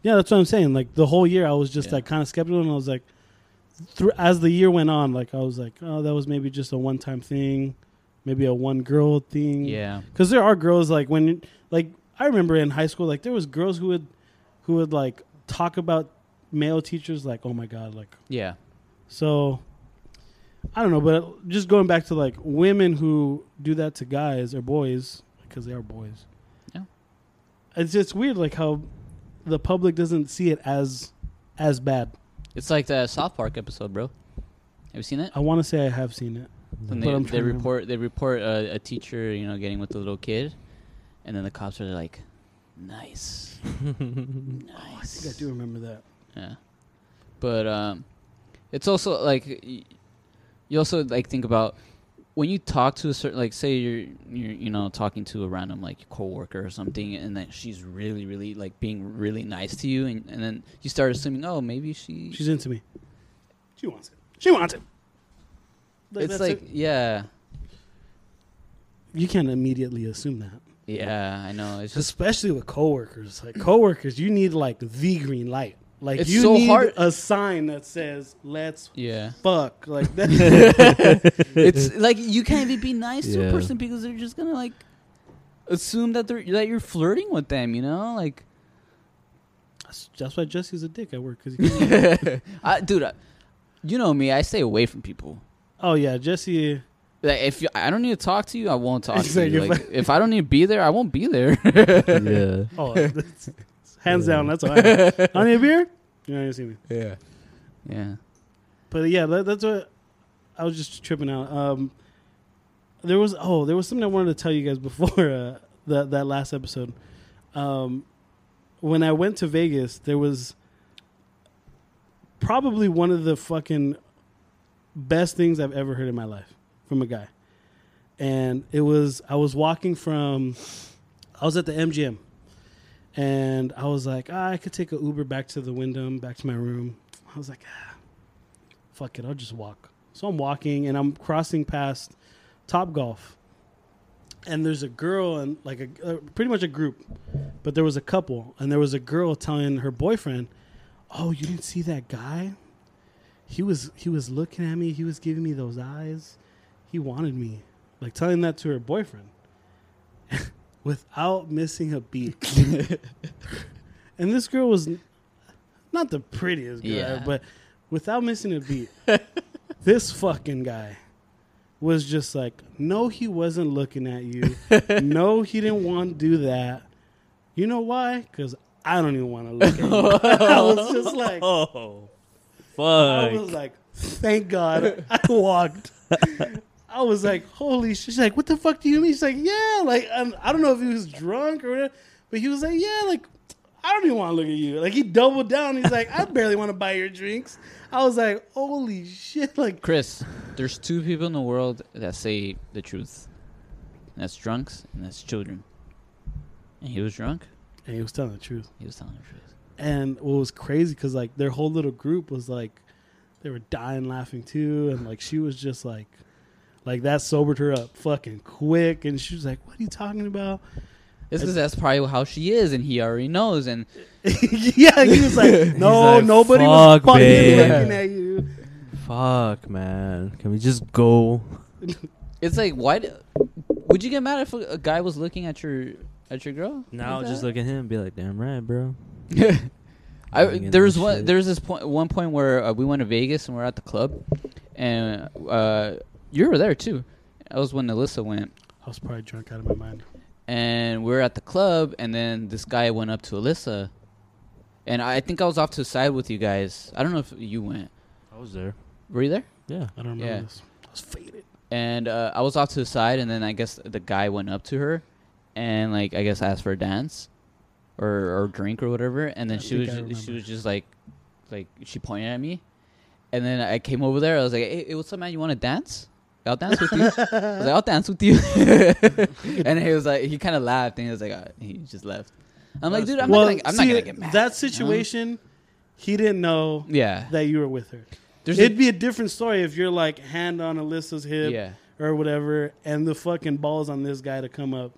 S2: yeah, that's what I'm saying. Like the whole year, I was just
S4: Yeah.
S2: like kind of skeptical, and I was like, through as the year went on, like I was like, oh, that was maybe just a one time thing, maybe a one girl thing.
S4: Yeah.
S2: because there are girls like when like I remember in high school like there was girls who would who would like talk about male teachers like oh my god like
S4: Yeah.
S2: so I don't know but just going back to like women who do that to guys or boys because they are boys
S4: Yeah.
S2: it's just weird like how the public doesn't see it as as bad
S4: It's like the South Park episode, bro. Have you seen it?
S2: I want to say I have seen it but
S4: When they,
S2: I'm
S4: they
S2: trying to-
S4: report they report a, a teacher, you know, getting with a little kid, and then the cops are like, "Nice,
S2: Oh, I
S4: nice."
S2: think I do remember that
S4: Yeah, but um, it's also like y- you also like think about when you talk to a certain like say you're you're you know talking to a random like coworker or something, and then she's really really like being really nice to you, and, and then you start assuming, oh, maybe she
S2: she's into me she wants it she wants it
S4: it's
S2: that's
S4: like
S2: it.
S4: yeah.
S2: you can't immediately assume that
S4: Yeah, I know. It's just
S2: especially with coworkers. Like coworkers, you need like the green light. Like
S4: It's
S2: you
S4: so
S2: need
S4: hard-
S2: a sign that says "Let's
S4: yeah.
S2: fuck." Like that.
S4: it's like you can't even be nice to
S3: Yeah.
S4: a person because they're just gonna like assume that they're that you're flirting with them. You know, like
S2: that's why Jesse's a dick at work. Cause he can't-
S4: I, dude, I, you know me. I stay away from people.
S2: oh yeah, Jesse.
S4: Like if you, I don't need to talk to you, I won't talk
S2: It's
S4: to
S2: like
S4: you.
S2: if
S4: Like, if I don't need to be there, I won't be there.
S3: yeah.
S2: Oh, that's- hands down, that's all. I I need a beer. You're not gonna see me.
S4: yeah, yeah.
S2: But yeah, that, that's what I was just tripping out. Um, there was oh, there was something I wanted to tell you guys before uh, that that last episode. Um, when I went to Vegas, there was probably one of the fucking best things I've ever heard in my life from a guy. And it was I was walking from I was at the MGM and I was like, ah, I could take a Uber back to the Wyndham, back to my room. I was like, ah, fuck it, I'll just walk. So I'm walking and I'm crossing past Top Golf. And there's a girl and like a, a pretty much a group, but there was a couple and there was a girl telling her boyfriend, "Oh, you didn't see that guy? He was he was looking at me. He was giving me those eyes. He wanted me." Like telling that to her boyfriend without missing a beat. and this girl was n- not the prettiest girl,
S4: Yeah.
S2: but without missing a beat, this fucking guy was just like, no, he wasn't looking at you. no, he didn't want to do that. You know why? Because I don't even want to look at you. I was just like,
S3: Oh,
S2: I was
S3: fuck.
S2: like, thank God I walked. I was like, holy shit. She's like, what the fuck do you mean? She's like, yeah, like, I'm, I don't know if he was drunk or whatever, but he was like, yeah, like, I don't even want to look at you. Like, he doubled down. He's like, I barely want to buy your drinks. I was like, holy shit. Like,
S4: Chris, there's two people in the world that say the truth. And that's drunks and that's children. And he was drunk.
S2: and he was telling the truth.
S4: He was telling the truth.
S2: And what was crazy, because, like, their whole little group was like, they were dying laughing too. And, like, she was just like, like, that sobered her up fucking quick. And she was like, what are you talking about?
S4: It's because that's probably how she is, and he already knows. And
S2: yeah, he was like, no,
S3: like,
S2: nobody was
S3: "Fuck,
S2: fucking
S3: babe."
S2: looking at you.
S3: Fuck, man. Can we just go?
S4: it's like, why? Do, would you get mad if a, a guy was looking at your at your girl?
S3: Now
S4: like
S3: just
S4: that?
S3: look at him and be like, damn right, bro.
S4: I
S3: Bringing
S4: there was
S3: this
S4: one
S3: shit.
S4: there was this point one point where uh, we went to Vegas and we're at the club, and uh, you were there too. That was when Alyssa went,
S2: I was probably drunk out of my mind.
S4: and we were at the club, and then this guy went up to Alyssa, and I think I was off to the side with you guys. I don't know if you went.
S3: I was there.
S4: Were you there?
S3: Yeah.
S2: I don't remember
S4: Yeah.
S2: this. I was faded.
S4: and uh, I was off to the side, and then I guess the guy went up to her, and like I guess asked for a dance, or or drink or whatever, and then
S2: I
S4: she
S2: think
S4: was
S2: I
S4: ju-
S2: remember.
S4: she was just like, like she pointed at me, and then I came over there. I was like, hey, hey, what's up, man? You want to dance? I'll dance with you. I was like, I'll dance with you. and he was like, he kind of laughed, and he was like, uh, he just left. I'm like, dude, I'm
S2: well,
S4: not gonna, I'm
S2: see,
S4: not gonna get mad.
S2: that situation, he didn't know
S4: yeah,
S2: that you were with her.
S4: There's
S2: It'd
S4: a-
S2: be a different story if you're like hand on Alyssa's hip
S4: Yeah.
S2: or whatever, and the fucking balls on this guy to come up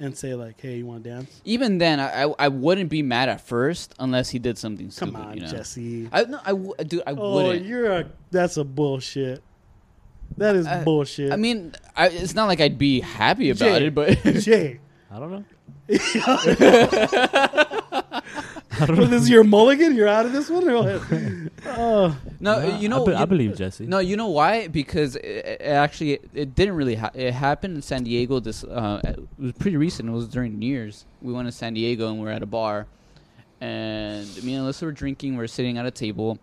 S2: and say like, "Hey, you want to dance?
S4: even then, I, I I wouldn't be mad at first unless he did something
S2: Come
S4: stupid.
S2: on,
S4: you know?
S2: Jesse."
S4: I no, I w- dude, I
S2: oh,
S4: wouldn't.
S2: you're a that's a bullshit. That is
S4: I-
S2: bullshit.
S4: I mean, I, it's not like I'd be happy about
S2: Jay.
S4: it, but
S2: Jay,
S3: I don't know.
S2: Well, this is your mulligan. You're out of this one. Go ahead. Oh,
S4: no,
S3: Nah,
S4: you know,
S3: I, be-
S4: you-
S3: I believe Jesse.
S4: No, you know why? Because it, it actually it didn't really ha- it happened in San Diego. This uh, it was pretty recent. It was during New Year's. We went to San Diego and we were at a bar, and me and Alyssa were drinking. We are sitting at a table,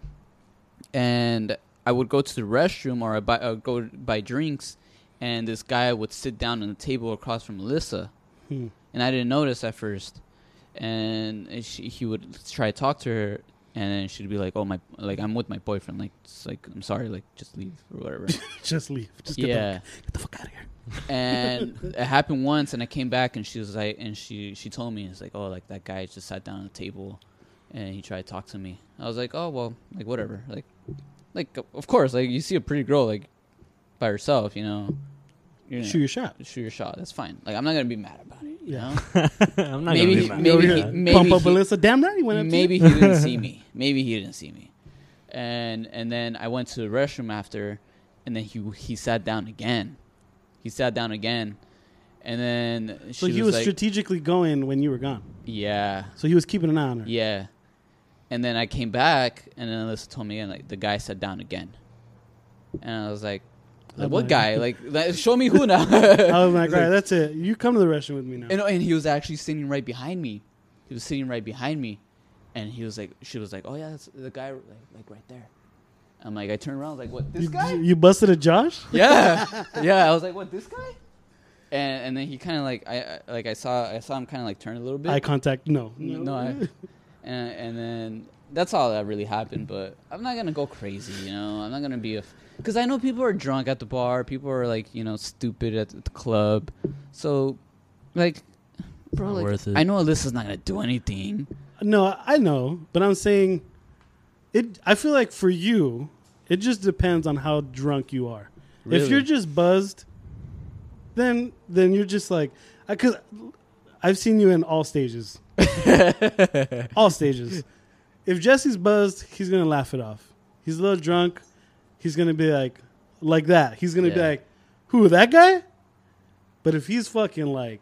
S4: and I would go to the restroom or I buy uh, go buy drinks, and this guy would sit down on the table across from Alyssa,
S2: Hmm.
S4: and I didn't notice at first, and she, he would try to talk to her, and then she'd be like, "Oh my, like I'm with my boyfriend, like it's like I'm sorry, like just leave or whatever."
S2: just leave. Just get,
S4: yeah,
S2: the, get the fuck out of here.
S4: and it happened once, and I came back, and she was like, and she she told me it's like, "Oh, like that guy just sat down at the table, and he tried to talk to me." I was like, "Oh well, like whatever, like like of course, like you see a pretty girl like by herself, you know." you know,
S2: Shoot your shot.
S4: shoot your shot. That's fine. Like I'm not gonna be mad about it. You
S2: Yeah.
S4: know,
S3: I'm not gonna
S4: maybe he-
S3: be mad.
S4: maybe
S2: Over
S4: he-
S2: here.
S4: maybe
S2: Pump up
S4: he-
S2: Alyssa. Damn right, he went up. to
S4: maybe
S2: you.
S4: he didn't see me. Maybe he didn't see me. And and then I went to the restroom after, and then he he sat down again. He sat down again, and then she
S2: So
S4: was,
S2: he was
S4: like,
S2: strategically going when you were gone.
S4: yeah,
S2: So he was keeping an eye on her.
S4: yeah. And then I came back, and then Alyssa told me, and like the guy sat down again, and I was like, like
S2: I'm
S4: what
S2: like-
S4: guy? Like, like, show me who now.
S2: I was like,
S4: It's
S2: all
S4: like-
S2: right, that's it. You come to the restroom with me now.
S4: And, and he was actually sitting right behind me. He was sitting right behind me, and he was like, she was like, oh yeah, that's the guy like, like right there. I'm like, I turned around, I was like, what this
S2: you,
S4: guy?
S2: you busted a Josh?
S4: yeah, yeah. I was like, what this guy? and and then he kind of like I I- like I saw I saw him kind of like turn a little bit.
S2: Eye contact. No.
S4: no, no, I, and and then that's all that really happened. But I'm not gonna go crazy, you know. I'm not gonna be a because I know people are drunk at the bar. People are like you know stupid at the club. So like, bro,
S3: not
S4: like,
S3: worth it.
S4: I know Alyssa's not gonna do anything.
S2: No, I know, but I'm saying it I feel like for you, it just depends on how drunk you are. If
S3: Really?
S2: you're just buzzed, then then you're just like I cuz I've seen you in all stages. all stages. If Jesse's buzzed, he's going to laugh it off. He's a little drunk, he's going to be like like that. He's going to be
S4: Yeah.
S2: like, "Who, that guy?" But if he's fucking like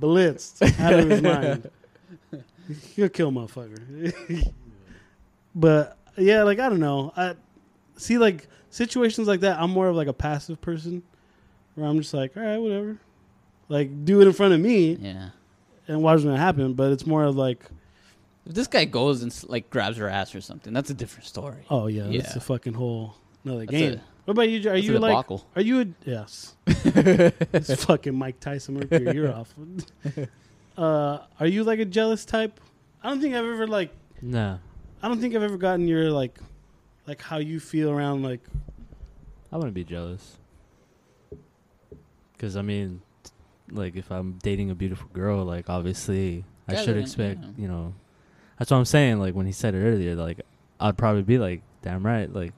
S2: blitzed out of his mind, he'll kill motherfucker. but yeah, like I don't know. I see like situations like that. I'm more of like a passive person, where I'm just like, all right, whatever. Like do it in front of me
S4: Yeah.
S2: and watch what's gonna happen. But it's more of like,
S4: If this guy goes and s- like grabs her ass or something, that's a different story.
S2: oh yeah, it's
S4: Yeah.
S2: a fucking whole another
S4: That's
S2: game.
S4: a-
S2: what about you? J- Are
S4: that's a
S2: you like?
S4: debacle.
S2: Are you a yes? it's fucking Mike Tyson ripped your ear off. Uh, are you like a jealous type? I don't think I've ever like
S3: Nah,
S2: I don't think I've ever gotten your like, like how you feel around like.
S3: I wouldn't be jealous. Cause I mean, like if I'm dating a beautiful girl, like obviously
S4: Yeah,
S3: I should
S4: then,
S3: expect,
S4: yeah.
S3: you know. That's what I'm saying. Like when he said it earlier, like I'd probably be like, "Damn right!" Like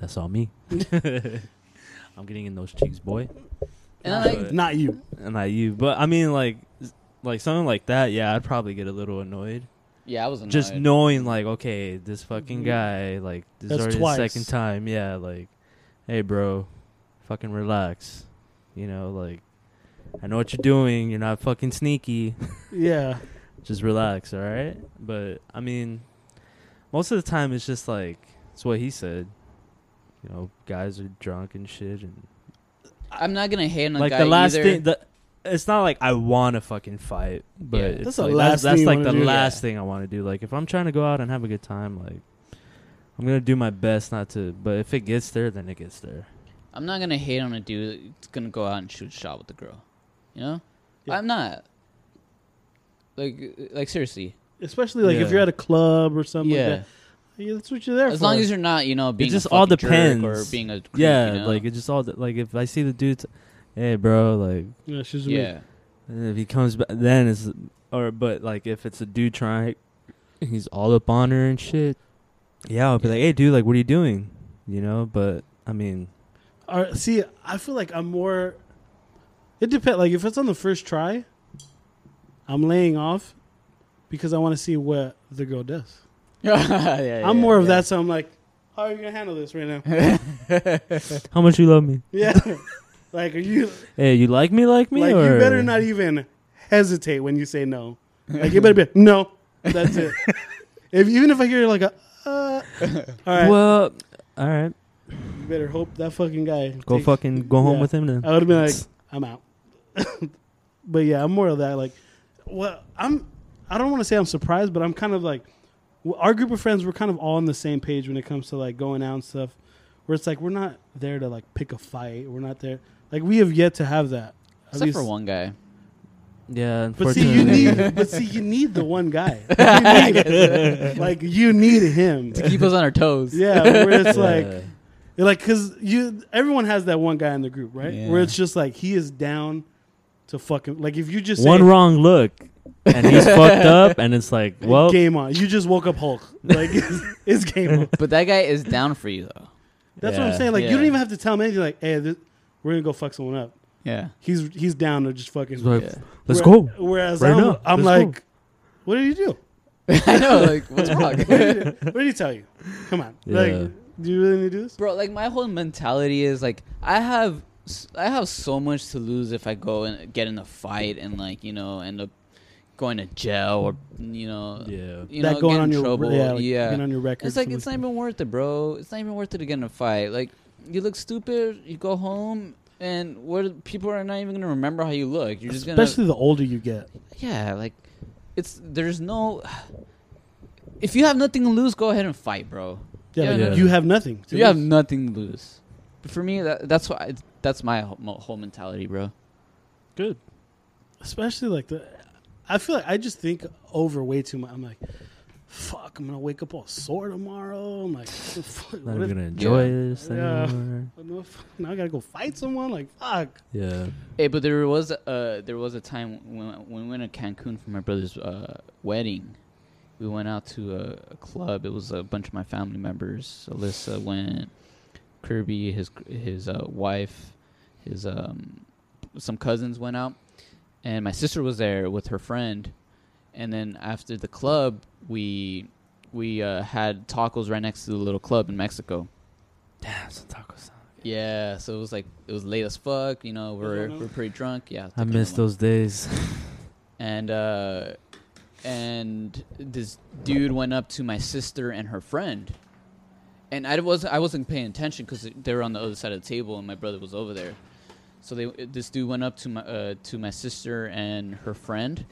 S3: that's all me. I'm getting in those cheeks, boy.
S4: And I
S3: But-
S4: like
S2: Not you.
S3: and not you. But I mean, like, like something like that. Yeah, I'd probably get a little annoyed.
S4: yeah, I was annoyed.
S3: Just knowing, like, okay, this fucking guy, like,
S2: Mm-hmm.
S3: this
S2: That's
S3: is already
S2: twice.
S3: the second time. Yeah, like, hey, bro, fucking relax. You know, like, I know what you're doing. You're not fucking sneaky.
S2: Yeah.
S3: just relax, all right? But I mean, most of the time it's just like it's what he said. You know, guys are drunk and shit, and
S4: I'm not gonna hate on a
S3: like
S4: guy
S3: the last
S4: either.
S3: thing the it's not like I want to fucking fight, but
S4: Yeah.
S2: That's
S3: it's that's
S2: the
S3: like,
S2: last
S3: that's, that's
S2: thing you
S3: like
S2: wanna
S3: the
S2: do.
S3: last
S4: Yeah.
S3: thing I want to do. Like if I'm trying to go out and have a good time, like I'm gonna do my best not to. But if it gets there, then it gets there.
S4: I'm not gonna hate on a dude that's gonna go out and shoot a shot with the girl. You know?
S2: Yeah.
S4: I'm not. Like like seriously.
S2: Especially like if
S3: Yeah.
S2: you're at a club or something
S4: yeah.
S2: like that. Yeah, that's what you're there
S4: As
S2: for.
S4: long as you're not, you know, being
S3: just
S4: a
S3: all
S4: fucking jerk
S3: depends.
S4: or being a creep,
S3: yeah,
S4: you know?
S3: like it just all like if I see the dude, hey bro, like
S2: yeah, she's with-
S4: yeah.
S3: and if he comes back, then it's or but like if it's a dude trying, he's all up on her and shit. Yeah, I'll be like, hey dude, like what are you doing? You know, but I mean,
S2: Or, see, I feel like I'm more. It depends. Like if it's on the first try, I'm laying off because I want to see what the girl does.
S4: yeah, yeah,
S2: I'm more of
S4: yeah.
S2: that, so I'm like, how are you gonna handle this right now?
S3: how much you love me?
S2: yeah. Like, are you
S3: Hey, you like me, like me,
S2: like
S3: or
S2: you better not even hesitate when you say no. Like you better be no. That's it. if even if I hear like a uh, all right,
S3: Well, all right,
S2: you better hope that fucking guy
S3: go
S2: takes-
S3: fucking go home
S2: yeah.
S3: with him then.
S2: I would have been like, I'm out. but yeah, I'm more of that. Like, well, I'm. I don't want to say I'm surprised, but I'm kind of like, w- our group of friends. We're kind of all on the same page when it comes to like going out and stuff. Where it's like we're not there to like pick a fight. We're not there. Like we have yet to have that. At
S4: Except for
S2: least-
S4: one guy.
S3: yeah,
S2: But see, you
S3: unfortunately,
S2: need. but see, you need the one guy. You need- like you need him.
S4: To keep us on our toes.
S2: Yeah, where it's like
S3: Yeah.
S2: yeah, Like, cause you, everyone has that one guy in the group, right?
S4: Yeah.
S2: Where it's just like he is down to fucking like if you just say,
S3: one wrong look, and he's fucked up, and it's like, well,
S2: game on. You just woke up Hulk. Like it's, it's game on.
S4: But that guy is down for you though.
S2: That's what I'm
S3: Yeah.
S2: saying. Like you
S4: Yeah.
S2: don't even have to tell him anything. Like, hey, this, we're gonna go fuck someone up.
S4: Yeah.
S2: He's he's down to just fucking.
S3: it's like,
S4: Yeah.
S3: let's
S2: Where-
S3: go.
S2: Whereas
S3: Right
S2: I'm,
S3: now.
S2: I'm
S3: Let's
S2: like, what did you do?
S4: I know, like what's wrong?
S2: What did you, do? what did he tell you? Come on.
S3: Yeah.
S2: Like, do you really need to do this?
S4: bro like my whole mentality is like i have s- i have so much to lose if i go and get in a fight and like you know end up going to jail or you know
S3: Yeah.
S4: you
S2: that
S4: know
S2: going
S4: get
S2: on
S4: in
S2: your
S4: trouble
S2: yeah,
S4: yeah,
S2: like, being on your record.
S4: it's like
S2: for
S4: it's not
S2: listening.
S4: even worth it bro it's not even worth it to get in a fight like you look stupid you go home and what people are not even gonna remember how you look you're just gonna
S2: Especially the older you get.
S4: yeah like it's there's no if you have nothing to lose go ahead and fight bro
S2: Yeah,
S4: Yeah,
S2: like,
S3: yeah.
S2: you have nothing. to
S4: you have
S2: lose.
S4: nothing to lose. But for me, that, that's why I, that's my whole, mo- whole mentality, bro.
S2: Good. Especially like the, I feel like I just think over way too much. I'm like, fuck, I'm gonna wake up all sore tomorrow. I'm like, fuck,
S3: Not
S2: what
S3: even
S2: if,
S3: gonna enjoy this thing
S2: Yeah.
S3: anymore.
S2: what the fuck, now I gotta go fight someone. Like, fuck.
S3: Yeah.
S4: Hey, Eh, but there was uh there was a time when when we went to Cancun for my brother's uh, wedding. We went out to a, a club. It was a bunch of my family members. Alyssa went, Kirby, his his uh, wife, his um some cousins went out, and my sister was there with her friend. And then after the club, we we uh, had tacos right next to the little club in Mexico.
S3: Damn, some taco sound.
S4: Yeah, so it was like it was late as fuck. You know, we're
S2: Tijuana.
S4: we're pretty drunk. Yeah,
S3: I miss
S4: Tijuana.
S3: those days.
S4: And uh, and this dude went up to my sister and her friend, and I was I wasn't paying attention because they were on the other side of the table and my brother was over there. So they this dude went up to my uh, to my sister and her friend,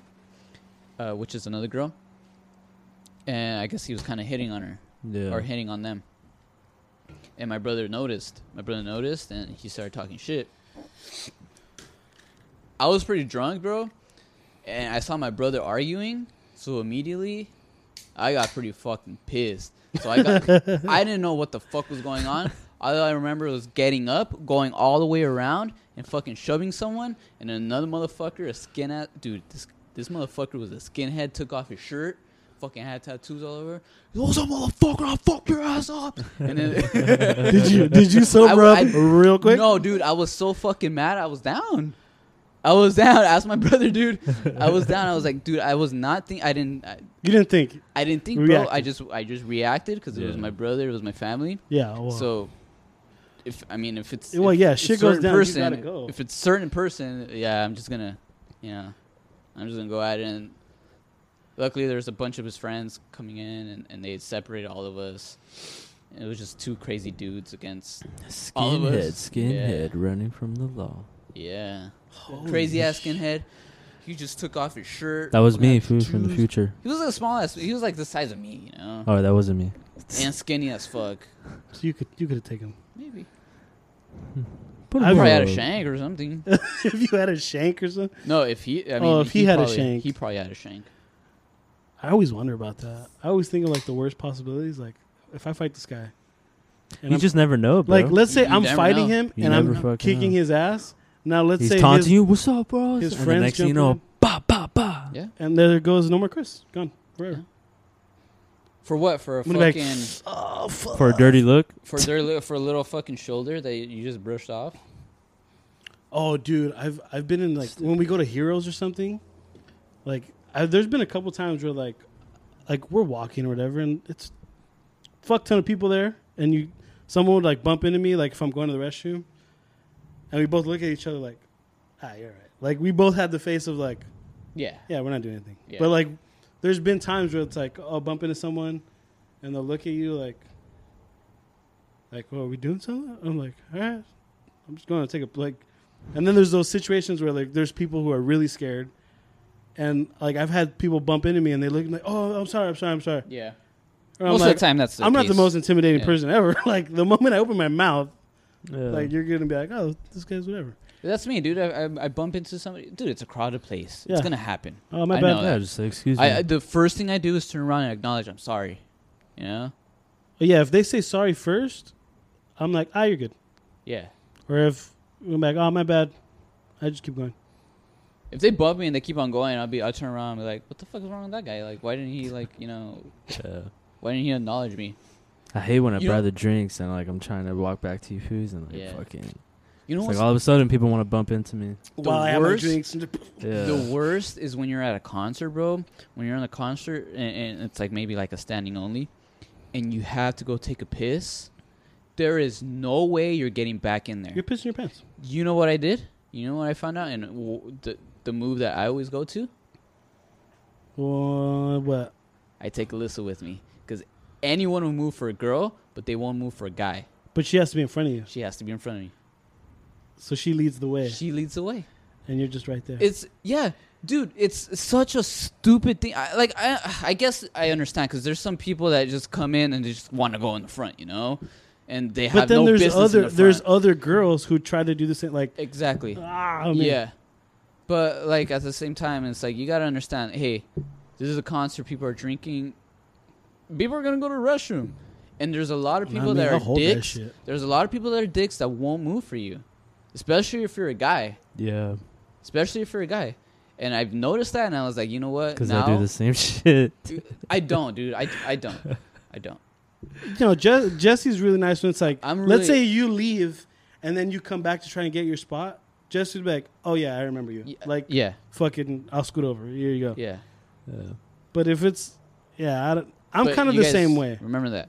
S4: uh, which is another girl, and I guess he was kind of hitting on her
S3: yeah.
S4: or hitting on them. And my brother noticed. My brother noticed, and he started talking shit. I was pretty drunk, bro, and I saw my brother arguing. So immediately, I got pretty fucking pissed. So I got, I didn't know what the fuck was going on. All I remember was getting up, going all the way around, and fucking shoving someone, and another motherfucker, a skin ass dude. This this motherfucker was a skinhead. Took off his shirt, fucking had tattoos all over. What's up, motherfucker? I'll fuck your ass up. And then
S2: did you did you sober
S4: I-
S2: up
S4: I-
S2: real quick?
S4: No, dude, I was so fucking mad. I was down. I was down. I asked my brother, dude. I was down. I was like, dude, I was not think. I didn't. I,
S2: You didn't think?
S4: I didn't think, bro. I
S2: Reacted.
S4: just, I just reacted because it was
S3: Yeah.
S4: my brother. It was my family.
S2: Yeah. Well,
S4: So, if I mean, if it's
S2: Well,
S4: if
S2: yeah,
S4: it's
S2: shit goes
S4: certain
S2: down, you
S4: Person,
S2: gotta go.
S4: If it's certain person, yeah, I'm just gonna, you know, I'm just gonna go at it. And luckily, there's a bunch of his friends coming in, and, and they separated all of us. It was just two crazy dudes against, all of
S3: Skinhead,
S4: us.
S3: skinhead running from the law.
S4: yeah,
S2: Holy
S4: crazy ass
S2: shit.
S4: skinhead. He just took off his shirt.
S3: That was me,
S4: had
S3: food from the
S4: tattoos.
S3: future.
S4: He was a small ass. He was like the size of me, you know,
S3: Oh, that wasn't me.
S4: and skinny as fuck.
S2: So you could you could have taken him
S4: Maybe
S3: Put
S2: I
S3: him
S4: probably
S3: on.
S4: had a shank or something.
S2: if you had a shank or something.
S4: No, if he, I mean,
S2: Oh, if he had a
S4: probably-
S2: shank.
S4: he probably had a shank.
S2: I always wonder about that. I always think of like the worst possibilities. Like if I fight this guy,
S3: You
S2: I'm-
S3: just never know, bro.
S2: like let's say
S4: You
S2: I'm
S4: never
S2: fighting
S4: know.
S2: him
S3: You
S2: and
S3: never
S2: I'm
S3: fucking
S2: kicking
S3: know.
S2: his ass. Now let's
S3: he's
S2: say
S3: taunting
S2: his-
S3: you. What's up, bro?
S2: his
S3: and
S2: friends
S3: the next thing you
S2: jump
S3: know,
S2: in.
S3: ba ba ba.
S4: Yeah.
S2: and there goes no more Chris, gone forever.
S4: For what? For a
S2: I'm gonna be
S4: fucking
S2: like, oh fuck.
S3: For a dirty look.
S4: for their li- for a little fucking shoulder that you just brushed off.
S2: Oh, dude, I've I've been in like when we go to Heroes or something, like I, there's been a couple times where like like we're walking or whatever, and it's fuck ton of people there, and you someone would like bump into me like if I'm going to the restroom, and we both look at each other like, ah, you're right. Like we both had the face of like,
S4: Yeah.
S2: yeah, we're not doing anything.
S4: Yeah.
S2: But like, there's been times where it's like, oh, bump into someone, and they'll look at you like, like, well, are we doing something? I'm like, all right, I'm just going to take a like. And then there's those situations where like there's people who are really scared, and like I've had people bump into me and they look like, oh, I'm sorry, I'm sorry, I'm sorry.
S4: Yeah.
S2: Or I'm
S4: Most
S2: like,
S4: of the time, that's the
S2: I'm not the
S4: case.
S2: most intimidating
S4: Yeah.
S2: person ever. like the moment I open my mouth,
S3: Yeah.
S2: like you're gonna be like, oh, this guy's whatever.
S4: That's me, dude. I, I, I bump into somebody, dude. It's a crowded place.
S2: Yeah.
S4: It's gonna happen.
S2: Oh, my
S4: I
S2: bad.
S4: know
S3: yeah,
S4: that.
S3: just say, excuse me.
S4: I, I the first thing I do is turn around and acknowledge I'm sorry. You know?
S2: But yeah, if they say sorry first, I'm like, ah, you're good.
S4: Yeah.
S2: Or if I'm like, oh, my bad, I just keep going.
S4: If they bump me and they keep on going, I'll be I'll turn around and be like, what the fuck is wrong with that guy? Like, why didn't he like you know
S3: Yeah.
S4: why didn't he acknowledge me?
S3: I hate when I
S4: You
S3: buy
S4: know-
S3: the drinks and like I'm trying to walk back to you foods and like
S4: Yeah.
S3: fucking.
S4: You know
S3: It's like
S4: what's
S3: all of a sudden people want to bump into me.
S4: The While I have my worst- drinks
S2: and
S3: Yeah.
S4: The worst is when you're at a concert, bro. When you're on a concert and, and it's like maybe like a standing only, and you have to go take a piss. There is no way you're getting back in there.
S2: you're pissing your pants.
S4: You know what I did? You know what I found out? And w- the the move that I always go to,
S2: Well, what?
S4: I take Alyssa with me because anyone will move for a girl, but they won't move for a guy.
S2: But she has to be in front of you,
S4: She has to be in front of me.
S2: so she leads the way,
S4: She leads the way.
S2: and you're just right there.
S4: It's yeah, dude. It's such a stupid thing. I, like I, I guess I understand because there's some people that just come in and they just want to go in the front, you know, and they have
S2: But then
S4: no
S2: there's
S4: business
S2: other
S4: in the
S2: there's
S4: front.
S2: other girls who try to do the same. Like
S4: exactly.
S2: ah, man.
S4: yeah, but like at the same time, it's like you gotta understand. Hey, this is a concert. People are drinking. People are gonna go to the restroom, and there's a lot of
S2: I
S4: people
S2: mean,
S4: that
S2: I'll
S4: are
S2: hold that
S4: dicks.
S2: shit.
S4: There's a lot of people that are dicks that won't move for you, especially if you're a guy.
S3: Yeah,
S4: Especially if you're a guy. And I've noticed that, and I was like, you know what?
S3: because
S4: now,
S3: I do the same shit.
S4: I don't, dude. I, I don't. I don't.
S2: You know, Je- Jesse's really nice when it's like,
S4: I'm
S2: let's
S4: really-
S2: say you leave and then you come back to try and get your spot. Jesse's be like, oh yeah, I remember you.
S4: Yeah,
S2: like,
S4: Yeah.
S2: fucking, I'll scoot over. Here you go.
S4: Yeah.
S3: Yeah.
S2: But if it's, yeah, I don't, I'm
S4: But
S2: kind of
S4: you
S2: the
S4: guys
S2: same way.
S4: Remember that.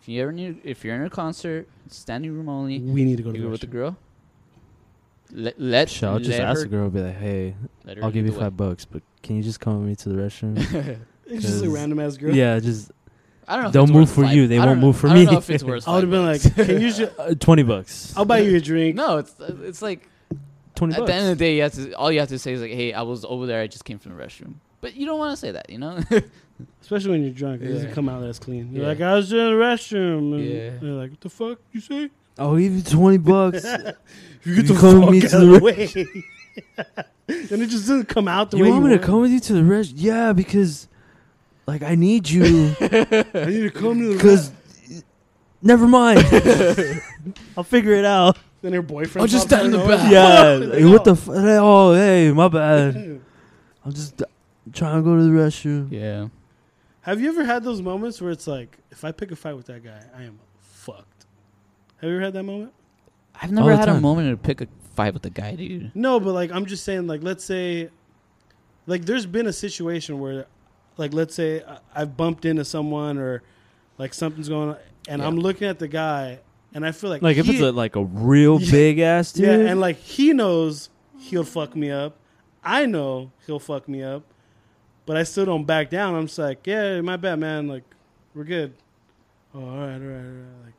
S4: If you ever need, if you're in a concert, standing room only, you
S2: We need to go to
S4: go with the
S2: the restroom.
S4: girl. Let let,
S3: Shit, I'll
S4: let
S3: just
S4: her,
S3: ask the girl, be like, "Hey,
S4: Let her
S3: I'll give
S4: lead
S3: you
S4: the way.
S3: five bucks, but can you just come with me to the restroom?"
S2: It's just a
S3: Cause-
S2: random ass girl.
S3: yeah, just
S4: I don't know. if
S3: They'll
S4: it's
S3: move
S4: worth
S3: for
S4: five-
S3: you, they
S4: I don't
S3: won't
S4: know-
S3: move for
S4: I don't
S3: me.
S4: know if it's worth.
S2: I would have been like,
S4: five
S2: can you just,
S3: uh, twenty bucks.
S2: I'll buy you a drink.
S4: bucks. no, it's it's like
S3: twenty
S4: at
S3: bucks.
S4: the end of the day, you have to, all you have to say is like, hey, I was over there. I just came from the restroom. But you don't want to say that, you know.
S2: Especially when you're drunk. It doesn't
S4: Yeah.
S2: come out as clean. You're
S4: Yeah.
S2: like, I was in the restroom. And
S4: Yeah.
S2: They're like, what the fuck you say?
S3: I'll give you twenty bucks.
S2: You
S3: You come with me to the
S2: way. and it just doesn't come out the
S3: you
S2: way
S3: want
S2: you
S3: me to come with you to the rest? Yeah, because like I need you.
S2: I need to come to the
S3: Because never mind. I'll figure it out.
S2: Then her boyfriend.
S4: I'll just
S2: pops out
S4: stand in
S2: of
S4: the
S2: nowhere.
S4: back.
S3: Yeah. like, what the? F- oh, hey, my bad. I'm just trying to go to the restroom.
S4: yeah.
S2: Have you ever had those moments where it's like, if I pick a fight with that guy, I am fucked. Have you ever had that moment?
S4: I've
S3: All
S4: never
S3: the
S4: had a
S3: time.
S4: moment to pick a fight with a guy, dude.
S2: No, but like I'm just saying, like let's say, like there's been a situation where, like let's say I- I've bumped into someone or, like something's going on, and I'm
S4: Yeah.
S2: looking at the guy, and I feel like
S3: Like if
S2: he-
S3: it's a, like a real
S2: Yeah.
S3: big ass dude.
S2: yeah, and like he knows he'll fuck me up, I know he'll fuck me up, but I still don't back down. I'm just like, yeah, my bad, man. Like we're good. Oh, all right, all right, all right. Like,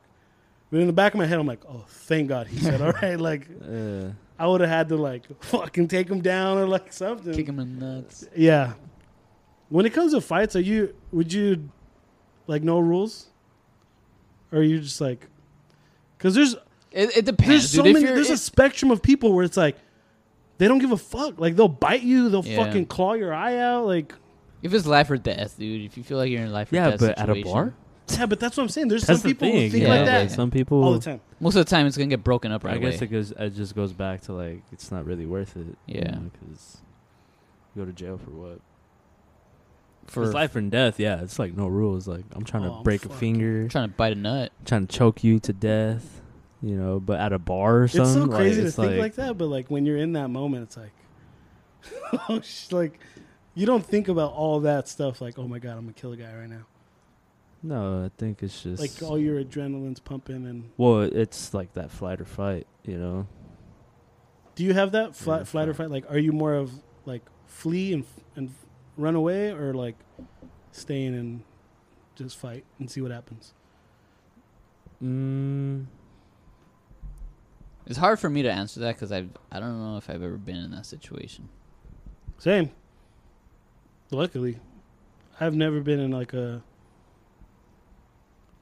S2: but in the back of my head, I'm like, oh, thank God he said all right. Like
S3: Uh,
S2: I would have had to like fucking take him down or like something.
S4: Kick him in the nuts.
S2: Yeah. When it comes to fights, are you would you like no rules? Or are you just like cuz there's
S4: It,
S2: there's
S4: it depends,
S2: so
S4: dude. If
S2: many
S4: you're-
S2: there's a
S4: if-
S2: spectrum of people where it's like they don't give a fuck. Like they'll bite you, they'll
S4: Yeah.
S2: fucking claw your eye out like
S4: If it's life or death, dude. If you feel like you're in life or
S3: yeah,
S4: death
S3: but at a
S4: situation,
S3: bar.
S2: yeah, but that's what I'm saying. There's
S3: That's
S2: some
S3: the
S2: people
S3: thing.
S2: who think
S3: yeah,
S2: like that
S3: like some people.
S2: all the time.
S4: most of the time it's gonna get broken up right
S3: I guess
S4: away.
S3: it goes. It just goes back to like it's not really worth it.
S4: Yeah.
S3: because you go to jail for what? For
S4: for
S3: life and death. Yeah, it's like no rules. Like I'm trying
S2: Oh,
S3: to
S2: I'm
S3: break a
S2: fucked.
S3: finger,
S4: trying to bite a nut.
S3: trying to choke you to death. You know, but at a bar or
S2: It's
S3: something.
S2: so crazy
S3: like,
S2: to
S3: it's
S2: think like that, but like when you're in that moment, it's like, oh, sh- like you don't think about all that stuff. Like, oh my god, I'm gonna kill a guy right now.
S3: No, I think it's just
S2: Like all your adrenaline's pumping, and
S3: Well, it's like that flight or fight. You know.
S2: do you have that flight,
S3: Yeah,
S2: flight or
S3: flight.
S2: fight? Like, are you more of like flee and and run away, or like staying and just fight and see what happens?
S3: Mm,
S4: It's hard for me to answer that because I I don't know if I've ever been in that situation.
S2: Same. Luckily, I've never been in like a.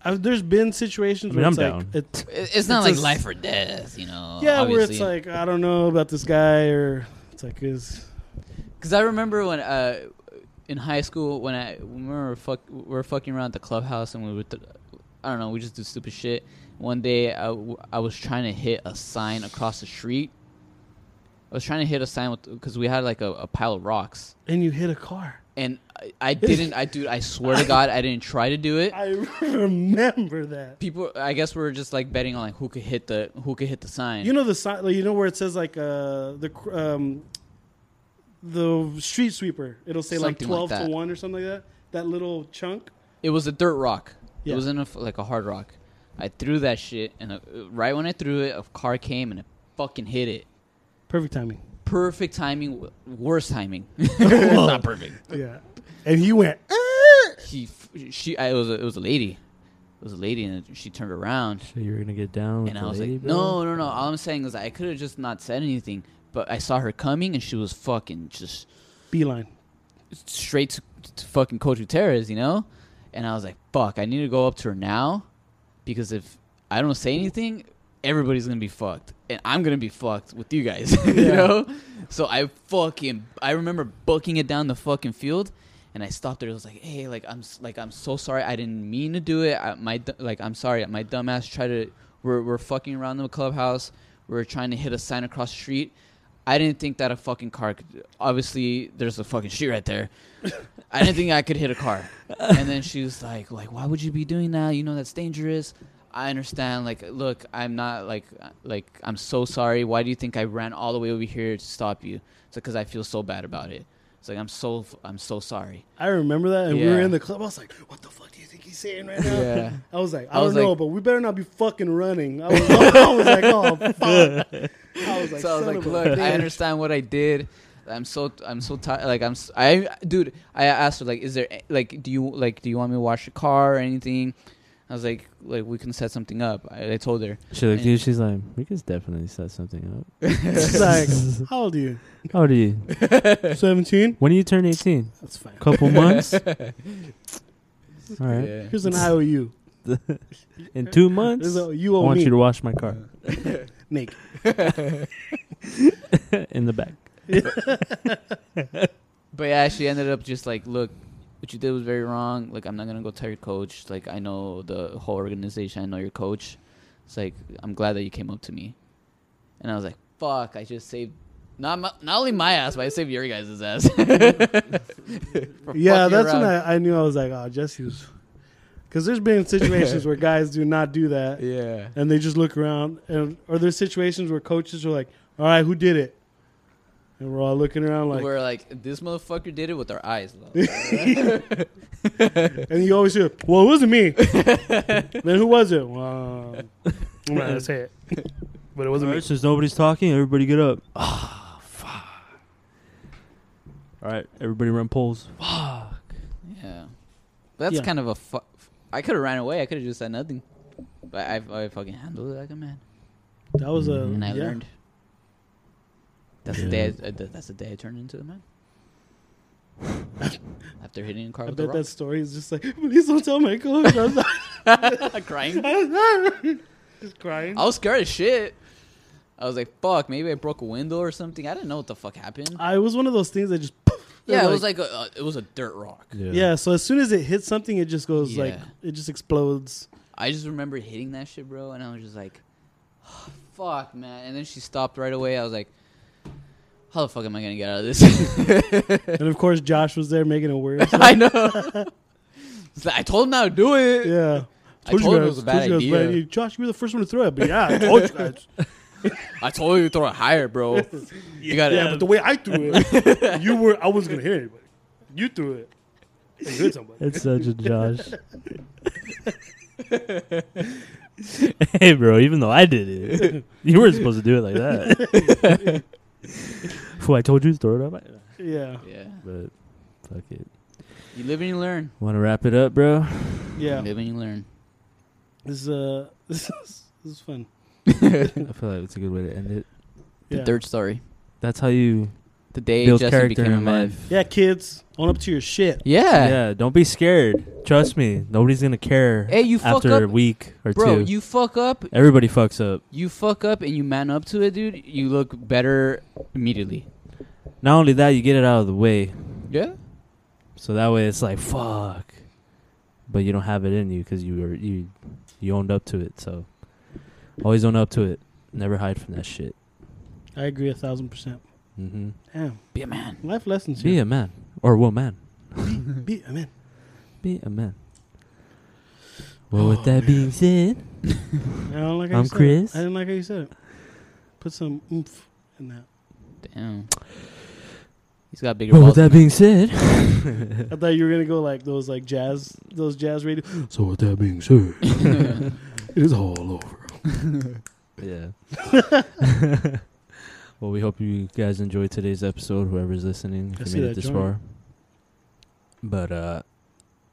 S2: I've, there's been situations
S3: I mean,
S2: where
S3: I'm
S2: it's
S3: down.
S2: like it,
S4: It, it's not
S2: It's
S4: like
S2: a s-
S4: life or death, you know.
S2: Yeah, where it's like I don't know about this guy, or it's like is
S4: because I remember when uh in high school when I when we were fuck we were fucking around at the clubhouse and we would th- I don't know we just do stupid shit. One day I, w- I was trying to hit a sign across the street. I was trying to hit a sign because we had like a, a pile of rocks.
S2: and you hit a car.
S4: and I, I didn't. I dude, I swear to God, I didn't try to do it.
S2: I remember that.
S4: People, I guess we were just like betting on like who could hit the who could hit the sign.
S2: You know the sign, like, you know where it says like uh the cr- um the street sweeper. It'll say
S4: Something
S2: like
S4: like
S2: twelve
S4: that.
S2: to one or something like that. That little chunk.
S4: it was a dirt rock.
S2: Yeah.
S4: It wasn't a f like a hard rock. I threw that shit, and uh, right when I threw it, a car came and it fucking hit it.
S2: Perfect timing.
S4: Perfect timing, w- worst timing. it's not perfect.
S2: Yeah, and he went. "Ah."
S4: He, f- she, I, it was a, it was a lady. It was a lady, and she turned around,
S3: so you're gonna get down. with
S4: and
S3: the
S4: I was
S3: lady,
S4: like,
S3: bro?
S4: no, no, no. All I'm saying is I could have just not said anything, but I saw her coming, and she was fucking just
S2: Beeline.
S4: straight to, to fucking Coach Gutierrez, you know? And I was like, fuck, I need to go up to her now because if I I don't say anything, everybody's gonna be fucked, and I'm gonna be fucked with you guys, you know. So I fucking I remember booking it down the fucking field, and I stopped there. I was like, hey, like I'm s- like I'm so sorry. I didn't mean to do it. I, my du- like I'm sorry. My dumbass tried to. We're we're fucking around the clubhouse. We're trying to hit a sign across the street. I didn't think that a fucking car could. Obviously, there's a fucking street right there. I didn't think I could hit a car. And then she was like, like, why would you be doing that? You know that's dangerous. I understand. Like, look, I'm not like, like, I'm so sorry. Why do you think I ran all the way over here to stop you? It's because I feel so bad about it. It's like I'm so, I'm so sorry.
S2: I remember that, and we were
S4: Yeah.
S2: in the club. I was like, "What the fuck do you think he's saying right now?"
S4: Yeah.
S2: I was like, "I,
S4: I was
S2: don't know,
S4: like-
S2: but we better not be fucking running." I was, I was like, "Oh fuck!" I was like,
S4: so I was
S2: "Son
S4: like,
S2: of a
S4: look, I
S2: bitch."
S4: understand what I did. I'm so I'm so tired. Like I'm s- I dude. I asked her like, is there a- like do you like do you want me to wash the car or anything? I was like, like we can set something up. I, I told her.
S3: She like,
S4: And-
S3: dude, she's like, we could definitely set something
S2: She's like, "How old are you?
S3: up. How old are you?
S2: 17?
S3: When do you turn 18?
S2: That's fine.
S3: Couple months? All right.
S4: Yeah.
S2: Here's an IOU.
S3: In two
S2: There's
S3: months, I
S2: a you owe
S3: want
S2: me
S3: you to wash my car
S2: naked."
S3: in the back.
S4: But yeah, she ended up just like, look, what you did was very wrong. Like, I'm not gonna go tell your coach. Like, I know the whole organization. I know your coach. It's like, I'm glad that you came up to me. And I was like, fuck, I just saved not my, not only my ass, but I saved your guys' ass.
S2: Yeah, that's when I, I knew I was like, "Oh, Jesse was," because there's been situations where guys do not do that.
S4: Yeah.
S2: and they just look around and or there's situations where coaches are like all right who did it and we're all looking around like
S4: We're like, this motherfucker did it with our eyes. Love.
S2: and you always hear well it wasn't me then who was it well, i'm not gonna say it but it wasn't me
S3: since nobody's talking, everybody get up. Ah, fuck. All right, everybody run polls.
S4: yeah. That's
S2: Yeah.
S4: kind of a fu- I could have ran away. I could have just said nothing. But I, I fucking handled it like a man.
S2: that was a
S4: and I
S2: Mm, yeah.
S4: learned. That's the
S3: Yeah.
S4: day. I, uh, th- that's the day I turned into a man. After hitting a car
S2: I
S4: with a
S2: bet that
S4: rock,
S2: story is just like, please don't tell my coach. I'm not-
S4: crying.
S2: just crying.
S4: I was scared as shit. I was like, "Fuck, maybe I broke a window or something." I didn't know what the fuck happened.
S2: I it was one of those things that just. poof,
S4: yeah,
S2: they're
S4: it was like a, uh, it was a dirt rock.
S2: Yeah, so as soon as it hits something, it just goes like
S4: Yeah.
S2: it just explodes.
S4: I just remember hitting that shit, bro, and I was just like, "Fuck, man!" And then she stopped right away. I was like, "How the fuck am I gonna get out of this?"
S2: and of course, Josh was there making it worse.
S4: I know. It's like, I told him not to do it.
S2: yeah.
S4: I told him it was a bad
S2: told you guys,
S4: idea.
S2: man. Josh, you were the first one to throw it, but yeah, I told you guys.
S4: I told you to throw it higher, bro. You got
S2: Yeah, but the way I threw it, you were I wasn't gonna hit anybody. You threw it. You hit somebody.
S3: It's such a Josh. hey, bro, even though I did it, you weren't supposed to do it like that. Who I told you to throw it up.
S2: Yeah,
S4: Yeah.
S3: But fuck it.
S4: You live and you learn.
S3: Want to wrap it up, bro?
S2: yeah.
S4: Live and you learn.
S2: This is uh, this is, this is fun.
S3: I feel like it's a good way to end it.
S4: The
S2: Yeah.
S4: third story.
S3: That's how you
S4: The day
S3: build
S4: Justin
S3: character
S4: became a
S3: in
S4: man.
S3: life.
S2: yeah, kids, own up to your shit.
S4: Yeah.
S3: Yeah, don't be scared. Trust me, nobody's gonna care.
S4: Hey, you fuck
S3: after a
S4: up-
S3: week or
S4: Bro,
S3: two.
S4: you fuck up,
S3: Everybody fucks up.
S4: you fuck up, and you man up to it, dude. You look better immediately.
S3: Not only that, you get it out of the way,
S4: Yeah.
S3: so that way it's like fuck, but you don't have it in you because you were you you owned up to it. So always own up to it. Never hide from that shit.
S2: I agree a thousand percent.
S3: Mm-hmm.
S2: Damn,
S4: Be a man.
S2: life lessons
S3: Be
S2: here.
S3: a man or woman.
S2: Be a man.
S3: Be a man. Well,
S2: Oh,
S3: with that being said,
S2: I don't like how you
S3: I'm
S2: said it.
S3: Chris.
S2: I didn't like how you said it. Put some oomph in that.
S4: Damn. He's got bigger
S3: well, with
S4: balls.
S3: that being said.
S2: I thought you were gonna go like those like jazz, those jazz radio.
S1: So with that being said, it is all over.
S3: Yeah. well, we hope you guys enjoyed today's episode, whoever's listening,
S2: I
S3: if
S2: see
S3: you made
S2: that
S3: it this
S2: joint.
S3: far. But uh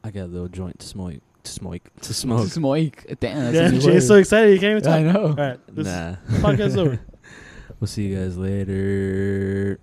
S3: I got a little joint to smoke to smoke to smoke.
S4: Smoik. Damn.
S2: Yeah,
S4: That's a new
S2: Jay's so excited he can't even
S4: word. I
S2: talk.
S4: know.
S2: All right, this
S3: nah.
S2: podcast is over.
S3: We'll see you guys later.